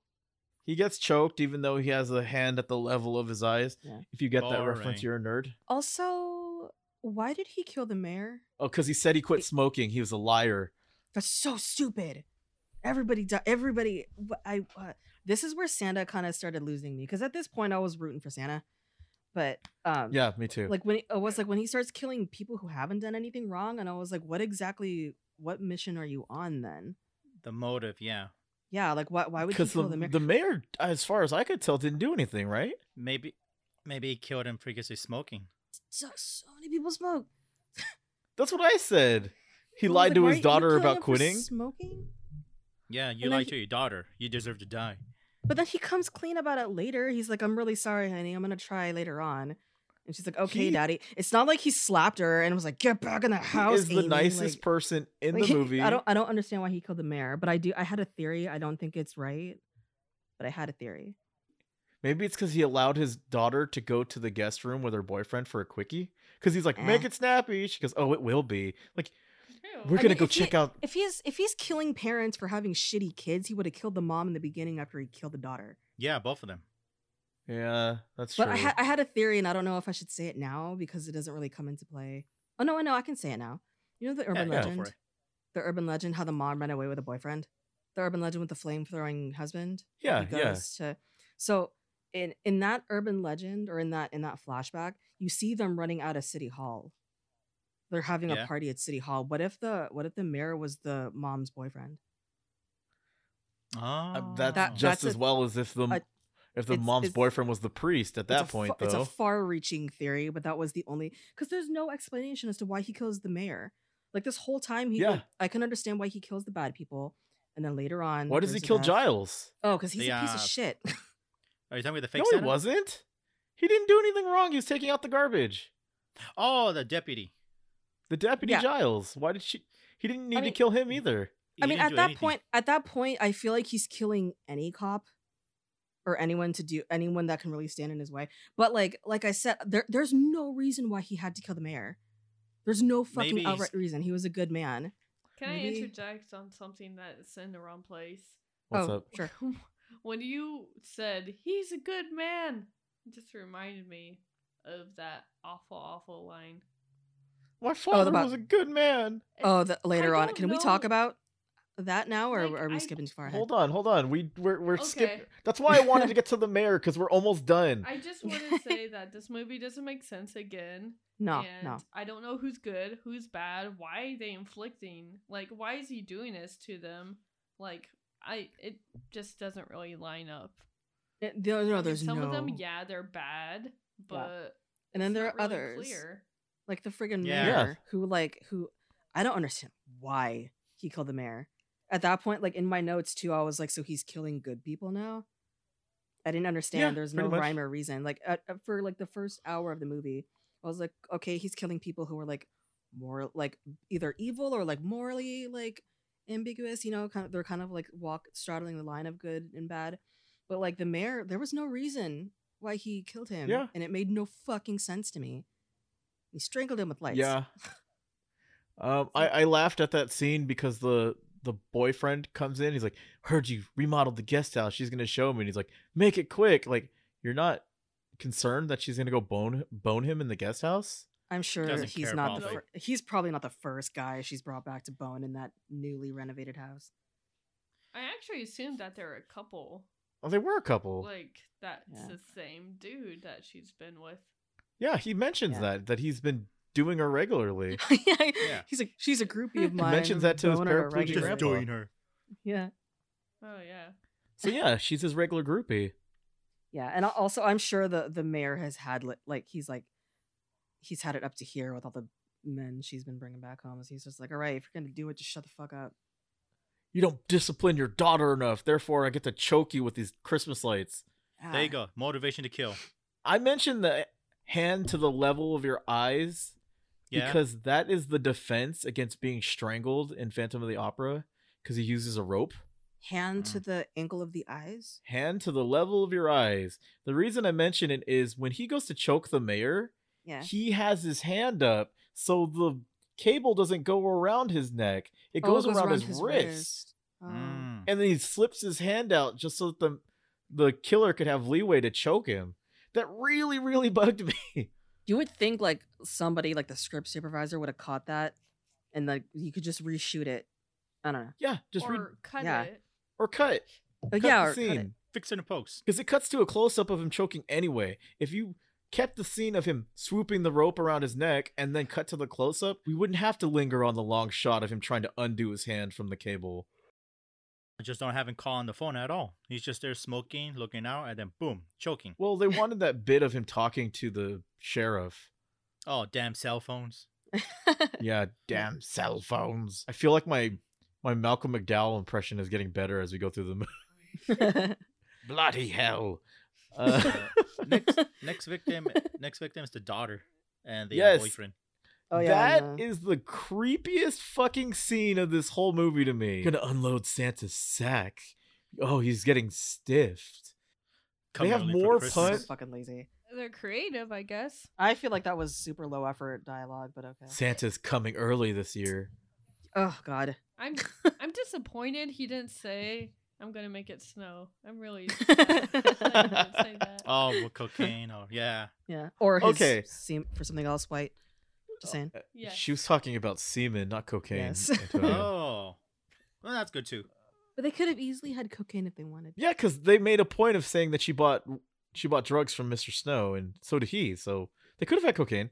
Speaker 3: He gets choked, even though he has a hand at the level of his eyes.
Speaker 1: Yeah.
Speaker 3: If you get that reference,
Speaker 4: Boring.
Speaker 3: you're a nerd.
Speaker 1: Also, why did he kill the mayor?
Speaker 3: Oh, because he said he quit
Speaker 1: It-
Speaker 3: smoking. He was a liar.
Speaker 1: That's so stupid. Everybody, di- everybody. wh- I. Uh, this is where Santa kind of started losing me because at this point I was rooting for Santa, but um,
Speaker 3: Yeah, me too.
Speaker 1: like when it was like when he starts killing people who haven't done anything wrong and i was like what exactly what mission are you on then
Speaker 4: the motive, yeah.
Speaker 1: yeah like why, why would you
Speaker 3: Because
Speaker 1: kill
Speaker 3: the,
Speaker 1: the, mayor?
Speaker 3: the mayor, as far as I could tell, didn't do anything, right?
Speaker 4: Maybe maybe he killed him previously smoking.
Speaker 1: so, so many people smoke
Speaker 3: That's what I said. He
Speaker 1: I was
Speaker 3: lied
Speaker 1: like,
Speaker 3: to
Speaker 1: why
Speaker 3: his
Speaker 1: didn't you
Speaker 3: daughter
Speaker 1: kill him
Speaker 3: about
Speaker 1: for
Speaker 3: quitting.
Speaker 1: smoking
Speaker 4: Yeah, you
Speaker 1: And then
Speaker 4: lied
Speaker 1: he-
Speaker 4: to your daughter. You deserve to die.
Speaker 1: but then he comes clean about it later he's like i'm really sorry honey i'm gonna try later on and she's like okay
Speaker 3: He-
Speaker 1: daddy it's not like he slapped her and was like get back in the
Speaker 3: How
Speaker 1: house
Speaker 3: is the
Speaker 1: Amy,"
Speaker 3: nicest
Speaker 1: like-
Speaker 3: person in
Speaker 1: like,
Speaker 3: the movie.
Speaker 1: i don't i don't understand why he killed the mayor but i do i had a theory i don't think it's right but i had a theory
Speaker 3: Maybe it's because he allowed his daughter to go to the guest room with her boyfriend for a quickie. Because he's like, make
Speaker 1: Eh. Oh,
Speaker 3: it snappy. She goes, oh, it will be. Like, we're
Speaker 1: I
Speaker 3: gonna
Speaker 1: mean,
Speaker 3: go
Speaker 1: if he-
Speaker 3: check out.
Speaker 1: If he's if he's killing parents for having shitty kids, he would have killed the mom in the beginning after he killed the daughter.
Speaker 4: Yeah, both of them.
Speaker 3: Yeah, that's
Speaker 1: But
Speaker 3: true.
Speaker 1: I, ha- I had a theory, and I don't know if I should say it now because it doesn't really come into play. Oh no, I know I can say it now. You know the urban
Speaker 4: yeah, go for
Speaker 1: legend,
Speaker 4: it.
Speaker 1: the urban legend, how the mom ran away with a boyfriend, the urban legend with the flame throwing husband.
Speaker 3: yeah,
Speaker 1: he
Speaker 3: yeah.
Speaker 1: goes to so in in that urban legend or in that in that flashback you see them running out of city hall they're having
Speaker 4: Yeah.
Speaker 1: a party at city hall what if the what if the mayor was the mom's boyfriend
Speaker 4: Oh,
Speaker 3: Uh, that's
Speaker 1: That-
Speaker 3: just
Speaker 1: that's
Speaker 3: as
Speaker 1: a-
Speaker 3: well as if the
Speaker 1: a-
Speaker 3: if the
Speaker 1: it's-
Speaker 3: mom's
Speaker 1: it's-
Speaker 3: boyfriend was the priest at that
Speaker 1: it's a
Speaker 3: point,
Speaker 1: fa- it's
Speaker 3: though.
Speaker 1: a far-reaching theory but that was the only because there's no explanation as to why he kills the mayor like this whole time he
Speaker 3: Yeah.
Speaker 1: like, i can understand why he kills the bad people and then later on
Speaker 3: Why does he
Speaker 1: there's a
Speaker 3: kill
Speaker 1: death.
Speaker 3: Giles?
Speaker 1: oh because he's
Speaker 4: The,
Speaker 1: a piece
Speaker 4: uh,
Speaker 1: of shit
Speaker 4: Are you talking about the fake
Speaker 3: No, he
Speaker 4: Santa?
Speaker 3: wasn't. He didn't do anything wrong. He was taking out the garbage.
Speaker 4: Oh, the deputy.
Speaker 3: The deputy
Speaker 1: Yeah.
Speaker 3: Giles. Why did she? He didn't need
Speaker 1: mean-
Speaker 3: to kill him either.
Speaker 4: He
Speaker 1: I mean,
Speaker 4: didn't
Speaker 1: at
Speaker 4: do
Speaker 1: that
Speaker 4: anything.
Speaker 1: point, at that point, I feel like he's killing any cop or anyone to do anyone that can really stand in his way. But like, like I said, there, there's no reason why he had to kill the mayor. There's no fucking
Speaker 4: Maybe he's-
Speaker 1: outright reason. He was a good man.
Speaker 2: Can I
Speaker 1: Maybe-
Speaker 2: interject on something that's in the wrong place?
Speaker 3: What's
Speaker 1: oh,
Speaker 3: up?
Speaker 1: sure.
Speaker 2: when you said he's a good man, it just reminded me of that awful, awful line.
Speaker 3: My father
Speaker 1: Oh, bo-
Speaker 3: was a good man.
Speaker 1: Oh, the, later on,
Speaker 2: don't
Speaker 1: can we talk
Speaker 2: know.
Speaker 1: about that now, or
Speaker 2: Like,
Speaker 1: are we
Speaker 2: I-
Speaker 1: skipping too far ahead?
Speaker 3: Hold on, hold on. We we're we're
Speaker 2: Okay.
Speaker 3: skip. That's why I wanted to get to the mayor because we're almost done.
Speaker 2: I just want to say that this movie doesn't make sense again.
Speaker 1: No,
Speaker 2: and
Speaker 1: no.
Speaker 2: I don't know who's good, who's bad, why are they inflicting? Like, why is he doing this to them? Like, I it just doesn't really line up.
Speaker 1: Eh, there- no,
Speaker 2: I mean,
Speaker 1: there's
Speaker 2: some
Speaker 1: no.
Speaker 2: of them, yeah, they're bad, but
Speaker 1: and then
Speaker 2: it's
Speaker 1: there are
Speaker 2: not really
Speaker 1: others.
Speaker 2: clear.
Speaker 1: like the friggin'
Speaker 4: Yeah.
Speaker 1: mayor
Speaker 4: Yeah.
Speaker 1: who like who I don't understand why he killed the mayor. At that point, like in my notes too, I was like, so he's killing good people now. I didn't understand.
Speaker 3: Yeah,
Speaker 1: There's no
Speaker 3: pretty much.
Speaker 1: rhyme or reason. Like at, at- for like the first hour of the movie, I was like, okay, he's killing people who are like more like either evil or like morally like ambiguous. You know, kind of they're kind of like walk straddling the line of good and bad. But like the mayor, there was no reason why he killed him,
Speaker 3: Yeah.
Speaker 1: and it made no fucking sense to me. He strangled him with lights.
Speaker 3: Yeah. Um, I, I laughed at that scene because the the boyfriend comes in. He's like, "Heard you remodeled the guest house. She's gonna show me." And he's like, "Make it quick!" Like, you're not concerned that she's gonna go bone bone him in the guest house?
Speaker 1: I'm sure
Speaker 4: doesn't
Speaker 1: he's
Speaker 4: care
Speaker 1: not.
Speaker 4: about
Speaker 1: The
Speaker 4: light.
Speaker 1: fir- he's probably not the first guy she's brought back to bone in that newly renovated house.
Speaker 2: I actually assumed that they're a couple.
Speaker 3: Well, they were a couple.
Speaker 2: Like that's
Speaker 1: Yeah.
Speaker 2: the same dude that she's been with.
Speaker 3: yeah, he mentions
Speaker 1: Yeah.
Speaker 3: that that he's been doing her regularly.
Speaker 4: Yeah.
Speaker 1: He's like, she's a groupie of
Speaker 2: He
Speaker 1: mine.
Speaker 3: mentions that to his
Speaker 1: boner
Speaker 3: paraplegic
Speaker 1: regular."
Speaker 3: grandpa.
Speaker 4: Just doing her.
Speaker 1: Yeah,
Speaker 2: Oh yeah.
Speaker 3: So yeah, she's his regular groupie.
Speaker 1: yeah, and al- also I'm sure the the mayor has had li- like he's like he's had it up to here with all the men she's been bringing back home. So he's just like, all right, if you're gonna do it, just shut the fuck up.
Speaker 3: You don't discipline your daughter enough. Therefore, I get to choke you with these Christmas lights.
Speaker 4: There
Speaker 1: Ah.
Speaker 4: you go. Motivation to kill.
Speaker 3: I mentioned the hand to the level of your eyes
Speaker 4: Yeah.
Speaker 3: because that is the defense against being strangled in Phantom of the Opera because he uses a rope.
Speaker 1: Hand to the ankle of the eyes.
Speaker 3: Hand to the level of your eyes. The reason I mention it is when he goes to choke the mayor,
Speaker 1: Yeah.
Speaker 3: he has his hand up so the cable doesn't go around his neck. It
Speaker 1: Oh,
Speaker 3: goes, around, his, wrist.
Speaker 1: Oh.
Speaker 4: Mm.
Speaker 3: And then he slips his hand out just so that the the killer could have leeway to choke him. That really, really bugged me.
Speaker 1: You would think like somebody like the script supervisor would have caught that, and like you could just reshoot it. I don't know.
Speaker 3: Yeah, just
Speaker 2: or
Speaker 3: read
Speaker 2: cut
Speaker 1: yeah.
Speaker 2: it.
Speaker 3: or cut.
Speaker 1: But
Speaker 3: cut
Speaker 1: yeah,
Speaker 3: the
Speaker 1: or cut it.
Speaker 3: scene
Speaker 4: Fixing the post.
Speaker 3: because it cuts to a close up of him choking anyway. If you kept the scene of him swooping the rope around his neck and then cut to the close up, we wouldn't have to linger on the long shot of him trying to undo his hand from the cable.
Speaker 4: I just don't have him call on the phone at all. He's just there smoking, looking out, and then boom, choking.
Speaker 3: Well, they wanted that bit of him talking to the sheriff.
Speaker 4: Oh, damn cell phones.
Speaker 3: Yeah, damn cell phones. I feel like my my Malcolm McDowell impression is getting better as we go through the movie. Bloody hell. Uh,
Speaker 4: next, next victim. Next victim is the daughter and the uh,
Speaker 3: Yes.
Speaker 4: boyfriend.
Speaker 1: oh yeah,
Speaker 3: that
Speaker 1: and, uh,
Speaker 3: is the creepiest fucking scene of this whole movie to me. Gonna unload Santa's sack. Oh, he's getting stiffed. They
Speaker 4: Come
Speaker 3: have
Speaker 4: early for
Speaker 3: more
Speaker 1: so
Speaker 4: Christmas.
Speaker 3: puns.
Speaker 1: fucking lazy.
Speaker 2: They're creative, I guess.
Speaker 1: I feel like that was super low effort dialogue, but okay.
Speaker 3: Santa's coming early this year.
Speaker 1: Oh god.
Speaker 2: I'm I'm disappointed he didn't say I'm gonna make it snow. I'm really sad. that he didn't say that.
Speaker 4: Oh, with cocaine. Oh, yeah.
Speaker 1: Yeah. Or his
Speaker 3: Okay.
Speaker 1: seem for something else white. Just saying.
Speaker 2: Yes.
Speaker 3: She was talking about semen, not cocaine.
Speaker 1: Yes.
Speaker 3: Antonio.
Speaker 4: Oh, well, that's good too.
Speaker 1: But they could have easily had cocaine if they wanted.
Speaker 3: yeah, because they made a point of saying that she bought she bought drugs from Mr. Snow, and so did he. So they could have had cocaine.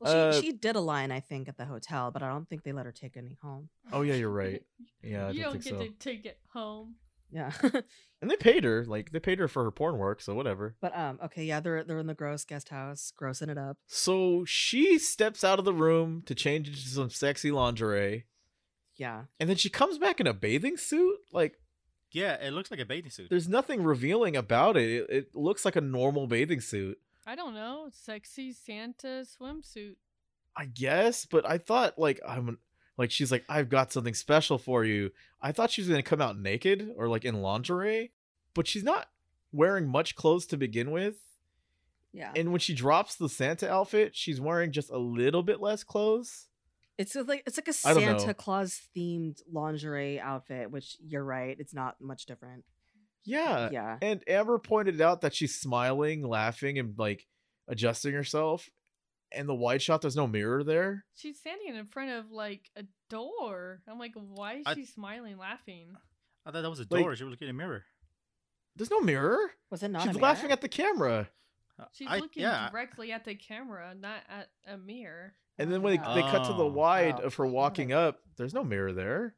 Speaker 1: Well, she,
Speaker 3: Uh,
Speaker 1: she did a line, I think, at the hotel, but I don't think they let her take any home.
Speaker 3: Oh yeah, you're right. Yeah, I
Speaker 2: you
Speaker 3: don't
Speaker 2: don't
Speaker 3: think
Speaker 2: get
Speaker 3: so.
Speaker 2: to take it home.
Speaker 1: Yeah.
Speaker 3: And they paid her, like they paid her for her porn work, so whatever.
Speaker 1: but um, okay, yeah, they're they're in the gross guest house, grossing it up.
Speaker 3: So she steps out of the room to change into some sexy lingerie,
Speaker 1: Yeah.
Speaker 3: and then she comes back in a bathing suit. Like,
Speaker 4: Yeah, it looks like a bathing suit.
Speaker 3: there's nothing revealing about it. It, it looks like a normal bathing suit.
Speaker 2: I don't know. Sexy Santa swimsuit.
Speaker 3: I guess, but I thought like I'm like she's like I've got something special for you. I thought she was going to come out naked or like in lingerie, but she's not wearing much clothes to begin with.
Speaker 1: Yeah.
Speaker 3: And when she drops the Santa outfit, she's wearing just a little bit less clothes.
Speaker 1: It's a- like it's like a
Speaker 3: I don't know.
Speaker 1: Santa Claus themed lingerie outfit, which you're right, it's not much different.
Speaker 3: Yeah.
Speaker 1: yeah.
Speaker 3: And Amber pointed out that she's smiling, laughing and like adjusting herself. And the wide shot there's no mirror there.
Speaker 2: She's standing in front of like a door. I'm like, why is
Speaker 4: I-
Speaker 2: she smiling, laughing?
Speaker 4: I thought that was a
Speaker 3: Like-
Speaker 4: door. she was looking in a mirror.
Speaker 3: There's no mirror.
Speaker 1: Was it not?
Speaker 3: she's
Speaker 1: a
Speaker 3: laughing
Speaker 1: mirror?
Speaker 3: at the camera.
Speaker 4: Uh,
Speaker 2: She's
Speaker 4: I-
Speaker 2: looking
Speaker 4: yeah,
Speaker 2: directly at the camera, not at a mirror.
Speaker 3: And then when they,
Speaker 1: Oh.
Speaker 3: they cut to the
Speaker 4: Oh.
Speaker 3: wide
Speaker 1: Oh.
Speaker 3: of her walking up, there's no mirror there.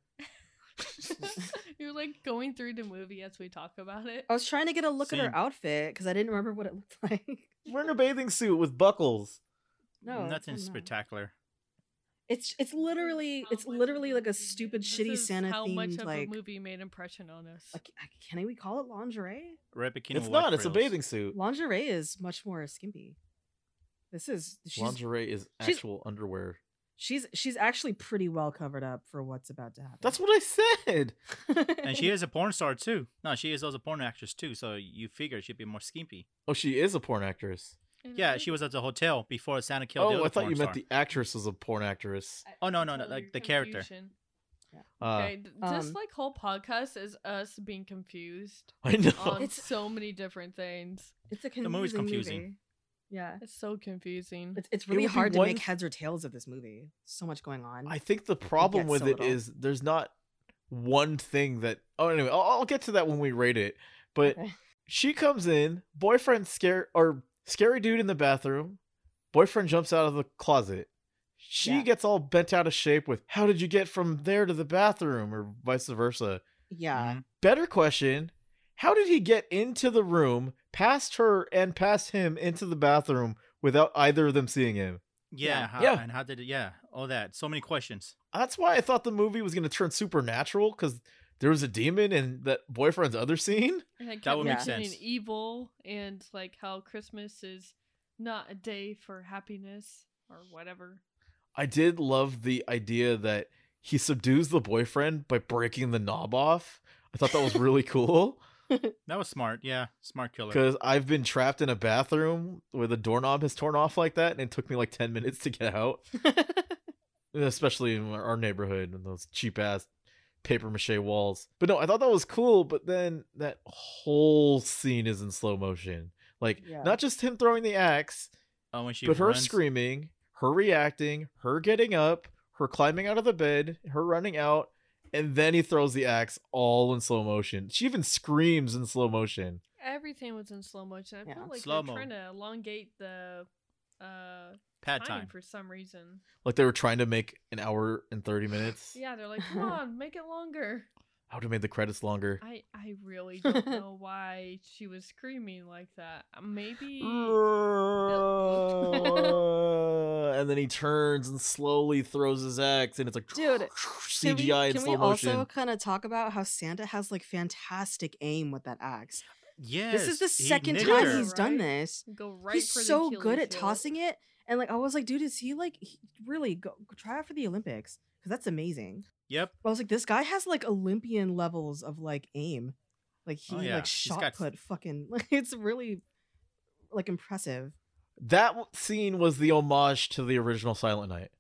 Speaker 2: You're like going through the movie as we talk about it.
Speaker 1: I was trying to get a look at
Speaker 4: Same.
Speaker 1: her outfit because I didn't remember what it looked like.
Speaker 3: Wearing a bathing suit with buckles.
Speaker 1: No, that's
Speaker 4: nothing
Speaker 1: not.
Speaker 4: spectacular.
Speaker 1: It's it's literally
Speaker 2: How
Speaker 1: it's
Speaker 2: much
Speaker 1: literally
Speaker 2: of
Speaker 1: like a
Speaker 2: movie made-
Speaker 1: stupid
Speaker 2: This
Speaker 1: shitty
Speaker 2: is
Speaker 1: Santa
Speaker 2: How much
Speaker 1: themed
Speaker 2: of
Speaker 1: like,
Speaker 2: a movie made impression on us?
Speaker 1: like I- can we call it lingerie?
Speaker 4: Red bikini.
Speaker 3: it's
Speaker 4: with
Speaker 3: not. It's a
Speaker 4: frills.
Speaker 3: bathing suit.
Speaker 1: Lingerie is much more skimpy. This is she's
Speaker 3: Lingerie is
Speaker 1: she's-
Speaker 3: actual underwear.
Speaker 1: she's she's actually pretty well covered up for what's about to happen.
Speaker 3: That's what I said.
Speaker 4: And she is a porn star too. No, she is also a porn actress too. So you figure she'd be more skimpy.
Speaker 3: Oh, she is a porn actress.
Speaker 2: And
Speaker 4: Yeah,
Speaker 2: I-
Speaker 4: she was at the hotel before Santa killed. the
Speaker 3: oh,
Speaker 4: other
Speaker 3: I thought you
Speaker 4: porn
Speaker 3: meant
Speaker 4: star.
Speaker 3: the actress was a porn actress.
Speaker 2: I-
Speaker 4: Oh, no,
Speaker 2: I
Speaker 4: no, no,
Speaker 2: feel
Speaker 4: like
Speaker 2: your
Speaker 4: the character.
Speaker 2: confusion.
Speaker 3: Uh,
Speaker 2: okay, th- this
Speaker 1: um,
Speaker 2: like whole podcast is us being confused
Speaker 3: I know.
Speaker 2: on
Speaker 1: It's-
Speaker 2: so many different things.
Speaker 1: it's a confusing
Speaker 4: movie's confusing.
Speaker 1: movie. Yeah.
Speaker 2: It's so confusing.
Speaker 1: It's, it's
Speaker 3: would
Speaker 1: really
Speaker 3: be
Speaker 1: hard to
Speaker 3: one
Speaker 1: make
Speaker 3: th-
Speaker 1: heads or tails of this movie. So much going on.
Speaker 3: I think the problem
Speaker 1: gets
Speaker 3: with
Speaker 1: a
Speaker 3: it
Speaker 1: little-
Speaker 3: is there's not one thing that. Oh, anyway, I'll, I'll get to that when we rate it. But
Speaker 1: Okay.
Speaker 3: she comes in, boyfriend scare or scary dude in the bathroom. Boyfriend jumps out of the closet. She
Speaker 1: Yeah.
Speaker 3: gets all bent out of shape with how did you get from there to the bathroom or vice versa.
Speaker 1: yeah.
Speaker 4: Mhm.
Speaker 3: Better question, how did he get into the room, past her and past him into the bathroom without either of them seeing him?
Speaker 4: Yeah,
Speaker 1: Yeah.
Speaker 4: How,
Speaker 3: Yeah.
Speaker 4: And how did it? Yeah, all that. So many questions.
Speaker 3: That's why I thought the movie was going to turn supernatural cuz there was a demon in that boyfriend's other scene.
Speaker 2: And it
Speaker 4: That
Speaker 2: kept
Speaker 4: would
Speaker 1: make
Speaker 2: mentioning
Speaker 4: sense.
Speaker 2: Evil and like how Christmas is not a day for happiness or whatever.
Speaker 3: I did love the idea that he subdues the boyfriend by breaking the knob off. I thought that was really cool
Speaker 4: That was smart. Yeah, smart killer.
Speaker 3: because I've been trapped in a bathroom where the doorknob has torn off like that, and it took me like 10 minutes to get out, especially in our our neighborhood and those cheap ass paper mache walls. But no, I thought that was cool, but then that whole scene is in slow motion. Like,
Speaker 1: Yeah.
Speaker 3: not just him throwing the axe,
Speaker 4: Oh, when she
Speaker 3: but her
Speaker 4: runs-
Speaker 3: screaming, her reacting, her getting up, her climbing out of the bed, her running out, and then he throws the axe all in slow motion. She even screams in slow motion.
Speaker 2: Everything was in slow motion. I
Speaker 1: Yeah.
Speaker 2: felt like
Speaker 4: Slow-mo.
Speaker 2: they're trying to elongate the uh
Speaker 4: pad
Speaker 2: time,
Speaker 4: time.
Speaker 2: for some reason.
Speaker 3: Like they were trying to make an hour and 30 minutes.
Speaker 2: Yeah, they're like, come on, make it longer.
Speaker 3: I would have made the credits longer.
Speaker 2: I I really don't know why she was screaming like that. Uh, Maybe
Speaker 3: and then he turns and slowly throws his axe, and it's like
Speaker 1: Dude, Can we-
Speaker 3: CGI in
Speaker 1: can
Speaker 3: slow
Speaker 1: we also
Speaker 3: motion.
Speaker 1: kind of talk about how Santa has like fantastic aim with that axe?
Speaker 4: Yes.
Speaker 1: this is the
Speaker 4: he
Speaker 1: second
Speaker 4: knit
Speaker 1: time
Speaker 4: her.
Speaker 1: he's done
Speaker 2: Right.
Speaker 1: this.
Speaker 2: go right
Speaker 1: he's
Speaker 2: for the
Speaker 1: so
Speaker 2: Achilles
Speaker 1: good at
Speaker 2: heel.
Speaker 1: tossing it, and like I was like, dude, is he like he- really go, go try out for the Olympics? Because that's amazing.
Speaker 4: Yep.
Speaker 1: I was like, this guy has like Olympian levels of like aim, like he
Speaker 4: Oh, yeah.
Speaker 1: like
Speaker 4: He's
Speaker 1: shot
Speaker 4: got-
Speaker 1: put fucking. Like, it's really like impressive.
Speaker 3: That w- scene was the homage to the original Silent Night.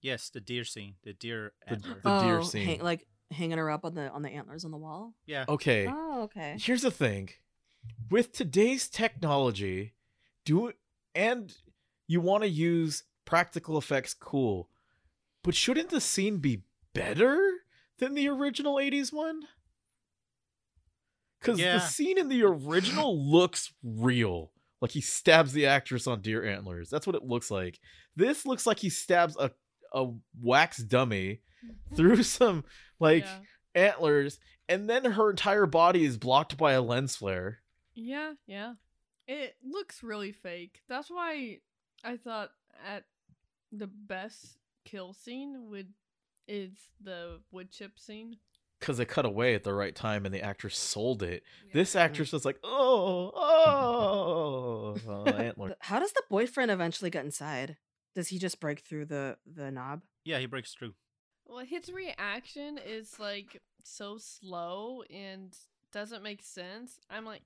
Speaker 4: Yes, the deer scene. The deer.
Speaker 3: The-
Speaker 4: antler.
Speaker 3: the- deer
Speaker 1: Oh, hang-
Speaker 3: scene.
Speaker 1: like hanging her up on the on the antlers on the wall.
Speaker 4: yeah.
Speaker 3: Okay.
Speaker 1: Oh, okay.
Speaker 3: Here's the thing. With today's technology, do it and you want to use practical effects cool. But shouldn't the scene be better than the original 80s one? Cuz
Speaker 4: Yeah.
Speaker 3: the scene in the original looks real. Like he stabs the actress on deer antlers. That's what it looks like. This looks like he stabs a a wax dummy through some like
Speaker 2: yeah.
Speaker 3: antlers, and then her entire body is blocked by a lens flare.
Speaker 2: Yeah, yeah. It looks really fake. That's why I thought at the best kill scene would is the wood chip scene.
Speaker 3: because they cut away at the right time and the actress sold it. This actress was like, oh, oh, oh, antler.
Speaker 1: But How does the boyfriend eventually get inside? Does he just break through the the knob?
Speaker 4: Yeah, he breaks through.
Speaker 2: Well, his reaction is like so slow and doesn't make sense. I'm like,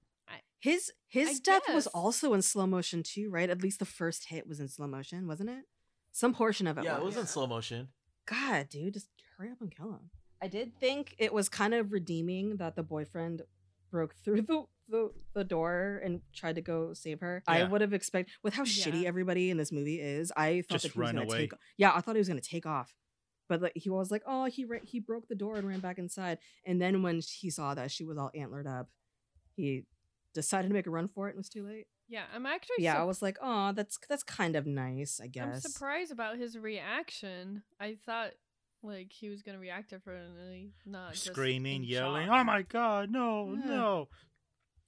Speaker 1: His his
Speaker 2: I
Speaker 1: death was
Speaker 2: guess.
Speaker 1: also in slow motion too, right? At least the first hit was in slow motion, wasn't it? Some portion of it.
Speaker 8: yeah, it
Speaker 1: was.
Speaker 8: was in slow motion.
Speaker 1: God, dude, just hurry up and kill him. I did think it was kind of redeeming that the boyfriend broke through the the, the door and tried to go save her. I
Speaker 4: Yeah.
Speaker 1: would have expected with how shitty
Speaker 2: Yeah.
Speaker 1: everybody in this movie is. I thought
Speaker 4: Just
Speaker 1: that he was
Speaker 4: run
Speaker 1: gonna
Speaker 4: away.
Speaker 1: take. Yeah, I thought he was gonna take off, but like he was like, oh, he ra- he broke the door and ran back inside. And then when he saw that she was all antlered up, he decided to make a run for it and was too late.
Speaker 2: yeah, I'm actually
Speaker 1: Yeah, I
Speaker 2: sup-
Speaker 1: was like, oh, that's that's kind of nice, I guess.
Speaker 2: I'm surprised about his reaction. I thought like he was gonna react differently, not Oh, just
Speaker 4: Screaming,
Speaker 2: in
Speaker 4: yelling.
Speaker 2: shock.
Speaker 4: Oh my god, no,
Speaker 2: Yeah.
Speaker 4: no.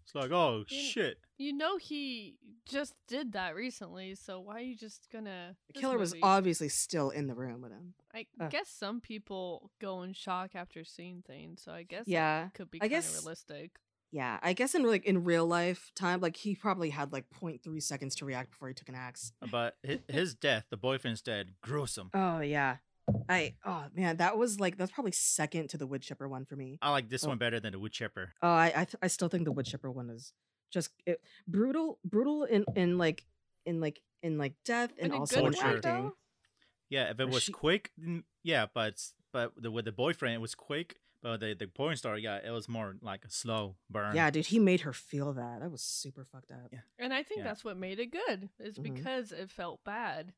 Speaker 4: It's like, oh
Speaker 2: You-
Speaker 4: shit.
Speaker 2: You know he just did that recently, so why are you just gonna?
Speaker 1: The
Speaker 2: this
Speaker 1: killer was
Speaker 2: movie-
Speaker 1: obviously still in the room with him.
Speaker 2: I
Speaker 1: uh.
Speaker 2: guess some people go in shock after seeing things, so I guess that
Speaker 1: Yeah.
Speaker 2: could be
Speaker 1: I
Speaker 2: kind of
Speaker 1: guess-
Speaker 2: realistic.
Speaker 1: Yeah, I guess in like in real life time, like he probably had like 0.3 seconds to react before he took an axe.
Speaker 4: But hi- his death, the boyfriend's dead, gruesome.
Speaker 1: Oh yeah, I oh man, that was like that's probably second to the wood chipper one for me.
Speaker 4: I like this
Speaker 1: Oh.
Speaker 4: one better than the wood chipper.
Speaker 1: Oh, I I, th- I still think the wood chipper one is just it, brutal, brutal in in like in like in like death and
Speaker 2: In a
Speaker 1: also
Speaker 2: good
Speaker 1: in
Speaker 2: way,
Speaker 4: torture.
Speaker 1: acting.
Speaker 2: though?
Speaker 4: Yeah, if it
Speaker 1: Or
Speaker 4: was
Speaker 1: she-
Speaker 4: quick, then yeah, but s- but the, with the boyfriend it was quick, but the the porn star, yeah, it was more like a slow burn.
Speaker 1: Yeah, dude, he made her feel that. That was super fucked up.
Speaker 4: Yeah.
Speaker 2: And I think
Speaker 4: Yeah.
Speaker 2: that's what made it good, is
Speaker 1: Mhm.
Speaker 2: because it felt bad.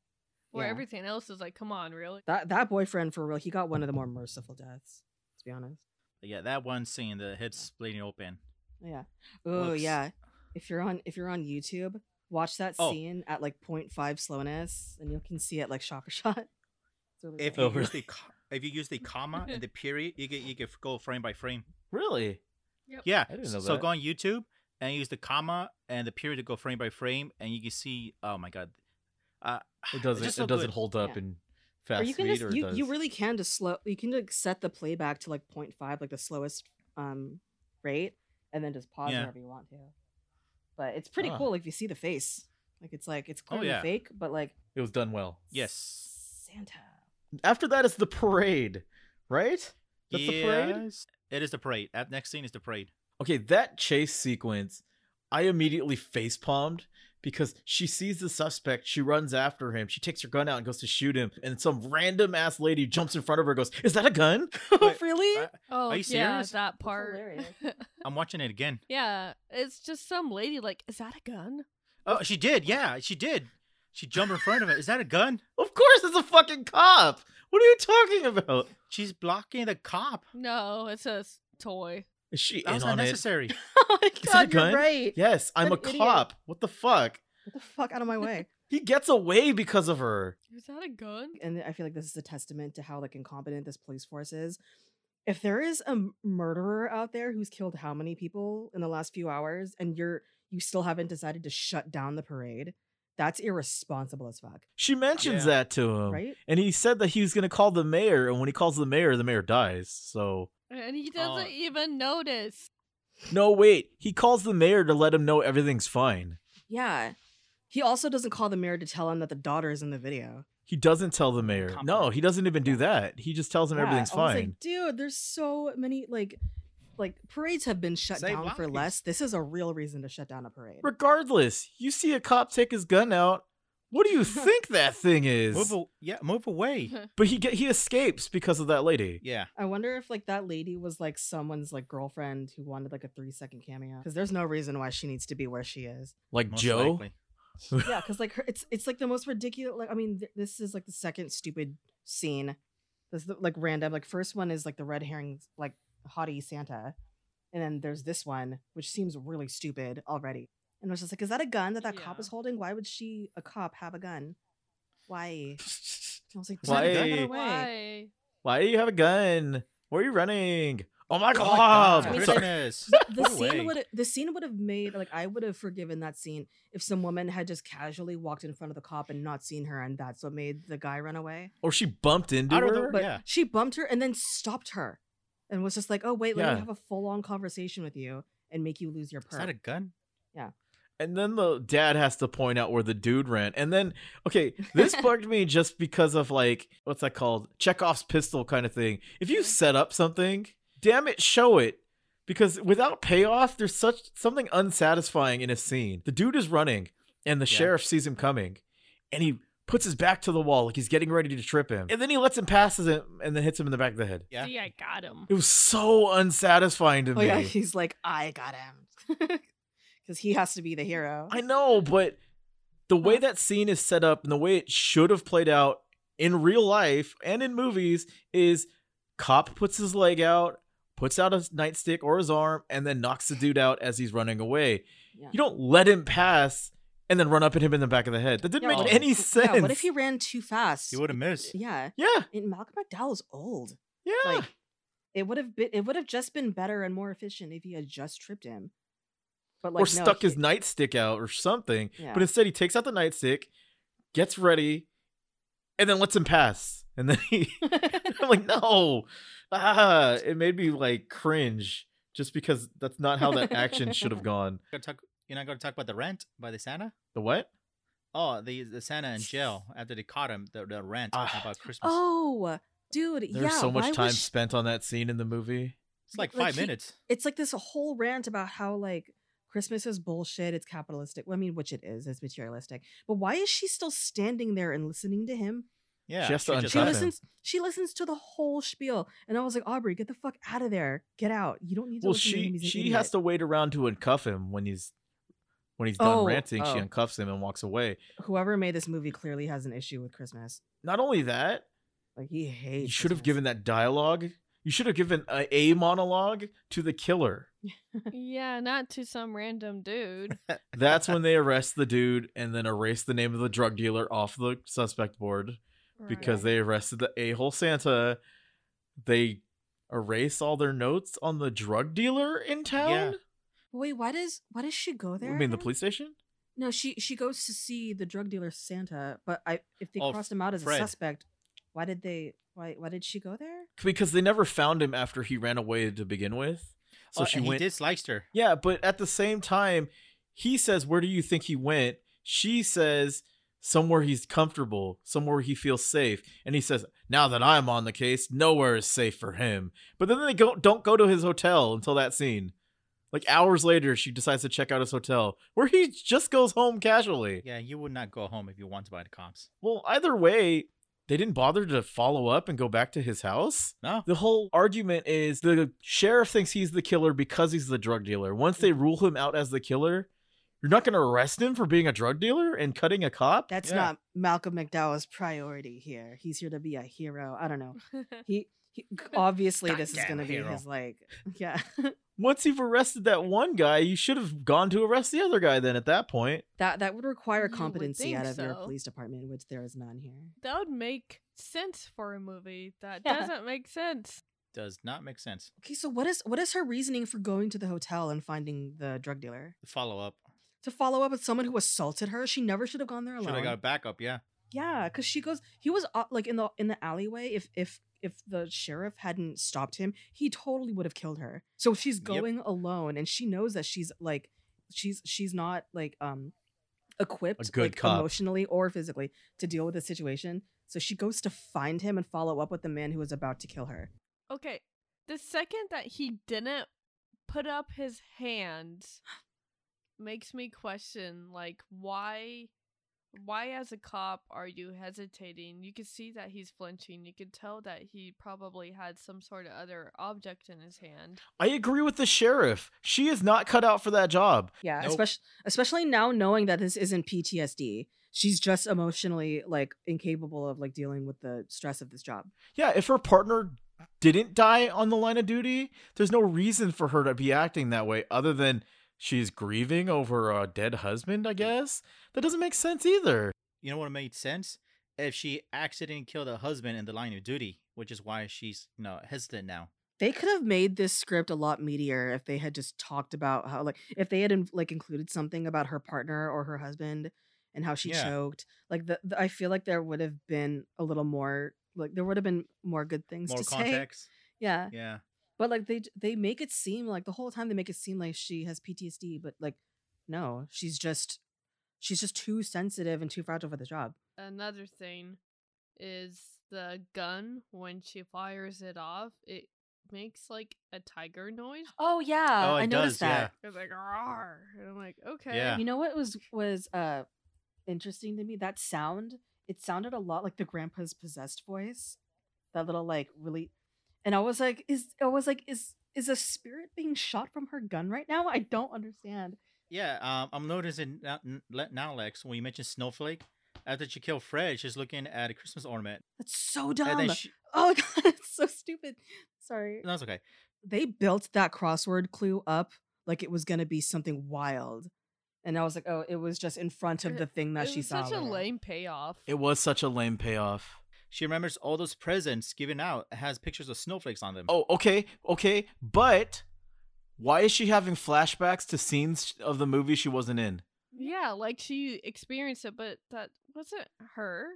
Speaker 2: Where
Speaker 1: Yeah.
Speaker 2: everything else is like, come on, really?
Speaker 1: That that boyfriend for real, he got one of the more merciful deaths. To be honest.
Speaker 4: But yeah, that one scene, the hips splitting open.
Speaker 1: Yeah. Oh
Speaker 4: Looks-
Speaker 1: yeah. If you're on if you're on YouTube, watch that
Speaker 4: Oh.
Speaker 1: scene at like 0.5 slowness and you can see it like shot for shot. It's really
Speaker 4: If
Speaker 1: cool.
Speaker 4: you
Speaker 3: Oh,
Speaker 4: use
Speaker 3: really?
Speaker 4: the co- if you use the comma and the period, you get you can go frame by frame.
Speaker 3: Really?
Speaker 4: Yeah,
Speaker 3: I didn't know
Speaker 4: so
Speaker 3: that.
Speaker 4: go on YouTube and use the comma and the period to go frame by frame, and you can see. Oh my god, uh,
Speaker 3: It
Speaker 4: it's
Speaker 3: doesn't. It
Speaker 4: just so
Speaker 3: doesn't
Speaker 4: good.
Speaker 3: hold up
Speaker 1: Yeah.
Speaker 3: in
Speaker 1: or
Speaker 3: fast
Speaker 1: you can
Speaker 3: read,
Speaker 1: just
Speaker 3: or it
Speaker 1: you,
Speaker 3: does.
Speaker 1: you really can just slow you can like set the playback to like 0.5 like the slowest um rate and then just pause
Speaker 4: Yeah.
Speaker 1: whenever you want to. But it's pretty
Speaker 3: Ah.
Speaker 1: cool like if you see the face. Like it's like it's clearly
Speaker 4: Oh, yeah.
Speaker 1: fake but like
Speaker 3: It was done well.
Speaker 4: Yes.
Speaker 1: Santa.
Speaker 3: After that is the parade, right? That's the parade?
Speaker 4: Yes. It is the parade. That next scene is the parade.
Speaker 3: Okay, that chase sequence, I immediately face palmed because she sees the suspect, she runs after him, she takes her gun out and goes to shoot him, and some random ass lady jumps in front of her and goes, Is that a gun?
Speaker 1: oh,
Speaker 4: Wait,
Speaker 1: really?
Speaker 4: uh,
Speaker 2: Oh,
Speaker 4: you
Speaker 2: yeah,
Speaker 4: serious?
Speaker 2: that part.
Speaker 1: hilarious.
Speaker 4: I'm watching it again.
Speaker 2: yeah, it's just some lady like, is that a gun?
Speaker 4: Oh, she did. Yeah, she did. She jumped in front of it. Is that a gun?
Speaker 3: Of course it's a fucking cop. What are you talking about?
Speaker 4: She's blocking the cop.
Speaker 2: No, it's a s- toy.
Speaker 3: Is she
Speaker 4: That
Speaker 3: in
Speaker 4: was
Speaker 3: on it?
Speaker 4: unnecessary.
Speaker 1: oh my
Speaker 3: a
Speaker 1: god, you're
Speaker 3: gun?
Speaker 1: right.
Speaker 3: Yes, I'm a
Speaker 1: What an idiot.
Speaker 3: cop. What the fuck?
Speaker 1: Get the fuck out of my way.
Speaker 3: He gets away because of her.
Speaker 2: Is that a gun?
Speaker 1: and I feel like this is a testament to how like incompetent this police force is. If there is a m- murderer out there who's killed how many people in the last few hours, and you're you still haven't decided to shut down the parade, that's irresponsible as fuck,
Speaker 3: She mentions
Speaker 4: Yeah.
Speaker 3: that to him.
Speaker 1: right?
Speaker 3: And he said that he was going to call the mayor, and when he calls the mayor, the mayor dies. So
Speaker 2: And he doesn't
Speaker 4: Oh.
Speaker 2: even notice.
Speaker 3: No, wait. He calls the mayor to let him know everything's fine.
Speaker 1: Yeah. He also doesn't call the mayor to tell him that the daughter is in the video.
Speaker 3: He doesn't tell the mayor.
Speaker 4: Compromise.
Speaker 3: No, he doesn't even do that. He just tells him
Speaker 1: Yeah,
Speaker 3: everything's
Speaker 1: I was
Speaker 3: fine.
Speaker 1: Like, Dude, there's so many like like parades have been shut
Speaker 4: Save
Speaker 1: down for
Speaker 4: lives.
Speaker 1: less. This is a real reason to shut down a parade.
Speaker 3: Regardless, you see a cop take his gun out. What do you think that thing
Speaker 4: move,
Speaker 3: is?
Speaker 4: a- yeah, move away.
Speaker 3: But he get, he escapes because of that lady.
Speaker 4: Yeah.
Speaker 1: I wonder if like that lady was like someone's like girlfriend who wanted like a three second cameo because there's no reason why she needs to be where she is.
Speaker 3: Like
Speaker 4: most
Speaker 3: Joe.
Speaker 4: likely.
Speaker 1: yeah, because like her, it's it's like the most ridiculous. Like I mean, th- this is like the second stupid scene. This is the, like random. Like first one is like the red herring like hottie Santa, and then there's this one which seems really stupid already. And I was just like, is that a gun that that cop
Speaker 2: Yeah.
Speaker 1: is holding? Why would she, a cop, have a gun? Why? I was like,
Speaker 3: Why?
Speaker 1: "Dude, get away."
Speaker 2: Why?
Speaker 3: Why do you have a gun? Where are you running? Oh my
Speaker 4: Oh my
Speaker 3: god!
Speaker 1: I mean,
Speaker 3: Sorry.
Speaker 4: goodness.
Speaker 1: the
Speaker 4: Put away.
Speaker 1: scene would the scene would have made like I would have forgiven that scene if some woman had just casually walked in front of the cop and not seen her, and that's what made the guy run away.
Speaker 3: Or she bumped into
Speaker 4: Out of
Speaker 3: her.
Speaker 4: the-
Speaker 1: But
Speaker 4: Yeah.
Speaker 1: she bumped her and then stopped her. and was just like, "Oh wait, let
Speaker 3: Yeah.
Speaker 1: me have a full on conversation with you and make you lose your
Speaker 4: Is that a
Speaker 1: perk."
Speaker 4: gun?
Speaker 3: And then the dad has to point out where the dude ran. And then, okay, this bugged me just because of like, what's that called? Chekhov's pistol kind of thing. If you set up something, damn it, show it. Because without payoff, there's such something unsatisfying in a scene. The dude is running, and the
Speaker 4: Yeah.
Speaker 3: sheriff sees him coming, and he puts his back to the wall like he's getting ready to trip him. And then he lets him pass him and then hits him in the back of the head.
Speaker 4: Yeah.
Speaker 2: See, I got him.
Speaker 3: It was so unsatisfying to
Speaker 1: Oh
Speaker 3: me.
Speaker 1: yeah, he's like, "I got him," because he has to be the hero.
Speaker 3: I know, but the way that scene is set up and the way it should have played out in real life and in movies is cop puts his leg out, puts out his nightstick or his arm, and then knocks the dude out as he's running away.
Speaker 1: Yeah.
Speaker 3: You don't let him pass and then run up at him in the back of the head. That didn't
Speaker 1: Yeah,
Speaker 3: make
Speaker 1: what
Speaker 3: any
Speaker 1: if-
Speaker 3: sense.
Speaker 1: Yeah, what if he ran too fast?
Speaker 4: He would have missed.
Speaker 1: Yeah,
Speaker 3: Yeah,
Speaker 1: and Malcolm McDowell's old.
Speaker 3: yeah.
Speaker 1: Like, it would have been. It would have just been better and more efficient if he had just tripped him. But like,
Speaker 3: or
Speaker 1: no,
Speaker 3: stuck his
Speaker 1: he-
Speaker 3: nightstick out or something.
Speaker 1: Yeah.
Speaker 3: But instead, he takes out the nightstick, gets ready, and then lets him pass. And then he, I'm like, no, ah, it made me like cringe just because that's not how that action should have gone.
Speaker 4: Gotta talk- You're not going to talk about the rent by the Santa?
Speaker 3: The what?
Speaker 4: Oh, the, the Santa in jail after they caught him, the, the rent
Speaker 3: Ah.
Speaker 4: about Christmas.
Speaker 1: Oh, dude,
Speaker 3: There's
Speaker 1: yeah.
Speaker 3: so
Speaker 1: why
Speaker 3: much
Speaker 1: was
Speaker 3: time
Speaker 1: sh-
Speaker 3: spent on that scene in the movie.
Speaker 4: it's like
Speaker 1: like
Speaker 4: five
Speaker 1: he-
Speaker 4: minutes.
Speaker 1: it's like this whole rant about how like Christmas is bullshit. It's capitalistic. Well, I mean, which it is. It's materialistic. But why is she still standing there and listening to him?
Speaker 4: Yeah.
Speaker 3: has to
Speaker 4: just
Speaker 1: She
Speaker 3: Love untie
Speaker 4: left.
Speaker 3: him.
Speaker 1: listens. She listens to the whole spiel, and I was like, Aubrey, get the fuck out of there. Get out. You don't need to.
Speaker 3: Well,
Speaker 1: listen to him.
Speaker 3: she
Speaker 1: He's an
Speaker 3: she
Speaker 1: idiot."
Speaker 3: has to wait around to uncuff him when he's when he's done
Speaker 1: Oh,
Speaker 3: ranting. She
Speaker 1: oh.
Speaker 3: uncuffs him and walks away.
Speaker 1: Whoever made this movie clearly has an issue with Christmas.
Speaker 3: Not only that,
Speaker 1: Like he hates.
Speaker 3: you should have
Speaker 1: Christmas.
Speaker 3: given that dialogue. You should have given a, a monologue to the killer.
Speaker 2: yeah, not to some random dude.
Speaker 3: That's when they arrest the dude and then erase the name of the drug dealer off the suspect board because they arrested the a hole Santa. They erase all their notes on the drug dealer in town.
Speaker 1: Wait, why does why does she go there?
Speaker 3: I mean, the
Speaker 1: again?
Speaker 3: police station.
Speaker 1: No, she she goes to see the drug dealer Santa, but I if they
Speaker 4: Oh,
Speaker 1: crossed him out as
Speaker 4: Fred.
Speaker 1: a suspect, why did they why why did she go there?
Speaker 3: Because they never found him after he ran away to begin with. So
Speaker 4: Oh,
Speaker 3: she
Speaker 4: and
Speaker 3: went.
Speaker 4: He dislikes her.
Speaker 3: Yeah, but at the same time, he says, "Where do you think he went?" She says, "Somewhere he's comfortable, somewhere he feels safe." And he says, "Now that I'm on the case, nowhere is safe for him." But then they go don't go to his hotel until that scene. Like hours later, she decides to check out his hotel, where he just goes home casually.
Speaker 4: Yeah, you would not go home if you wanted by the cops.
Speaker 3: Well, either way, they didn't bother to follow up and go back to his house.
Speaker 4: No.
Speaker 3: The whole argument is the sheriff thinks he's the killer because he's the drug dealer. Once they rule him out as the killer, you're not going to arrest him for being a drug dealer and cutting a cop?
Speaker 1: That's
Speaker 4: Yeah.
Speaker 1: not Malcolm McDowell's priority here. He's here to be a hero. I don't know. He, he obviously this is
Speaker 4: Goddamn
Speaker 1: going to be
Speaker 4: hero.
Speaker 1: his like yeah.
Speaker 3: Once you've arrested that one guy, you should have gone to arrest the other guy then at that point.
Speaker 1: that that would require
Speaker 2: You would
Speaker 1: competency
Speaker 2: think
Speaker 1: out of your
Speaker 2: so.
Speaker 1: police department, which there is none here.
Speaker 2: that would make sense for a movie. That
Speaker 1: Yeah.
Speaker 2: doesn't make sense.
Speaker 4: Does not make sense.
Speaker 1: Okay, so what is what is her reasoning for going to the hotel and finding the drug dealer?
Speaker 4: The follow up.
Speaker 1: To follow up with someone who assaulted her? She never should have gone there alone.
Speaker 4: Should have got a backup, yeah.
Speaker 1: Yeah, because she goes. He was uh, like in the in the alleyway. If if if the sheriff hadn't stopped him, he totally would have killed her. So she's
Speaker 4: Yep.
Speaker 1: going alone, and she knows that she's like, she's she's not like um equipped
Speaker 3: good
Speaker 1: like,
Speaker 3: cop.
Speaker 1: emotionally or physically to deal with the situation. So she goes to find him and follow up with the man who was about to kill her.
Speaker 2: Okay, the second that he didn't put up his hand makes me question like why why as a cop are you hesitating? You can see that he's flinching. You can tell that he probably had some sort of other object in his hand.
Speaker 3: I agree with the sheriff. She is not cut out for that job.
Speaker 1: Yeah,
Speaker 4: Nope.
Speaker 1: especially especially now knowing that this isn't PTSD. She's just emotionally like incapable of like dealing with the stress of this job.
Speaker 3: Yeah, if her partner didn't die on the line of duty, there's no reason for her to be acting that way other than she's grieving over a dead husband, I guess. That doesn't make sense either.
Speaker 4: You know what made sense? If she accidentally killed her husband in the line of duty, which is why she's you know hesitant now.
Speaker 1: They could have made this script a lot meatier if they had just talked about how, like, if they had in, like included something about her partner or her husband and how she
Speaker 4: Yeah.
Speaker 1: choked. Like, the, the- I feel like there would have been a little more, like, there would have been more good things
Speaker 4: More
Speaker 1: to say. Uh,
Speaker 4: context.
Speaker 1: Yeah,
Speaker 4: Yeah.
Speaker 1: But like they they make it seem like the whole time they make it seem like she has PTSD, but like no, she's just she's just too sensitive and too fragile for the job.
Speaker 2: Another thing is the gun when she fires it off, it makes like a tiger noise.
Speaker 1: Oh yeah,
Speaker 4: Oh,
Speaker 1: I
Speaker 4: it
Speaker 1: noticed
Speaker 4: does, yeah.
Speaker 1: that.
Speaker 2: It's like "Rawr," and I'm like, okay.
Speaker 4: Yeah.
Speaker 1: You know what was was uh interesting to me? That sound, it sounded a lot like the grandpa's possessed voice. That little like really and I was like, is I was like, is is a spirit being shot from her gun right now? I don't understand.
Speaker 4: Yeah, um, I'm noticing now, n- le- now, Lex, when you mentioned Snowflake, after she killed Fred, she's looking at a Christmas ornament.
Speaker 1: That's so
Speaker 4: And
Speaker 1: dumb.
Speaker 4: then she,
Speaker 1: oh my god, it's so stupid. Sorry.
Speaker 4: that's okay.
Speaker 1: They built that crossword clue up like it was gonna be something wild. And I was like, oh, it was just in front of the thing that
Speaker 2: it
Speaker 1: she
Speaker 2: was
Speaker 1: saw.
Speaker 2: such a
Speaker 1: later.
Speaker 2: lame payoff.
Speaker 3: It was such a lame payoff.
Speaker 4: She remembers all those presents given out. It has pictures of snowflakes on them.
Speaker 3: Oh, okay, okay, but why is she having flashbacks to scenes of the movie she wasn't in?
Speaker 2: yeah, like she experienced it, but that wasn't her.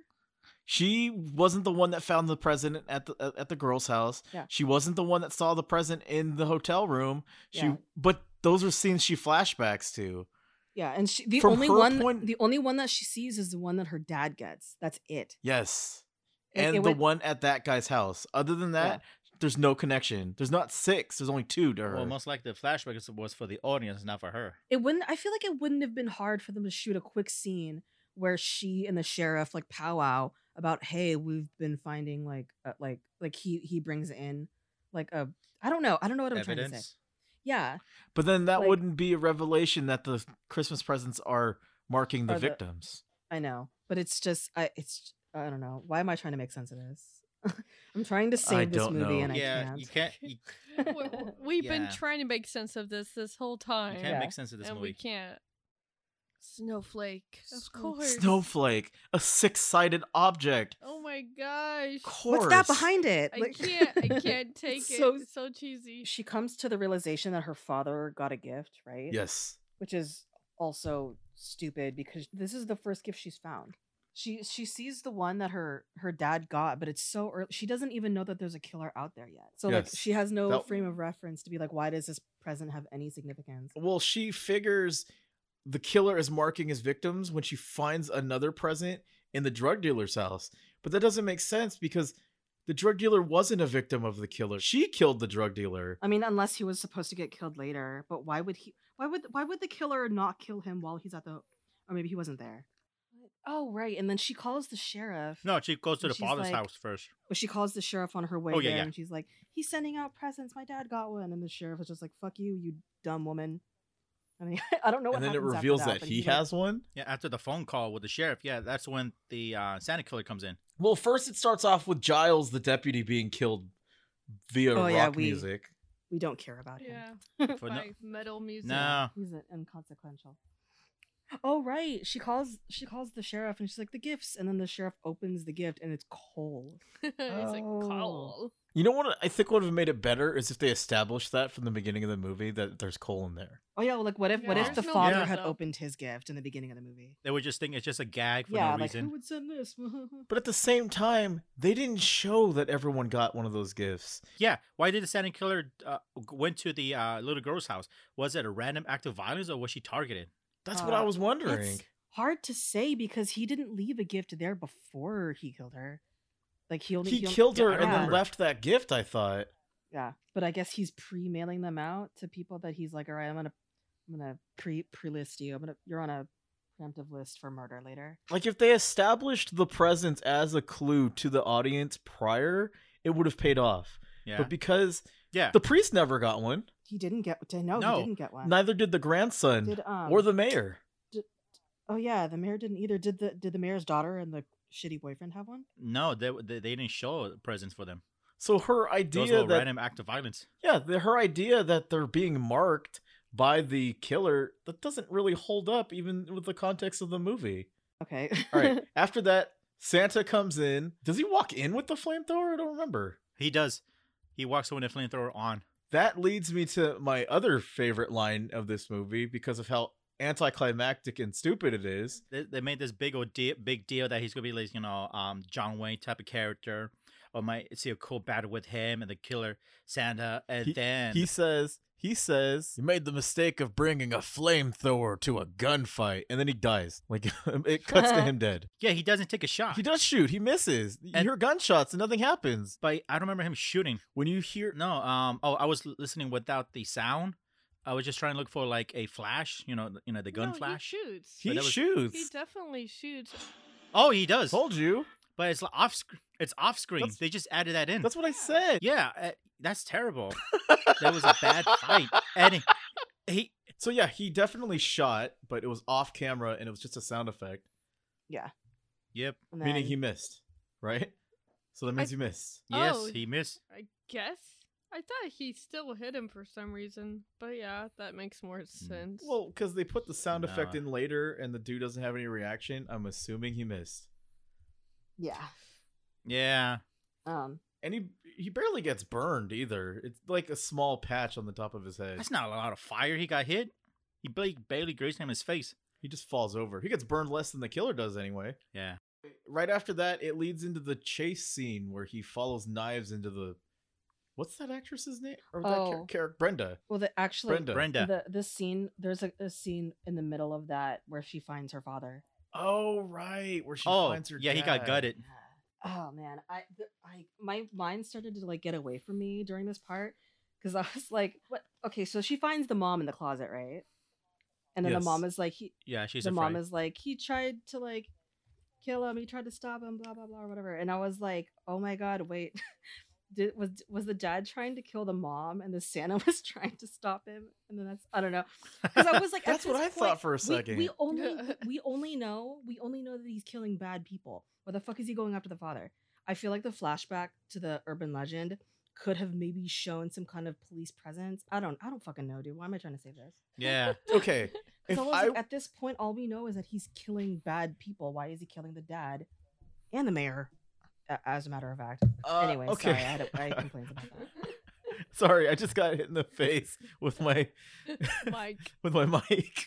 Speaker 3: She wasn't the one that found the present at the at the girl's house.
Speaker 1: Yeah.
Speaker 3: She wasn't the one that saw the present in the hotel room. She
Speaker 1: Yeah.
Speaker 3: but those are scenes she flashbacks to.
Speaker 1: Yeah, and she, the
Speaker 3: From
Speaker 1: only
Speaker 3: her
Speaker 1: one
Speaker 3: point-
Speaker 1: the only one that she sees is the one that her dad gets. That's it.
Speaker 3: Yes.
Speaker 1: Like,
Speaker 3: And
Speaker 1: it
Speaker 3: the
Speaker 1: went-
Speaker 3: one at that guy's house. Other than that, there's no connection. There's not six. There's only two to her.
Speaker 4: Well, most likely the flashback is- was for the audience, not for her.
Speaker 1: It wouldn't I feel like it wouldn't have been hard for them to shoot a quick scene where she and the sheriff like powwow about hey, we've been finding like uh, like like he he brings in like a I don't know. I don't know what I'm trying to say.
Speaker 4: Evidence.
Speaker 1: Yeah.
Speaker 3: but then that
Speaker 1: like-
Speaker 3: wouldn't be a revelation that the Christmas presents are marking the
Speaker 1: Are the-
Speaker 3: victims.
Speaker 1: I know, but it's just I it's I don't know. Why am I trying to make sense of this? I'm trying to save this
Speaker 3: don't
Speaker 1: movie
Speaker 3: know.
Speaker 1: and
Speaker 4: yeah,
Speaker 1: I can't.
Speaker 4: you can't. You,
Speaker 2: We- We've been
Speaker 4: Yeah.
Speaker 2: trying to make sense of this this whole time,
Speaker 4: you
Speaker 1: Oh,
Speaker 4: can't
Speaker 1: Yeah.
Speaker 4: make sense of this
Speaker 2: and we
Speaker 4: movie.
Speaker 2: can't. Snowflake, of course.
Speaker 3: Snowflake, a six-sided object.
Speaker 2: Oh my gosh.
Speaker 3: Course.
Speaker 1: What's that behind it?
Speaker 2: I
Speaker 1: Like-
Speaker 2: can't. I can't take
Speaker 1: It's
Speaker 2: it.
Speaker 1: so-
Speaker 2: it's so cheesy.
Speaker 1: she comes to the realization that her father got a gift, right?
Speaker 3: Yes.
Speaker 1: Which is also stupid because this is the first gift she's found. She she sees the one that her her dad got, but it's so early. She doesn't even know that there's a killer out there yet. So
Speaker 3: Yes.
Speaker 1: like she has no
Speaker 3: That-
Speaker 1: frame of reference to be like, why does this present have any significance?
Speaker 3: Well, she figures the killer is marking his victims when she finds another present in the drug dealer's house. But that doesn't make sense because the drug dealer wasn't a victim of the killer. She killed the drug dealer.
Speaker 1: I mean, unless he was supposed to get killed later, but why would he? Why would why would the killer not kill him while he's at the? Or maybe he wasn't there. Oh right, and then she calls the sheriff.
Speaker 4: No, she goes to
Speaker 1: And
Speaker 4: the
Speaker 1: she's
Speaker 4: father's
Speaker 1: like-
Speaker 4: house first.
Speaker 1: But she calls the sheriff on her way
Speaker 4: Oh, yeah,
Speaker 1: there,
Speaker 4: yeah.
Speaker 1: and she's like, "He's sending out presents. My dad got one." And the sheriff is just like, "Fuck you, you dumb woman." I mean, I don't know what.
Speaker 3: and then it
Speaker 1: happens after
Speaker 3: reveals that,
Speaker 1: but
Speaker 3: he
Speaker 1: he's like-
Speaker 3: has one.
Speaker 4: Yeah, after the phone call with the sheriff. Yeah, that's when the uh, Santa killer comes in.
Speaker 3: Well, first it starts off with Giles, the deputy, being killed via
Speaker 1: Oh,
Speaker 3: rock
Speaker 1: yeah, we-
Speaker 3: music.
Speaker 1: We don't care about
Speaker 2: Yeah.
Speaker 1: him.
Speaker 4: For no-
Speaker 2: Like metal music.
Speaker 4: no,
Speaker 1: He's an inconsequential. Oh right, she calls. She calls the sheriff, and she's like, "The gifts." And then the sheriff opens the gift, and it's cold.
Speaker 2: it's like
Speaker 1: Oh.
Speaker 2: coal.
Speaker 3: You know what? I think would have made it better is if they established that from the beginning of the movie that there's coal in there.
Speaker 1: Oh yeah, well, like what if what
Speaker 2: Yeah.
Speaker 1: if the
Speaker 2: There's no
Speaker 1: father
Speaker 4: Yeah.
Speaker 1: had
Speaker 2: build-up.
Speaker 1: opened his gift in the beginning of the movie?
Speaker 4: they would just think it's just a gag for
Speaker 1: yeah,
Speaker 4: no
Speaker 1: like who
Speaker 4: reason.
Speaker 1: would send this?
Speaker 3: But at the same time, they didn't show that everyone got one of those gifts.
Speaker 4: Yeah, why did the Santa killer uh, g- went to the uh, little girl's house? Was it a random act of violence or was she targeted?
Speaker 3: That's what I
Speaker 1: Uh,
Speaker 3: was wondering.
Speaker 1: It's hard to say because he didn't leave a gift there before he killed her. Like he only
Speaker 3: He
Speaker 1: only-
Speaker 3: killed her
Speaker 4: yeah,
Speaker 3: and
Speaker 4: I
Speaker 3: then
Speaker 4: remember.
Speaker 3: left that gift, I thought.
Speaker 1: Yeah, but I guess he's pre-mailing them out to people that he's like, all right, I'm gonna, I'm gonna pre pre-list you. I'm gonna you're on a preemptive list for murder later.
Speaker 3: Like if they established the presence as a clue to the audience prior, it would have paid off.
Speaker 4: Yeah,
Speaker 3: But because
Speaker 4: yeah.
Speaker 3: the priest never got one,
Speaker 1: He didn't get no,
Speaker 4: No,
Speaker 1: he didn't get one.
Speaker 3: neither did the grandson
Speaker 1: Did, um,
Speaker 3: or the mayor.
Speaker 1: oh yeah, the mayor didn't either. Did the did the mayor's daughter and the shitty boyfriend have one?
Speaker 4: no, they, they they didn't show presents for them.
Speaker 3: So her
Speaker 4: It was
Speaker 3: idea
Speaker 4: a
Speaker 3: that
Speaker 4: random act of violence.
Speaker 3: yeah, the, her idea that they're being marked by the killer that doesn't really hold up even with the context of the movie.
Speaker 1: Okay,
Speaker 3: All right. After that, Santa comes in. Does he walk in with the flamethrower? I don't remember.
Speaker 4: He does. He walks away with a flamethrower on.
Speaker 3: That leads me to my other favorite line of this movie because of how anticlimactic and stupid it is.
Speaker 4: They, they made this big old deal, big deal that he's gonna be like you know um John Wayne type of character. or might see a cool battle with him and the killer Santa. And
Speaker 3: He-
Speaker 4: then
Speaker 3: He says, he says, you made the mistake of bringing a flamethrower to a gunfight, and then he dies. Like it cuts to him dead.
Speaker 4: yeah, he doesn't take a shot.
Speaker 3: He does shoot. He misses. You
Speaker 4: And-
Speaker 3: hear gunshots, and nothing happens.
Speaker 4: but I don't remember him shooting.
Speaker 3: When you hear,
Speaker 4: No, um, oh, I was l- listening without the sound. I was just trying to look for like a flash, you know, you know, the gun
Speaker 2: No,
Speaker 4: flash.
Speaker 2: He shoots.
Speaker 3: he
Speaker 4: that was-
Speaker 3: shoots.
Speaker 2: He definitely shoots.
Speaker 4: oh, he does,
Speaker 3: Told you.
Speaker 4: but it's li- off. sc- It's off screen.
Speaker 3: That's-
Speaker 4: they just added that in.
Speaker 3: That's what I said.
Speaker 4: yeah, uh, that's terrible. that was a bad fight. And he, he
Speaker 3: So yeah, he definitely shot, but it was off camera, and it was just a sound effect,
Speaker 4: yep,
Speaker 1: And
Speaker 3: meaning
Speaker 1: then-
Speaker 3: he missed. Right. So that means he missed.
Speaker 4: yes,
Speaker 2: Oh.
Speaker 4: he missed.
Speaker 2: I guess. I thought he still hit him for some reason, but yeah, that makes
Speaker 4: Mm.
Speaker 2: more sense.
Speaker 3: Well, because they put the sound effect
Speaker 4: Nah.
Speaker 3: in later, and the dude doesn't have any reaction. I'm assuming he missed.
Speaker 1: yeah.
Speaker 4: Yeah,
Speaker 1: Um,
Speaker 3: and he he barely gets burned either. It's like a small patch on the top of his head.
Speaker 4: that's not a lot of fire. He got hit. He barely, barely grazed him in his face.
Speaker 3: He just falls over. He gets burned less than the killer does anyway.
Speaker 4: Yeah,
Speaker 3: Right after that, it leads into the chase scene where he follows knives into the what's that actress's name or that
Speaker 1: Oh.
Speaker 3: character Brenda.
Speaker 1: well, the, actually,
Speaker 3: Brenda.
Speaker 4: Brenda.
Speaker 1: the this scene there's a, a scene in the middle of that where she finds her father.
Speaker 3: Oh right, where she
Speaker 4: oh,
Speaker 3: finds her.
Speaker 4: yeah, he got
Speaker 3: dad.
Speaker 4: gutted.
Speaker 1: Oh man, I th- I my mind started to like get away from me during this part because I was like, what? Okay, so she finds the mom in the closet, right? And then
Speaker 3: Yes.
Speaker 1: the mom is like, he
Speaker 4: Yeah, she's
Speaker 1: the
Speaker 4: afraid.
Speaker 1: mom is like, he tried to like kill him, he tried to stop him, blah blah blah, or whatever. And I was like, oh my god, wait, Did, was was the dad trying to kill the mom, and the Santa was trying to stop him? And then that's I don't know because I was like, at
Speaker 3: That's what
Speaker 1: this
Speaker 3: I thought
Speaker 1: point,
Speaker 3: for a
Speaker 1: we-
Speaker 3: second.
Speaker 1: We, only we only know we only know that he's killing bad people. Why the fuck is he going after the father? I feel like the flashback to the urban legend could have maybe shown some kind of police presence. I don't I don't fucking know, dude. Why am I trying to say this?
Speaker 4: yeah,
Speaker 3: okay, if
Speaker 1: It's almost like
Speaker 3: I-
Speaker 1: at this point, all we know is that he's killing bad people. Why is he killing the dad and the mayor? A- As a matter of fact.
Speaker 3: Uh,
Speaker 1: anyway,
Speaker 3: okay.
Speaker 1: sorry, I, had a, I complained about that.
Speaker 3: sorry, I just got hit in the face with my
Speaker 2: Mike.
Speaker 3: with my mic.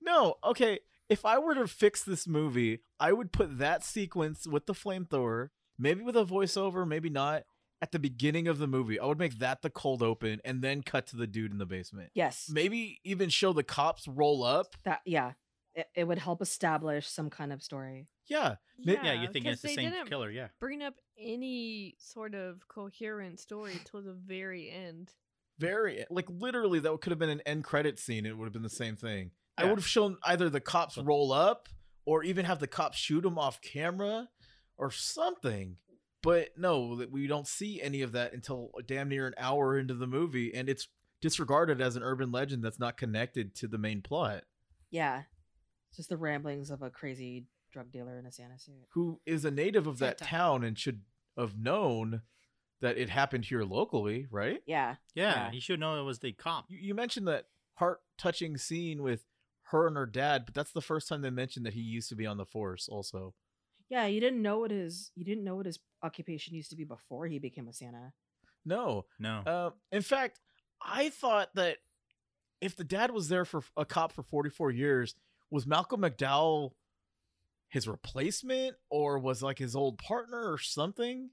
Speaker 3: No, okay. If I were to fix this movie, I would put that sequence with the flamethrower, maybe with a voiceover, maybe not, at the beginning of the movie. I would make that the cold open and then cut to the dude in the basement.
Speaker 1: Yes,
Speaker 3: Maybe even show the cops roll up.
Speaker 1: that yeah, it, it would help establish some kind of story.
Speaker 3: Yeah.
Speaker 4: yeah. you're thinking
Speaker 2: 'cause
Speaker 4: it's the
Speaker 2: they
Speaker 4: same
Speaker 2: didn't
Speaker 4: killer. Yeah,
Speaker 2: Bring up any sort of coherent story till the very end.
Speaker 3: Very like literally that could have been an end credit scene. It would have been the same thing. I
Speaker 4: Yeah.
Speaker 3: would have shown either the cops
Speaker 4: But-
Speaker 3: roll up or even have the cops shoot him off camera or something. But no, that we don't see any of that until damn near an hour into the movie, and it's disregarded as an urban legend that's not connected to the main plot.
Speaker 1: Yeah, just the ramblings of a crazy drug dealer in a Santa suit.
Speaker 3: Who is a native of that
Speaker 9: Santa.
Speaker 3: town and should have known that it happened here locally, right?
Speaker 1: Yeah,
Speaker 4: yeah,
Speaker 1: Yeah.
Speaker 4: he should know it was the cop.
Speaker 3: You, you mentioned that heart touching scene with her and her dad, but that's the first time they mentioned that he used to be on the force also.
Speaker 1: yeah. You didn't know what his you didn't know what his occupation used to be before he became a Santa.
Speaker 3: No.
Speaker 4: No,
Speaker 3: Uh, in fact, I thought that if the dad was there for a cop for 44 years, was Malcolm McDowell his replacement or was like his old partner or something?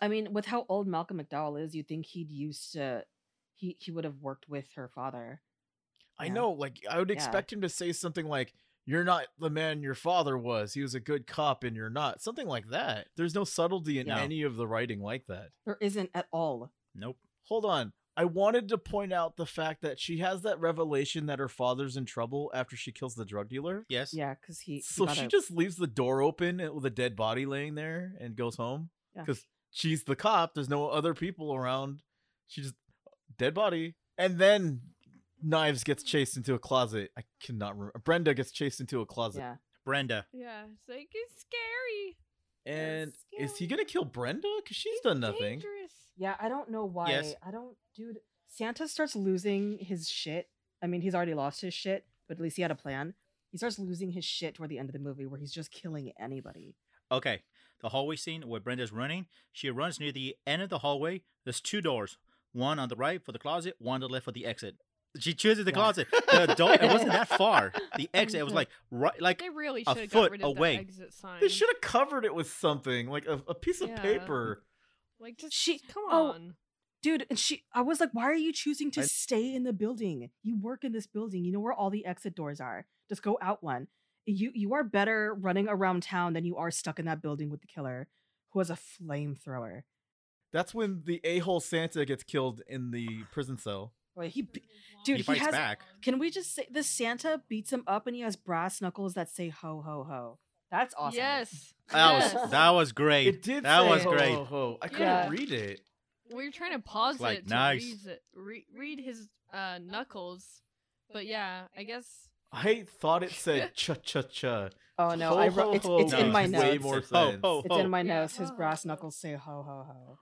Speaker 1: I mean, with how old Malcolm McDowell is, you'd think he'd used to he he would have worked with her father.
Speaker 3: I
Speaker 1: Yeah.
Speaker 3: know, like, I would
Speaker 1: Yeah.
Speaker 3: expect him to say something like, You're not the man your father was. He was a good cop and you're not. Something like that. There's no subtlety in
Speaker 4: Yeah.
Speaker 3: any of the writing like that.
Speaker 1: There isn't at all.
Speaker 4: nope.
Speaker 3: hold on. I wanted to point out the fact that she has that revelation that her father's in trouble after she kills the drug dealer.
Speaker 4: Yes.
Speaker 1: Yeah, because he, he
Speaker 3: So
Speaker 1: got
Speaker 3: she
Speaker 1: a-
Speaker 3: just leaves the door open with a dead body laying there and goes home
Speaker 1: Yeah.
Speaker 3: because she's the cop. There's no other people around. She just dead body, and then knives gets chased into a closet. I cannot remember. Brenda gets chased into a closet.
Speaker 1: yeah.
Speaker 4: Brenda.
Speaker 2: Yeah, it's like it's scary.
Speaker 3: And is he
Speaker 2: Scary.
Speaker 3: gonna kill Brenda? Because she's
Speaker 2: It's
Speaker 3: done nothing.
Speaker 2: dangerous.
Speaker 1: Yeah, I don't know why.
Speaker 4: Yes.
Speaker 1: I don't, dude. Santa starts losing his shit. I mean, he's already lost his shit, but at least he had a plan. He starts losing his shit toward the end of the movie where he's just killing anybody.
Speaker 4: Okay. The hallway scene where Brenda's running. She runs near the end of the hallway. There's two doors. One on the right for the closet, one on the left for the exit. She chooses the
Speaker 1: Yeah.
Speaker 4: closet. The adult. It wasn't that far. The exit. It was like right. Like
Speaker 2: They really
Speaker 4: a
Speaker 2: should have got
Speaker 4: foot
Speaker 2: rid of
Speaker 4: away.
Speaker 2: the exit sign.
Speaker 3: They should have covered it with something, like a, a piece of
Speaker 2: Yeah.
Speaker 3: paper.
Speaker 2: Like just
Speaker 1: She-
Speaker 2: come
Speaker 1: oh,
Speaker 2: on.
Speaker 1: Dude, and she I was like, why are you choosing to
Speaker 4: I-
Speaker 1: stay in the building? You work in this building. You know where all the exit doors are. Just go out one. You you are better running around town than you are stuck in that building with the killer who has a flamethrower.
Speaker 3: That's when the a hole Santa gets killed in the prison cell.
Speaker 1: Boy, he be- dude, he
Speaker 4: he fights
Speaker 1: has-
Speaker 4: back.
Speaker 1: can we just say this Santa beats him up and he has brass knuckles that say ho ho ho. That's awesome.
Speaker 2: Yes.
Speaker 4: That
Speaker 2: yes.
Speaker 4: was that was great.
Speaker 3: It did.
Speaker 4: That
Speaker 3: say,
Speaker 4: was
Speaker 3: "Ho,
Speaker 4: great.
Speaker 3: ho, ho." I couldn't
Speaker 2: Yeah.
Speaker 3: read it.
Speaker 2: We were trying to pause
Speaker 4: Like,
Speaker 2: it to
Speaker 4: nice.
Speaker 2: read, it- re- read his uh, knuckles, but yeah, I guess
Speaker 3: I thought it said cha cha cha.
Speaker 1: Oh no, I wrote it's, it's
Speaker 4: ho
Speaker 1: in my
Speaker 4: makes
Speaker 1: notes.
Speaker 3: Way more
Speaker 4: Ho,
Speaker 3: sense.
Speaker 4: ho,
Speaker 1: It's in my
Speaker 2: Yeah.
Speaker 1: nose. His
Speaker 2: Oh.
Speaker 1: brass knuckles say ho ho ho.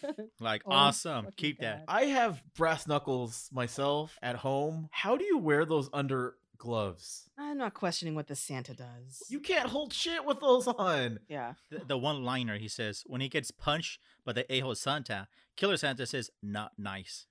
Speaker 4: Like
Speaker 1: Oh,
Speaker 4: awesome.
Speaker 1: fucking
Speaker 4: Keep that.
Speaker 1: God.
Speaker 3: I have brass knuckles myself at home. How do you wear those under gloves?
Speaker 1: I'm not questioning what the Santa does.
Speaker 3: You can't hold shit with those on.
Speaker 1: yeah.
Speaker 4: The, the one liner he says when he gets punched by the a hole Santa, Killer Santa says not nice.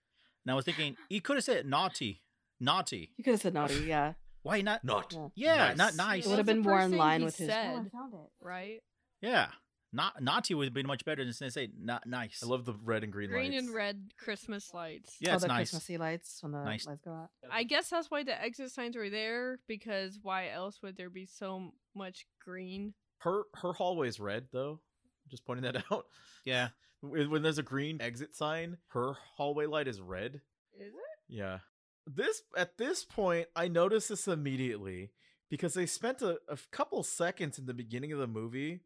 Speaker 4: And I was thinking he could have said naughty, naughty.
Speaker 1: You could have said naughty, yeah.
Speaker 4: Why not?
Speaker 5: Not.
Speaker 1: Yeah.
Speaker 4: Yeah,
Speaker 5: Nice.
Speaker 4: not
Speaker 2: Yeah,
Speaker 4: nice.
Speaker 1: It would have
Speaker 2: that's
Speaker 1: been
Speaker 2: the
Speaker 1: more
Speaker 2: first
Speaker 1: in
Speaker 2: thing
Speaker 1: line
Speaker 2: he
Speaker 1: with his. Oh,
Speaker 2: said.
Speaker 1: found it.
Speaker 2: right.
Speaker 4: Yeah, not naughty would have been much better than saying- say not nice.
Speaker 3: I love the red and green
Speaker 2: Green
Speaker 3: lights.
Speaker 2: and red Christmas lights.
Speaker 4: yeah,
Speaker 1: All
Speaker 4: it's
Speaker 1: the
Speaker 4: nice.
Speaker 1: Christmassy lights when the
Speaker 4: Nice.
Speaker 1: lights go out.
Speaker 2: I guess that's why the exit signs were there because why else would there be so much green?
Speaker 3: Her her hallway's red though. Just pointing that out.
Speaker 4: Yeah,
Speaker 3: When when there's a green exit sign, her hallway light is red.
Speaker 2: Is it?
Speaker 3: Yeah. This at this point, I noticed this immediately because they spent a, a couple seconds in the beginning of the movie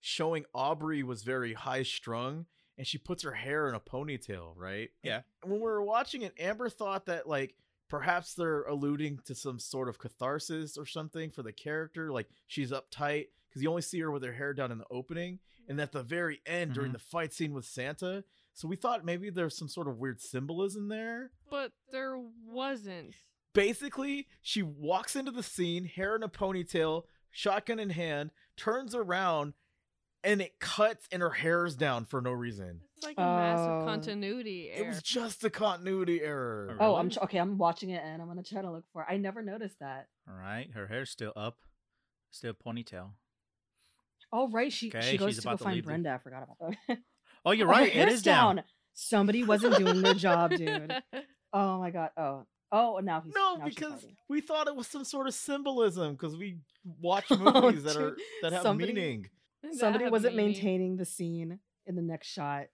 Speaker 3: showing Aubrey was very high strung and she puts her hair in a ponytail, right?
Speaker 4: Yeah.
Speaker 3: When we were watching it, Amber thought that like perhaps they're alluding to some sort of catharsis or something for the character, like she's uptight because you only see her with her hair down in the opening and at the very end during
Speaker 4: Mhm.
Speaker 3: the fight scene with Santa. So we thought maybe there's some sort of weird symbolism there
Speaker 2: But there wasn't.
Speaker 3: basically she walks into the scene hair in a ponytail shotgun in hand turns around and it cuts and her hair's down for no reason
Speaker 2: It's like a massive
Speaker 1: Oh.
Speaker 2: continuity
Speaker 3: it
Speaker 2: error.
Speaker 3: was just a continuity error
Speaker 4: Or-
Speaker 1: Oh, I'm
Speaker 4: Really?
Speaker 1: tr- okay. I'm watching it and I'm gonna try to look for. it. I never noticed that.
Speaker 4: all right. Her hair's still up, still ponytail.
Speaker 1: Oh right, she
Speaker 4: Okay,
Speaker 1: she goes
Speaker 4: she's
Speaker 1: to go
Speaker 4: about to
Speaker 1: find
Speaker 4: leave the-
Speaker 1: Brenda. I forgot about that.
Speaker 4: Oh, you're
Speaker 1: Oh, her
Speaker 4: right. It
Speaker 1: hair's
Speaker 4: is down.
Speaker 1: Somebody wasn't doing their job, dude. Oh my god. Oh oh, now he's
Speaker 3: no
Speaker 1: now she's
Speaker 3: because
Speaker 1: fighting.
Speaker 3: we thought it was some sort of symbolism because we watch
Speaker 1: Oh,
Speaker 3: movies that are
Speaker 1: dude,
Speaker 3: that have
Speaker 1: somebody-
Speaker 3: meaning
Speaker 2: That
Speaker 1: somebody
Speaker 2: had
Speaker 1: wasn't
Speaker 2: meaning.
Speaker 1: maintaining the scene in the next shot.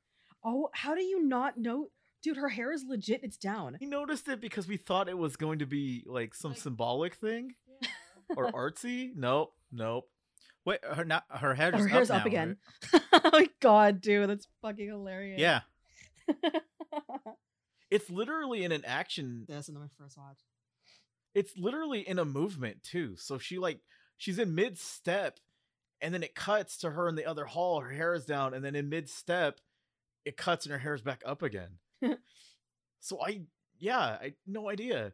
Speaker 1: Oh, how do you not know, dude? Her hair is legit. It's down.
Speaker 3: we noticed it because we thought it was going to be like some
Speaker 2: Like-
Speaker 3: symbolic thing or artsy nope nope
Speaker 4: Wait, her not her hair.
Speaker 1: Her
Speaker 4: is
Speaker 1: hair's
Speaker 4: up,
Speaker 1: up,
Speaker 4: now,
Speaker 1: again.
Speaker 4: right?
Speaker 1: oh my god, dude, that's fucking hilarious.
Speaker 4: Yeah.
Speaker 3: it's literally in an action
Speaker 1: this in my first watch.
Speaker 3: it's literally in a movement too. So she like she's in mid step, and then it cuts to her in the other hall. Her hair is down, and then in mid step, it cuts and her hair is back up again. so I yeah I no idea.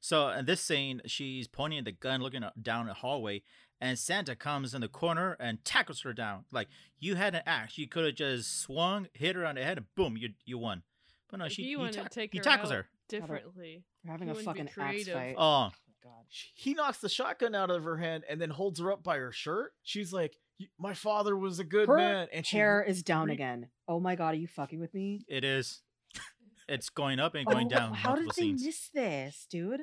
Speaker 4: So in this scene, she's pointing the gun, looking a- down the hallway, and Santa comes in the corner and tackles her down. Like you had an axe, you could have just swung, hit her on the head, and boom, you you won. But no,
Speaker 2: If
Speaker 4: she
Speaker 2: you
Speaker 4: he,
Speaker 2: wanna
Speaker 4: tack-
Speaker 2: take
Speaker 4: he
Speaker 2: her
Speaker 4: tackles
Speaker 2: out-
Speaker 4: her.
Speaker 2: Differently.
Speaker 1: We're having
Speaker 2: You
Speaker 1: a
Speaker 2: wouldn't be
Speaker 1: fucking axe
Speaker 2: creative.
Speaker 1: fight.
Speaker 4: Oh,
Speaker 1: god.
Speaker 3: Sh- He knocks the shotgun out of her hand and then holds her up by her shirt. She's like, "Y- "My father was a good
Speaker 1: Her
Speaker 3: man," and she
Speaker 1: hair is down
Speaker 3: re-
Speaker 1: again. Oh my god, are you fucking with me?
Speaker 4: it is. It's going up and
Speaker 1: Oh,
Speaker 4: going
Speaker 1: what-
Speaker 4: down.
Speaker 1: How did
Speaker 4: multiple
Speaker 1: they
Speaker 4: scenes.
Speaker 1: miss this, dude?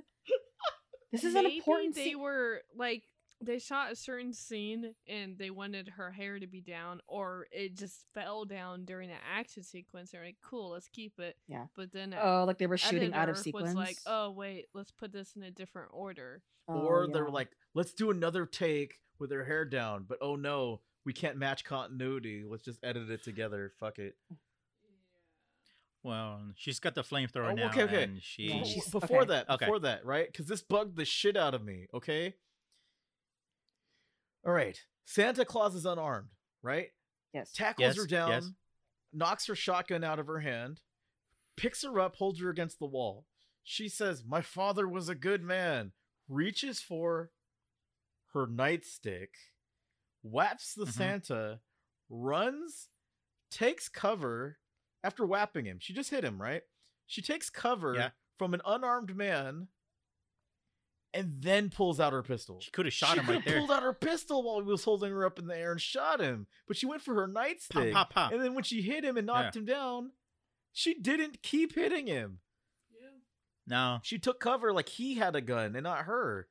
Speaker 1: This is an
Speaker 2: Maybe
Speaker 1: important
Speaker 2: They
Speaker 1: scene.
Speaker 2: were like they shot a certain scene and they wanted her hair to be down, or it just fell down during the action sequence. They're like, "Cool, let's keep it."
Speaker 1: Yeah.
Speaker 2: But then uh, a
Speaker 1: Oh, like they were shooting out of
Speaker 2: editor
Speaker 1: sequence.
Speaker 2: Was like, "Oh wait, let's put this in a different order."
Speaker 1: Oh,
Speaker 3: or
Speaker 1: yeah.
Speaker 3: they're like, "Let's do another take with her hair down," but oh no. We can't match continuity. Let's just edit it together. Fuck it.
Speaker 4: Well, she's got the flamethrower
Speaker 3: Oh,
Speaker 4: now,
Speaker 3: okay, okay.
Speaker 4: and she.
Speaker 1: Yeah,
Speaker 3: Befo-
Speaker 1: she's-
Speaker 3: before
Speaker 1: okay.
Speaker 3: that,
Speaker 4: Okay.
Speaker 3: before that, right? Because this bugged the shit out of me. Okay. All right. Santa Claus is unarmed, right?
Speaker 1: yes.
Speaker 3: Tackles her
Speaker 4: Yes,
Speaker 3: down,
Speaker 4: yes.
Speaker 3: knocks her shotgun out of her hand, picks her up, holds her against the wall. She says, "My father was a good man." Reaches for her nightstick, whaps the
Speaker 4: Mhm.
Speaker 3: Santa, runs, takes cover after whapping him. She just hit him, right? She takes cover,
Speaker 4: Yeah.
Speaker 3: from an unarmed man, and then pulls out her pistol.
Speaker 4: She could have shot him right
Speaker 3: coulda
Speaker 4: there.
Speaker 3: pulled out her pistol while he was holding her up in the air and shot him, but she went for her
Speaker 4: Pop,
Speaker 3: nightstick.
Speaker 4: pop, pop.
Speaker 3: And then when she hit him and knocked him down, she didn't keep hitting him.
Speaker 4: No,
Speaker 3: She took cover like he had a gun and not her.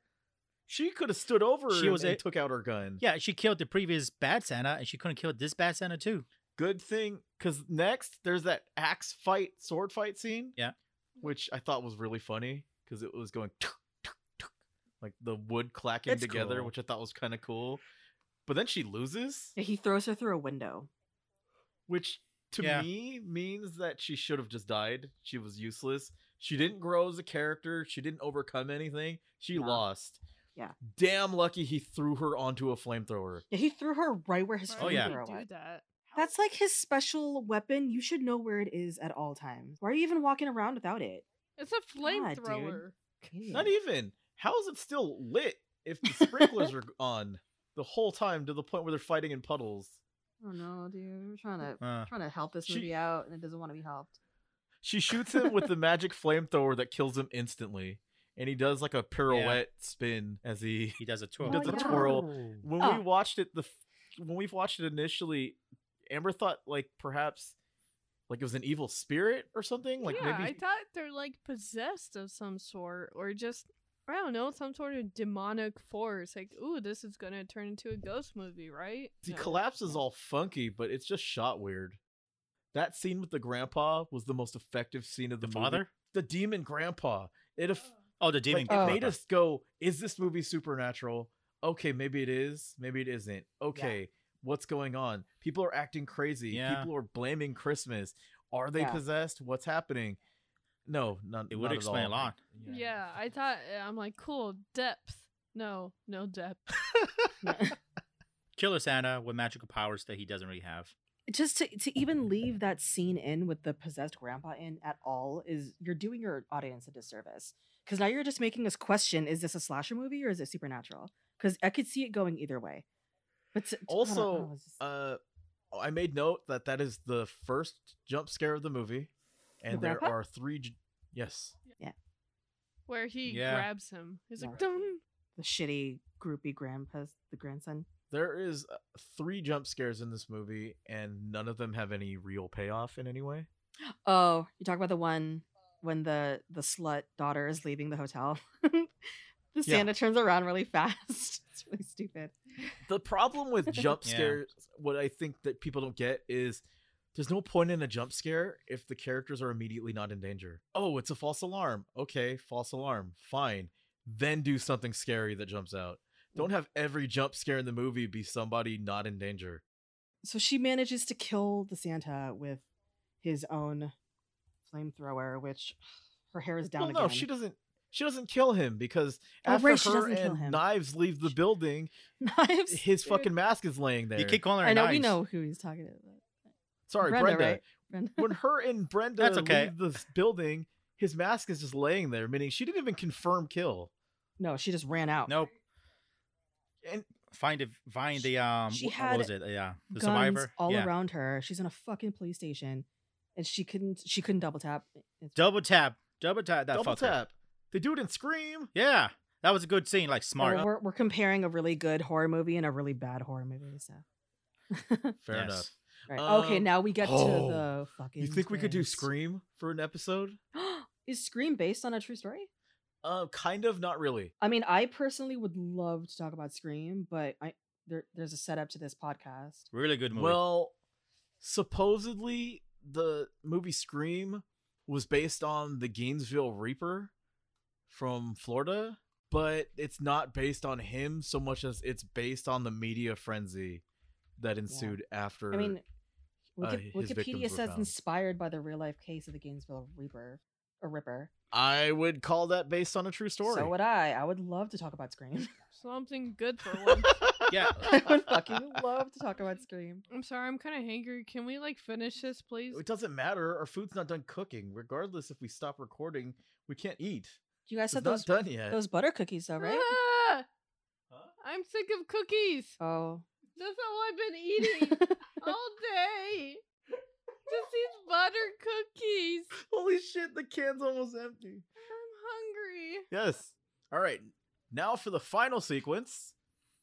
Speaker 3: She could have stood over
Speaker 4: She
Speaker 3: him
Speaker 4: was
Speaker 3: and
Speaker 4: a-
Speaker 3: took out her gun.
Speaker 4: yeah, she killed the previous bad Santa, and she couldn't kill this bad Santa too.
Speaker 3: Good thing, because next there's that axe fight, sword fight scene.
Speaker 4: Yeah.
Speaker 3: Which I thought was really funny because it was going tuk, tuk, tuk, like the wood clacking
Speaker 4: It's
Speaker 3: together,
Speaker 4: cool.
Speaker 3: which I thought was kind of cool. But then she loses,
Speaker 1: He throws her through a window.
Speaker 3: which to
Speaker 4: Yeah.
Speaker 3: me means that she should have just died. She was useless. She didn't grow as a character. She didn't overcome anything. She
Speaker 1: No.
Speaker 3: lost.
Speaker 1: Yeah.
Speaker 3: Damn lucky he threw her onto a flamethrower.
Speaker 1: Yeah, he threw her right where his
Speaker 2: Why
Speaker 4: Oh,
Speaker 2: would
Speaker 4: yeah.
Speaker 2: you
Speaker 1: flamethrower
Speaker 2: do
Speaker 1: was.
Speaker 2: that?
Speaker 1: That's like his special weapon. You should know where it is at all times. Why are you even walking around without it?
Speaker 2: It's a flamethrower.
Speaker 3: Not e even. How is it still lit if the sprinklers are on the whole time to the point where they're fighting in puddles?
Speaker 1: I don't know, dude. We're trying to
Speaker 4: Uh,
Speaker 1: trying to help this
Speaker 3: She-
Speaker 1: movie out, and it doesn't want to be helped.
Speaker 3: She shoots him with the magic flamethrower that kills him instantly, and he does like a pirouette spin as he.
Speaker 4: he does a twirl.
Speaker 1: Oh,
Speaker 3: does a
Speaker 1: yeah.
Speaker 3: twirl. When
Speaker 1: Oh.
Speaker 3: we watched it, the f- when we watched it initially, Amber thought like perhaps like it was an evil spirit or something. Like
Speaker 2: yeah, I
Speaker 3: maybe
Speaker 2: thought they're like possessed of some sort, or just I don't know, some sort of demonic force. Like, ooh, this is gonna turn into a ghost movie, right?
Speaker 3: he
Speaker 2: No.
Speaker 3: collapses all funky, but it's just shot weird. That scene with the grandpa was the most effective scene of
Speaker 4: The
Speaker 3: the, movie.
Speaker 4: father?
Speaker 3: the demon grandpa. It eff-
Speaker 4: Oh, the demon.
Speaker 3: like,
Speaker 1: Oh.
Speaker 3: it made
Speaker 4: grandpa.
Speaker 3: us go, is this movie supernatural? Okay, maybe it is, maybe it isn't. Okay, what's going on? People are acting crazy.
Speaker 4: Yeah.
Speaker 3: People are blaming Christmas. Are they
Speaker 1: Yeah.
Speaker 3: possessed? What's happening? No, not
Speaker 4: It would
Speaker 3: not at
Speaker 4: explain a
Speaker 3: all.
Speaker 4: lot.
Speaker 2: Yeah. I thought eh, I'm like, cool, depth. No, no depth.
Speaker 4: Killer Santa with magical powers that he doesn't really have.
Speaker 1: Just to to even leave that scene in with the possessed grandpa in at all is you're doing your audience a disservice because now you're just making us question: Is this a slasher movie or is it supernatural? Because I could see it going either way. But to- to- I don't
Speaker 3: Also,
Speaker 1: know, it's just-
Speaker 3: Uh, I made note that that is the first jump scare of the movie, and there
Speaker 1: grandpa?
Speaker 3: are three. J- yes,
Speaker 2: Where he
Speaker 4: Yeah.
Speaker 2: grabs him. He's like,
Speaker 1: Yeah.
Speaker 2: dun.
Speaker 1: the shitty groupie grandpa, the grandson.
Speaker 3: there is uh, three jump scares in this movie, and none of them have any real payoff in any way.
Speaker 1: Oh, you talk about the one when the the slut daughter is leaving the hotel. the
Speaker 3: Yeah.
Speaker 1: Santa turns around really fast. It's really stupid.
Speaker 3: the problem with jump
Speaker 4: Yeah.
Speaker 3: scares what i think that people don't get is there's no point in a jump scare if the characters are immediately not in danger oh it's a false alarm okay false alarm fine then do something scary that jumps out don't have every jump scare in the movie be somebody not in danger
Speaker 1: So she manages to kill the Santa with his own flamethrower, which her hair is down
Speaker 3: well
Speaker 1: again.
Speaker 3: no she doesn't she doesn't kill him because
Speaker 1: Oh,
Speaker 3: after
Speaker 1: right, she
Speaker 3: her
Speaker 1: doesn't kill
Speaker 3: and
Speaker 1: him.
Speaker 3: knives leave the building
Speaker 1: Knives.
Speaker 3: his fucking mask is laying there
Speaker 4: You keep calling her.
Speaker 1: I know we
Speaker 4: knives.
Speaker 1: know who he's talking to. but-
Speaker 3: sorry
Speaker 1: Brenda,
Speaker 3: brenda,
Speaker 1: right? Brenda.
Speaker 3: when her and Brenda
Speaker 4: That's okay.
Speaker 3: leave this building, his mask is just laying there, meaning she didn't even confirm kill.
Speaker 1: no, she just ran out.
Speaker 4: Nope.
Speaker 3: And
Speaker 4: Find the find the um.
Speaker 1: she
Speaker 4: wh-
Speaker 1: had
Speaker 4: what was it? Yeah, the
Speaker 1: guns
Speaker 4: survivor.
Speaker 1: all
Speaker 4: yeah.
Speaker 1: around her. She's in a fucking police station, and she couldn't. She couldn't double tap. It's-
Speaker 4: Double tap. Double tap. That
Speaker 3: double
Speaker 4: fucker.
Speaker 3: tap. They do it in Scream.
Speaker 4: Yeah, that was a good scene. Like smart.
Speaker 1: Well, we're, we're comparing a really good horror movie and a really bad horror movie, so.
Speaker 3: Fair
Speaker 4: Yes.
Speaker 3: enough.
Speaker 1: right. okay,
Speaker 3: Um,
Speaker 1: now we get
Speaker 3: oh,
Speaker 1: to the fucking.
Speaker 3: You think we could do
Speaker 1: twist.
Speaker 3: Scream for an episode?
Speaker 1: Is Scream based on a true story?
Speaker 3: Uh, kind of, not really.
Speaker 1: I mean, I personally would love to talk about Scream, but I there, there's a setup to this podcast.
Speaker 4: Really good movie.
Speaker 3: Well, supposedly the movie Scream was based on the Gainesville Reaper from Florida, but it's not based on him so much as it's based on the media frenzy that ensued after
Speaker 1: I mean,
Speaker 3: uh,
Speaker 1: Wiki-
Speaker 3: his
Speaker 1: Wikipedia
Speaker 3: victims were
Speaker 1: says
Speaker 3: found.
Speaker 1: inspired by the real life case of the Gainesville Reaper or Ripper.
Speaker 3: I would call that based on a true story.
Speaker 1: So would I. I would love to talk about Scream.
Speaker 2: Something good for once.
Speaker 4: yeah.
Speaker 1: I would fucking love to talk about Scream.
Speaker 2: I'm sorry, I'm kind of hangry. Can we like finish this, please?
Speaker 3: It doesn't matter. Our food's not done cooking. Regardless, if we stop recording, we can't eat.
Speaker 1: You guys
Speaker 3: It's
Speaker 1: said
Speaker 3: not
Speaker 1: those
Speaker 3: done yet.
Speaker 1: those butter cookies though, right?
Speaker 2: Ah! I'm sick of cookies.
Speaker 1: Oh.
Speaker 2: That's all I've been eating all day. just these butter cookies.
Speaker 3: Holy shit, the can's almost empty.
Speaker 2: I'm hungry.
Speaker 3: Yes. All right. Now for the final sequence,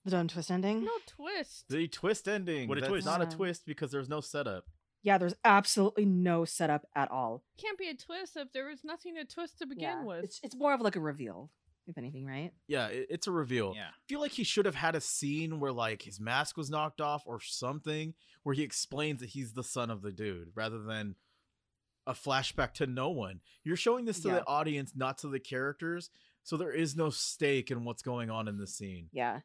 Speaker 1: The done twist ending.
Speaker 2: No twist.
Speaker 3: the twist ending.
Speaker 4: What a
Speaker 3: That's
Speaker 4: twist.
Speaker 3: Not a
Speaker 1: Wow.
Speaker 3: twist because there's no setup.
Speaker 1: Yeah, there's absolutely no setup at all.
Speaker 2: Can't be a twist if there was nothing to twist to begin
Speaker 1: Yeah.
Speaker 2: with.
Speaker 1: It's, it's more of like a reveal, if anything, right?
Speaker 3: Yeah, it, it's a reveal.
Speaker 4: Yeah.
Speaker 3: I feel like he should have had a scene where like his mask was knocked off or something, where he explains that he's the son of the dude, rather than a flashback to no one. You're showing this to
Speaker 1: Yeah.
Speaker 3: the audience, not to the characters, so there is no stake in what's going on in the scene.
Speaker 1: Yeah.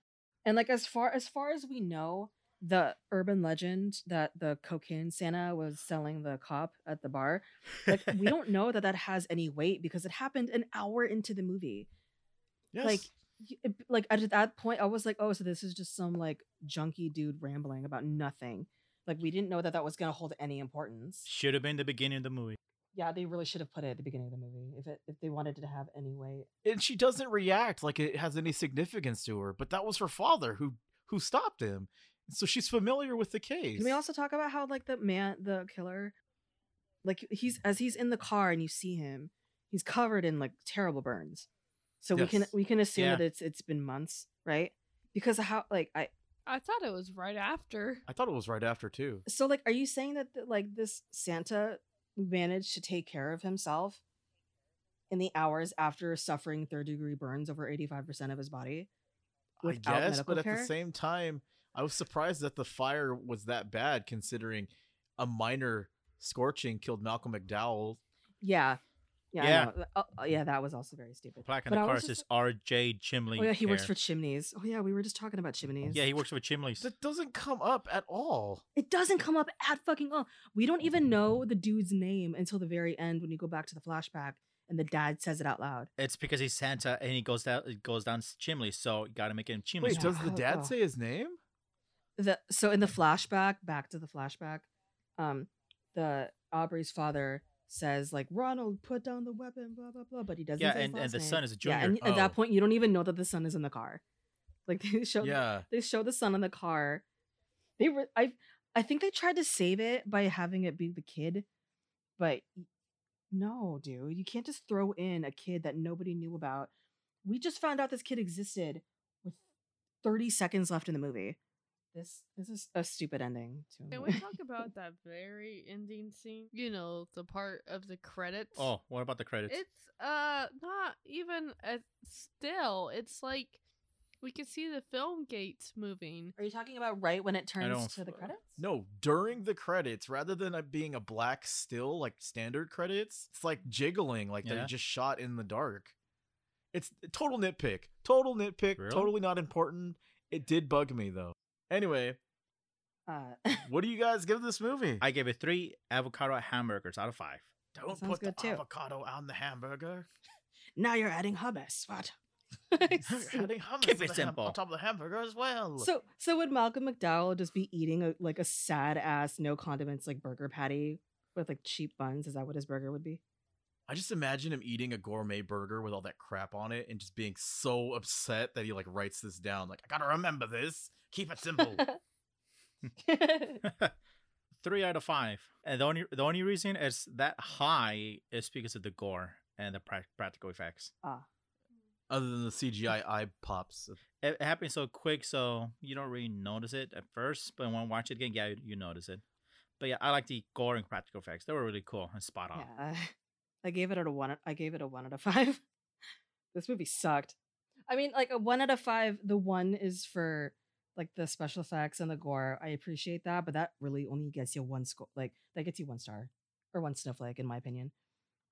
Speaker 1: And like as far as far as we know, the urban legend that the cocaine Santa was selling the cop at the bar, like we don't know that that has any weight because it happened an hour into the movie.
Speaker 3: Yes.
Speaker 1: Like y- it- like at that point I was like, "Oh, so this is just some like junky dude rambling about nothing." Like we didn't know that that was going to hold any importance.
Speaker 4: Should have been the beginning of the movie.
Speaker 1: Yeah, they really should have put it at the beginning of the movie if it if they wanted it to have any weight.
Speaker 3: and she doesn't react like it has any significance to her, but that was her father who who stopped him. So she's familiar with the case.
Speaker 1: Can we also talk about how like the man, the killer, like he's as he's in the car and you see him, he's covered in like terrible burns. So we can
Speaker 3: Yes.
Speaker 1: we can assume
Speaker 4: Yeah.
Speaker 1: that it's it's been months, right? Because of how like I
Speaker 2: I thought it was right after.
Speaker 3: I thought it was right after too.
Speaker 1: so like are you saying that that, like this Santa managed to take care of himself in the hours after suffering third degree burns over eighty five percent of his body?
Speaker 3: I
Speaker 1: without
Speaker 3: guess,
Speaker 1: medical
Speaker 3: but at the
Speaker 1: care?
Speaker 3: same time, I was surprised that the fire was that bad considering a minor scorching killed Malcolm McDowell.
Speaker 1: Yeah. Yeah,
Speaker 4: Yeah.
Speaker 1: yeah. Oh, oh, yeah, that was also very stupid.
Speaker 4: The plaque on
Speaker 1: But I
Speaker 4: the car
Speaker 1: was
Speaker 4: says
Speaker 1: just-
Speaker 4: R.J. Chimley.
Speaker 1: Oh yeah, he works
Speaker 4: Care.
Speaker 1: for chimneys. Oh yeah, we were just talking about chimneys.
Speaker 4: Yeah, he works for Chimleys.
Speaker 3: That doesn't come up at all.
Speaker 1: It doesn't come up at fucking all. We don't even know the dude's name until the very end when you go back to the flashback and the dad says it out loud.
Speaker 4: It's because he's Santa and he goes down it goes down chimney, so you gotta make him chimney.
Speaker 3: Wait,
Speaker 1: Chimley's
Speaker 3: does
Speaker 1: not-
Speaker 3: the
Speaker 1: oh,
Speaker 3: dad
Speaker 1: oh.
Speaker 3: say his name?
Speaker 1: The so in the flashback, back to the flashback, um, the Aubrey's father says like Ronald, put down the weapon, blah blah blah, but he doesn't.
Speaker 4: Yeah,
Speaker 1: say his
Speaker 4: and- and
Speaker 1: last
Speaker 4: the
Speaker 1: name.
Speaker 4: son is a
Speaker 1: Yeah, and
Speaker 4: junior.
Speaker 1: at that
Speaker 4: Oh.
Speaker 1: point, you don't even know that the son is in the car. Like they show,
Speaker 3: Yeah.
Speaker 1: they show the son in the car. They were I I think they tried to save it by having it be the kid, but y- no, dude, you can't just throw in a kid that nobody knew about. We just found out this kid existed with 30 seconds left in the movie. This this is a stupid ending to a
Speaker 2: Can we
Speaker 1: movie.
Speaker 2: talk about that very ending scene? You know, the part of the credits.
Speaker 4: Oh, what about the credits?
Speaker 2: It's uh not even a still. It's like we can see the film gates moving.
Speaker 1: Are you talking about right when it
Speaker 4: don't
Speaker 1: turns to the
Speaker 4: f-
Speaker 1: credits?
Speaker 3: No, during the credits, rather than it being a black still like standard credits, it's like jiggling, like
Speaker 4: Yeah.
Speaker 3: they're just shot in the dark. It's total nitpick, total nitpick,
Speaker 4: Really?
Speaker 3: totally not important. It did bug me though. Anyway,
Speaker 1: Uh,
Speaker 3: what do you guys give this movie?
Speaker 4: I gave it three avocado hamburgers out of five.
Speaker 3: Don't
Speaker 1: sounds
Speaker 3: put the
Speaker 1: good, too.
Speaker 3: avocado on the hamburger.
Speaker 1: now you're adding hummus. What?
Speaker 3: You're adding hummus
Speaker 4: Keep
Speaker 3: on the
Speaker 4: it
Speaker 3: ham-
Speaker 4: simple.
Speaker 3: on top of the hamburger as well.
Speaker 1: So, so would Malcolm McDowell just be eating a, like a sad ass, no condiments, like burger patty with like cheap buns? Is that what his burger would be?
Speaker 3: I just imagine him eating a gourmet burger with all that crap on it and just being so upset that he like writes this down. Like, I gotta remember this. Keep it simple.
Speaker 4: three out of five. And the only the only reason it's that high is because of the gore and the prac practical effects.
Speaker 3: Other than the CGI eye pops.
Speaker 4: It, it happens so quick, so you don't really notice it at first. But when you watch it again, yeah, you, you notice it. But yeah, I like the gore and practical effects. They were really cool and spot on.
Speaker 1: yeah, I gave it a one. I gave it a one out of five. this movie sucked. I mean, like a one out of five. The one is for like the special effects and the gore. I appreciate that, but that really only gets you one score. Like that gets you one star or one snowflake, in my opinion.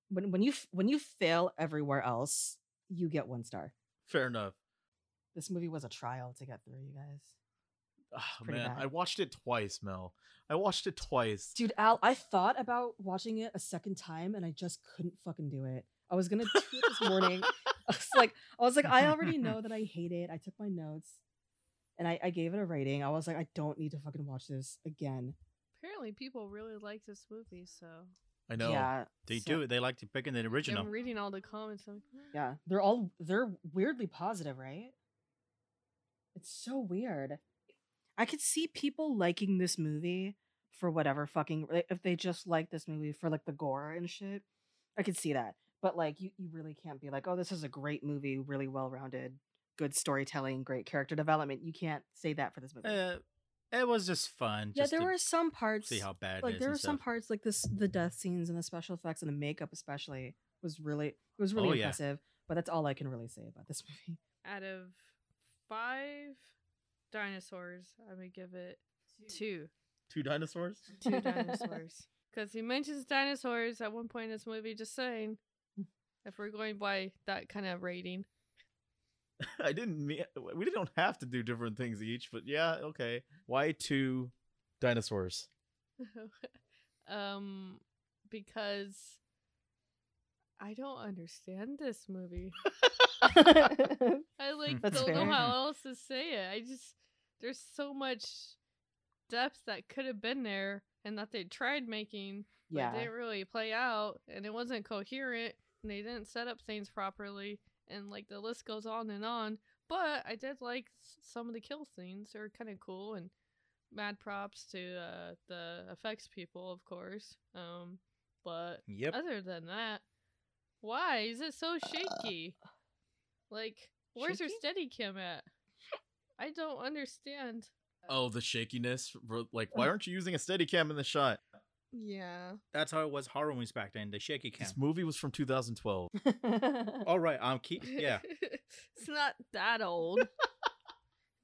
Speaker 1: When when you f- when you fail everywhere else, you get one star.
Speaker 3: Fair enough.
Speaker 1: this movie was a trial to get through, you guys.
Speaker 3: Oh,
Speaker 1: pretty
Speaker 3: man,
Speaker 1: bad.
Speaker 3: I watched it twice, Mel. I watched it twice.
Speaker 1: Dude, Al, I thought about watching it a second time and I just couldn't fucking do it. I was gonna do it this morning. I was like, I was like, I already know that I hate it. I took my notes and I, I gave it a rating. I was like, I don't need to fucking watch this again.
Speaker 2: Apparently, people really like this movie, so
Speaker 3: I know.
Speaker 1: Yeah.
Speaker 4: They
Speaker 1: so-
Speaker 4: do. They like to pick in the original.
Speaker 2: I'm reading all the comments. I'm like,
Speaker 1: Yeah. They're all they're weirdly positive, right? It's so weird. I could see people liking this movie for whatever fucking like, if they just like this movie for like the gore and shit, I could see that. But like you, you really can't be like, oh, this is a great movie, really well rounded, good storytelling, great character development. You can't say that for this movie.
Speaker 4: Uh, it was just fun.
Speaker 1: yeah,
Speaker 4: just
Speaker 1: there
Speaker 4: to
Speaker 1: were some parts
Speaker 4: see how bad it
Speaker 1: like
Speaker 4: is.
Speaker 1: there
Speaker 4: and
Speaker 1: were some
Speaker 4: stuff.
Speaker 1: parts like this the death scenes and the special effects and the makeup especially was really it was really
Speaker 4: Oh, yeah.
Speaker 1: impressive but that's all i can really say about this movie
Speaker 2: Out of five dinosaurs, I would give it two.
Speaker 3: Two dinosaurs.
Speaker 2: Two dinosaurs. Because he mentions dinosaurs at one point in this movie, just saying. If we're going by that kind of rating.
Speaker 3: I didn't mean we don't have to do different things each, but yeah, okay. Why two dinosaurs?
Speaker 2: um because I don't understand this movie. I like
Speaker 1: That's
Speaker 2: don't
Speaker 1: fair.
Speaker 2: know how else to say it. I just there's so much depth that could have been there and that they tried making but
Speaker 1: yeah
Speaker 2: didn't really play out and it wasn't coherent and they didn't set up things properly and like the list goes on and on. But I did like s- some of the kill scenes. They were kind of cool and mad props to uh, the effects people, of course. Um, but
Speaker 4: Yep.
Speaker 2: other than that, why is it so shaky? like, where's her steady cam at? I don't understand.
Speaker 3: Oh, the shakiness. r- Like, why aren't you using a steady cam in the shot?
Speaker 2: Yeah.
Speaker 4: That's how it was horror movies back then. The shaky cam.
Speaker 3: This movie was from 2012.
Speaker 4: All right, I'm keep. Yeah.
Speaker 2: it's not that old.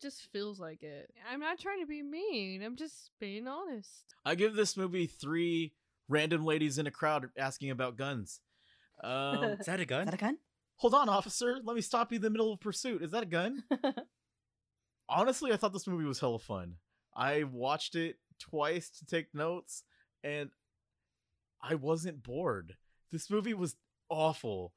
Speaker 2: just feels like it. I'm not trying to be mean. I'm just being honest.
Speaker 3: I give this movie three random ladies in a crowd asking about guns. Um,
Speaker 4: Is that a
Speaker 1: is
Speaker 4: gun?
Speaker 1: that a gun
Speaker 3: hold on, officer. Let me stop you in the middle of pursuit. Is that a gun? Honestly, I thought this movie was hella fun. I watched it twice to take notes, and I wasn't bored. This movie was awful.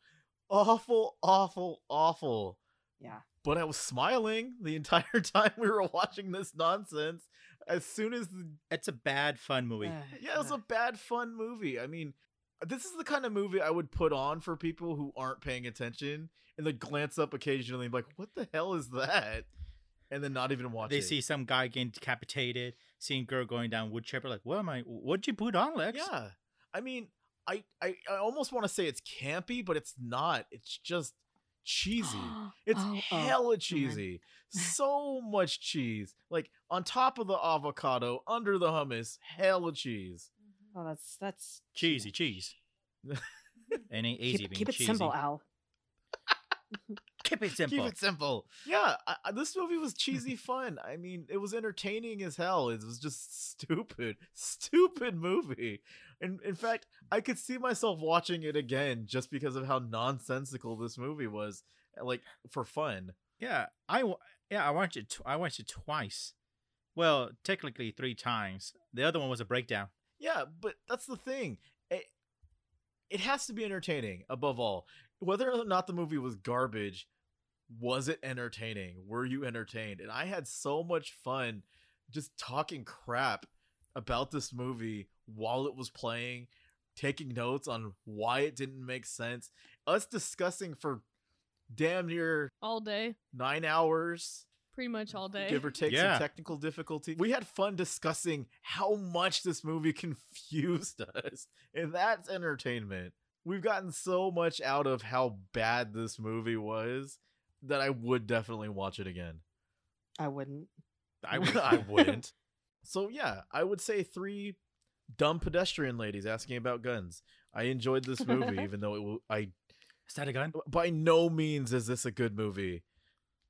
Speaker 3: Awful, awful, awful.
Speaker 1: yeah
Speaker 3: but I was smiling the entire time we were watching this nonsense. As soon as the
Speaker 4: It's a bad fun movie.
Speaker 1: Ugh,
Speaker 3: yeah, it was a
Speaker 1: ugh.
Speaker 3: bad fun movie. I mean, this is the kind of movie I would put on for people who aren't paying attention and then glance up occasionally and be like, "What the hell is that?" and then not even watch
Speaker 4: they
Speaker 3: it.
Speaker 4: see some guy getting decapitated, seeing girl going down wood chipper. Like, what am I? What'd you put on, Lex?
Speaker 3: Yeah. I mean, I I, I almost want to say it's campy, but it's not. It's just cheesy. It's
Speaker 1: Oh, oh,
Speaker 3: hella cheesy. So much cheese. Like on top of the avocado, under the hummus, hella cheese.
Speaker 1: oh that's that's
Speaker 4: Cheesy cheese. it ain't easy
Speaker 1: keep,
Speaker 4: being
Speaker 1: keep it
Speaker 4: cheesy.
Speaker 1: simple al
Speaker 4: Keep it simple.
Speaker 3: Keep it simple. Yeah, I, I- this movie was cheesy fun. I mean, it was entertaining as hell. It was just stupid, stupid movie. And in fact, I could see myself watching it again just because of how nonsensical this movie was, like for fun.
Speaker 4: Yeah, I wa- yeah I watched it. Tw- I watched it twice. Well, technically three times. The other one was a breakdown.
Speaker 3: Yeah, but that's the thing. It, it has to be entertaining above all. Whether or not the movie was garbage, was it entertaining? Were you entertained? And I had so much fun just talking crap about this movie while it was playing, taking notes on why it didn't make sense, us discussing for damn near
Speaker 2: All day.
Speaker 3: nine hours
Speaker 2: Pretty much all day.
Speaker 3: give or take
Speaker 4: Yeah.
Speaker 3: some technical difficulty. We had fun discussing how much this movie confused us, and that's entertainment. We've gotten so much out of how bad this movie was that I would definitely watch it again.
Speaker 1: i wouldn't
Speaker 4: I
Speaker 3: would.
Speaker 4: was.
Speaker 3: I wouldn't. So yeah, I would say three dumb pedestrian ladies asking about guns. I enjoyed this movie, even though it w- I
Speaker 4: Is that a gun?
Speaker 3: by no means is this a good movie.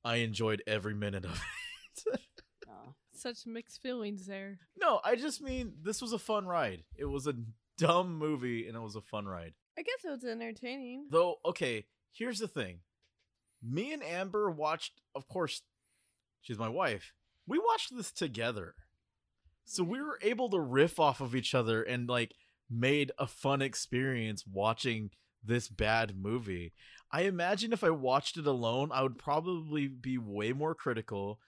Speaker 3: I enjoyed every minute of it.
Speaker 1: no.
Speaker 2: Such mixed feelings there.
Speaker 3: No, I just mean this was a fun ride. It was a dumb movie and it was a fun ride.
Speaker 2: I guess it was entertaining.
Speaker 3: Though, okay, here's the thing. Me and Amber watched, of course, she's my wife. We watched this together. So we were able to riff off of each other and like made a fun experience watching this bad movie. I imagine if I watched it alone, I would probably be way more critical.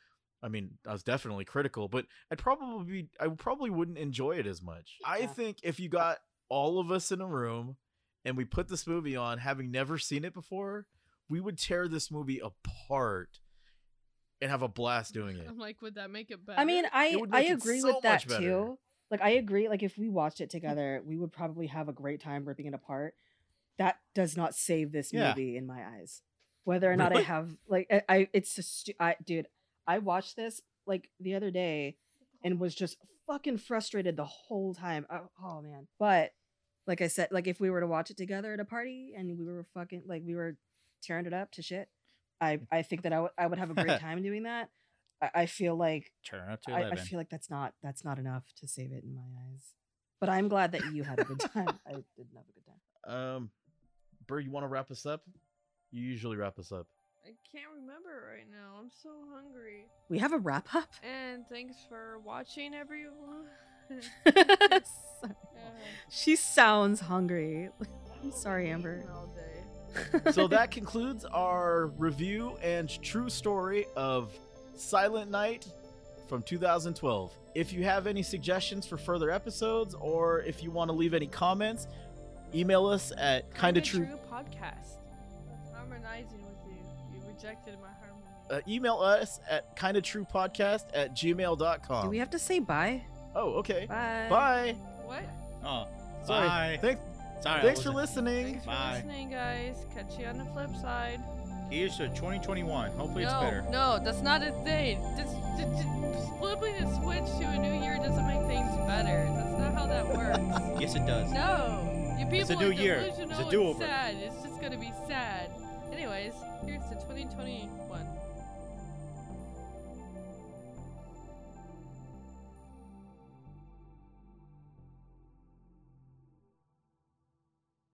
Speaker 3: I mean, I was definitely critical, but I'd probably be I probably wouldn't enjoy it as much. I
Speaker 1: Yeah.
Speaker 3: think if you got all of us in a room and we put this movie on having never seen it before, we would tear this movie apart and have a blast doing it.
Speaker 2: I'm like, would that make it better?
Speaker 1: i mean i
Speaker 3: would
Speaker 1: i
Speaker 3: make it
Speaker 1: agree
Speaker 3: so
Speaker 1: with that
Speaker 3: much better.
Speaker 1: too like I agree. Like if we watched it together, we would probably have a great time ripping it apart. That does not save this
Speaker 4: Yeah.
Speaker 1: movie in my eyes. Whether or not I
Speaker 3: Really?
Speaker 1: have like I, I it's just stu- I dude, I watched this like the other day and was just fucking frustrated the whole time. Oh, oh man. But like I said, like if we were to watch it together at a party and we were fucking like we were tearing it up to shit, I I think that I would I would have a great time doing that. I, I feel like
Speaker 4: Turn it up to
Speaker 1: I, I
Speaker 4: eleven.
Speaker 1: feel like that's not that's not enough to save it in my eyes. But I'm glad that you had a good time. I didn't have a good time.
Speaker 3: Um, Burr, you want to wrap us up?
Speaker 5: You usually wrap us up.
Speaker 2: I can't remember right now. I'm so hungry.
Speaker 1: We have a wrap up.
Speaker 2: And thanks for watching, everyone. Uh,
Speaker 1: she sounds hungry. I'm sorry, Amber.
Speaker 2: All day.
Speaker 3: so that concludes our review and true story of Silent Night from 2012. If you have any suggestions for further episodes or if you want to leave any comments, email us at kind of true.
Speaker 2: podcast. I'm harmonizing with you. You rejected my harmony.
Speaker 3: Uh, email us at kind of true podcast at gmail.com.
Speaker 1: Do we have to say bye?
Speaker 3: oh, okay.
Speaker 1: Bye.
Speaker 3: Um. Bye.
Speaker 2: what?
Speaker 4: oh,
Speaker 3: Sorry.
Speaker 4: Bye.
Speaker 3: Thanks,
Speaker 4: sorry. I
Speaker 3: thanks for
Speaker 4: wasn't-
Speaker 3: listening.
Speaker 2: Thanks
Speaker 4: Bye.
Speaker 2: for listening, guys. Catch you on the flip side.
Speaker 4: Here's to 2021. Hopefully it's
Speaker 2: no,
Speaker 4: better.
Speaker 2: no, that's not a thing. Just, just, just flipping a switch to a new year doesn't make things better. That's not how that works.
Speaker 4: Yes, it does.
Speaker 2: no, you people
Speaker 4: a new
Speaker 2: are
Speaker 4: year. It's a
Speaker 2: delusional and
Speaker 4: do-over.
Speaker 2: sad. It's just gonna be sad. Anyways, here's to 2021.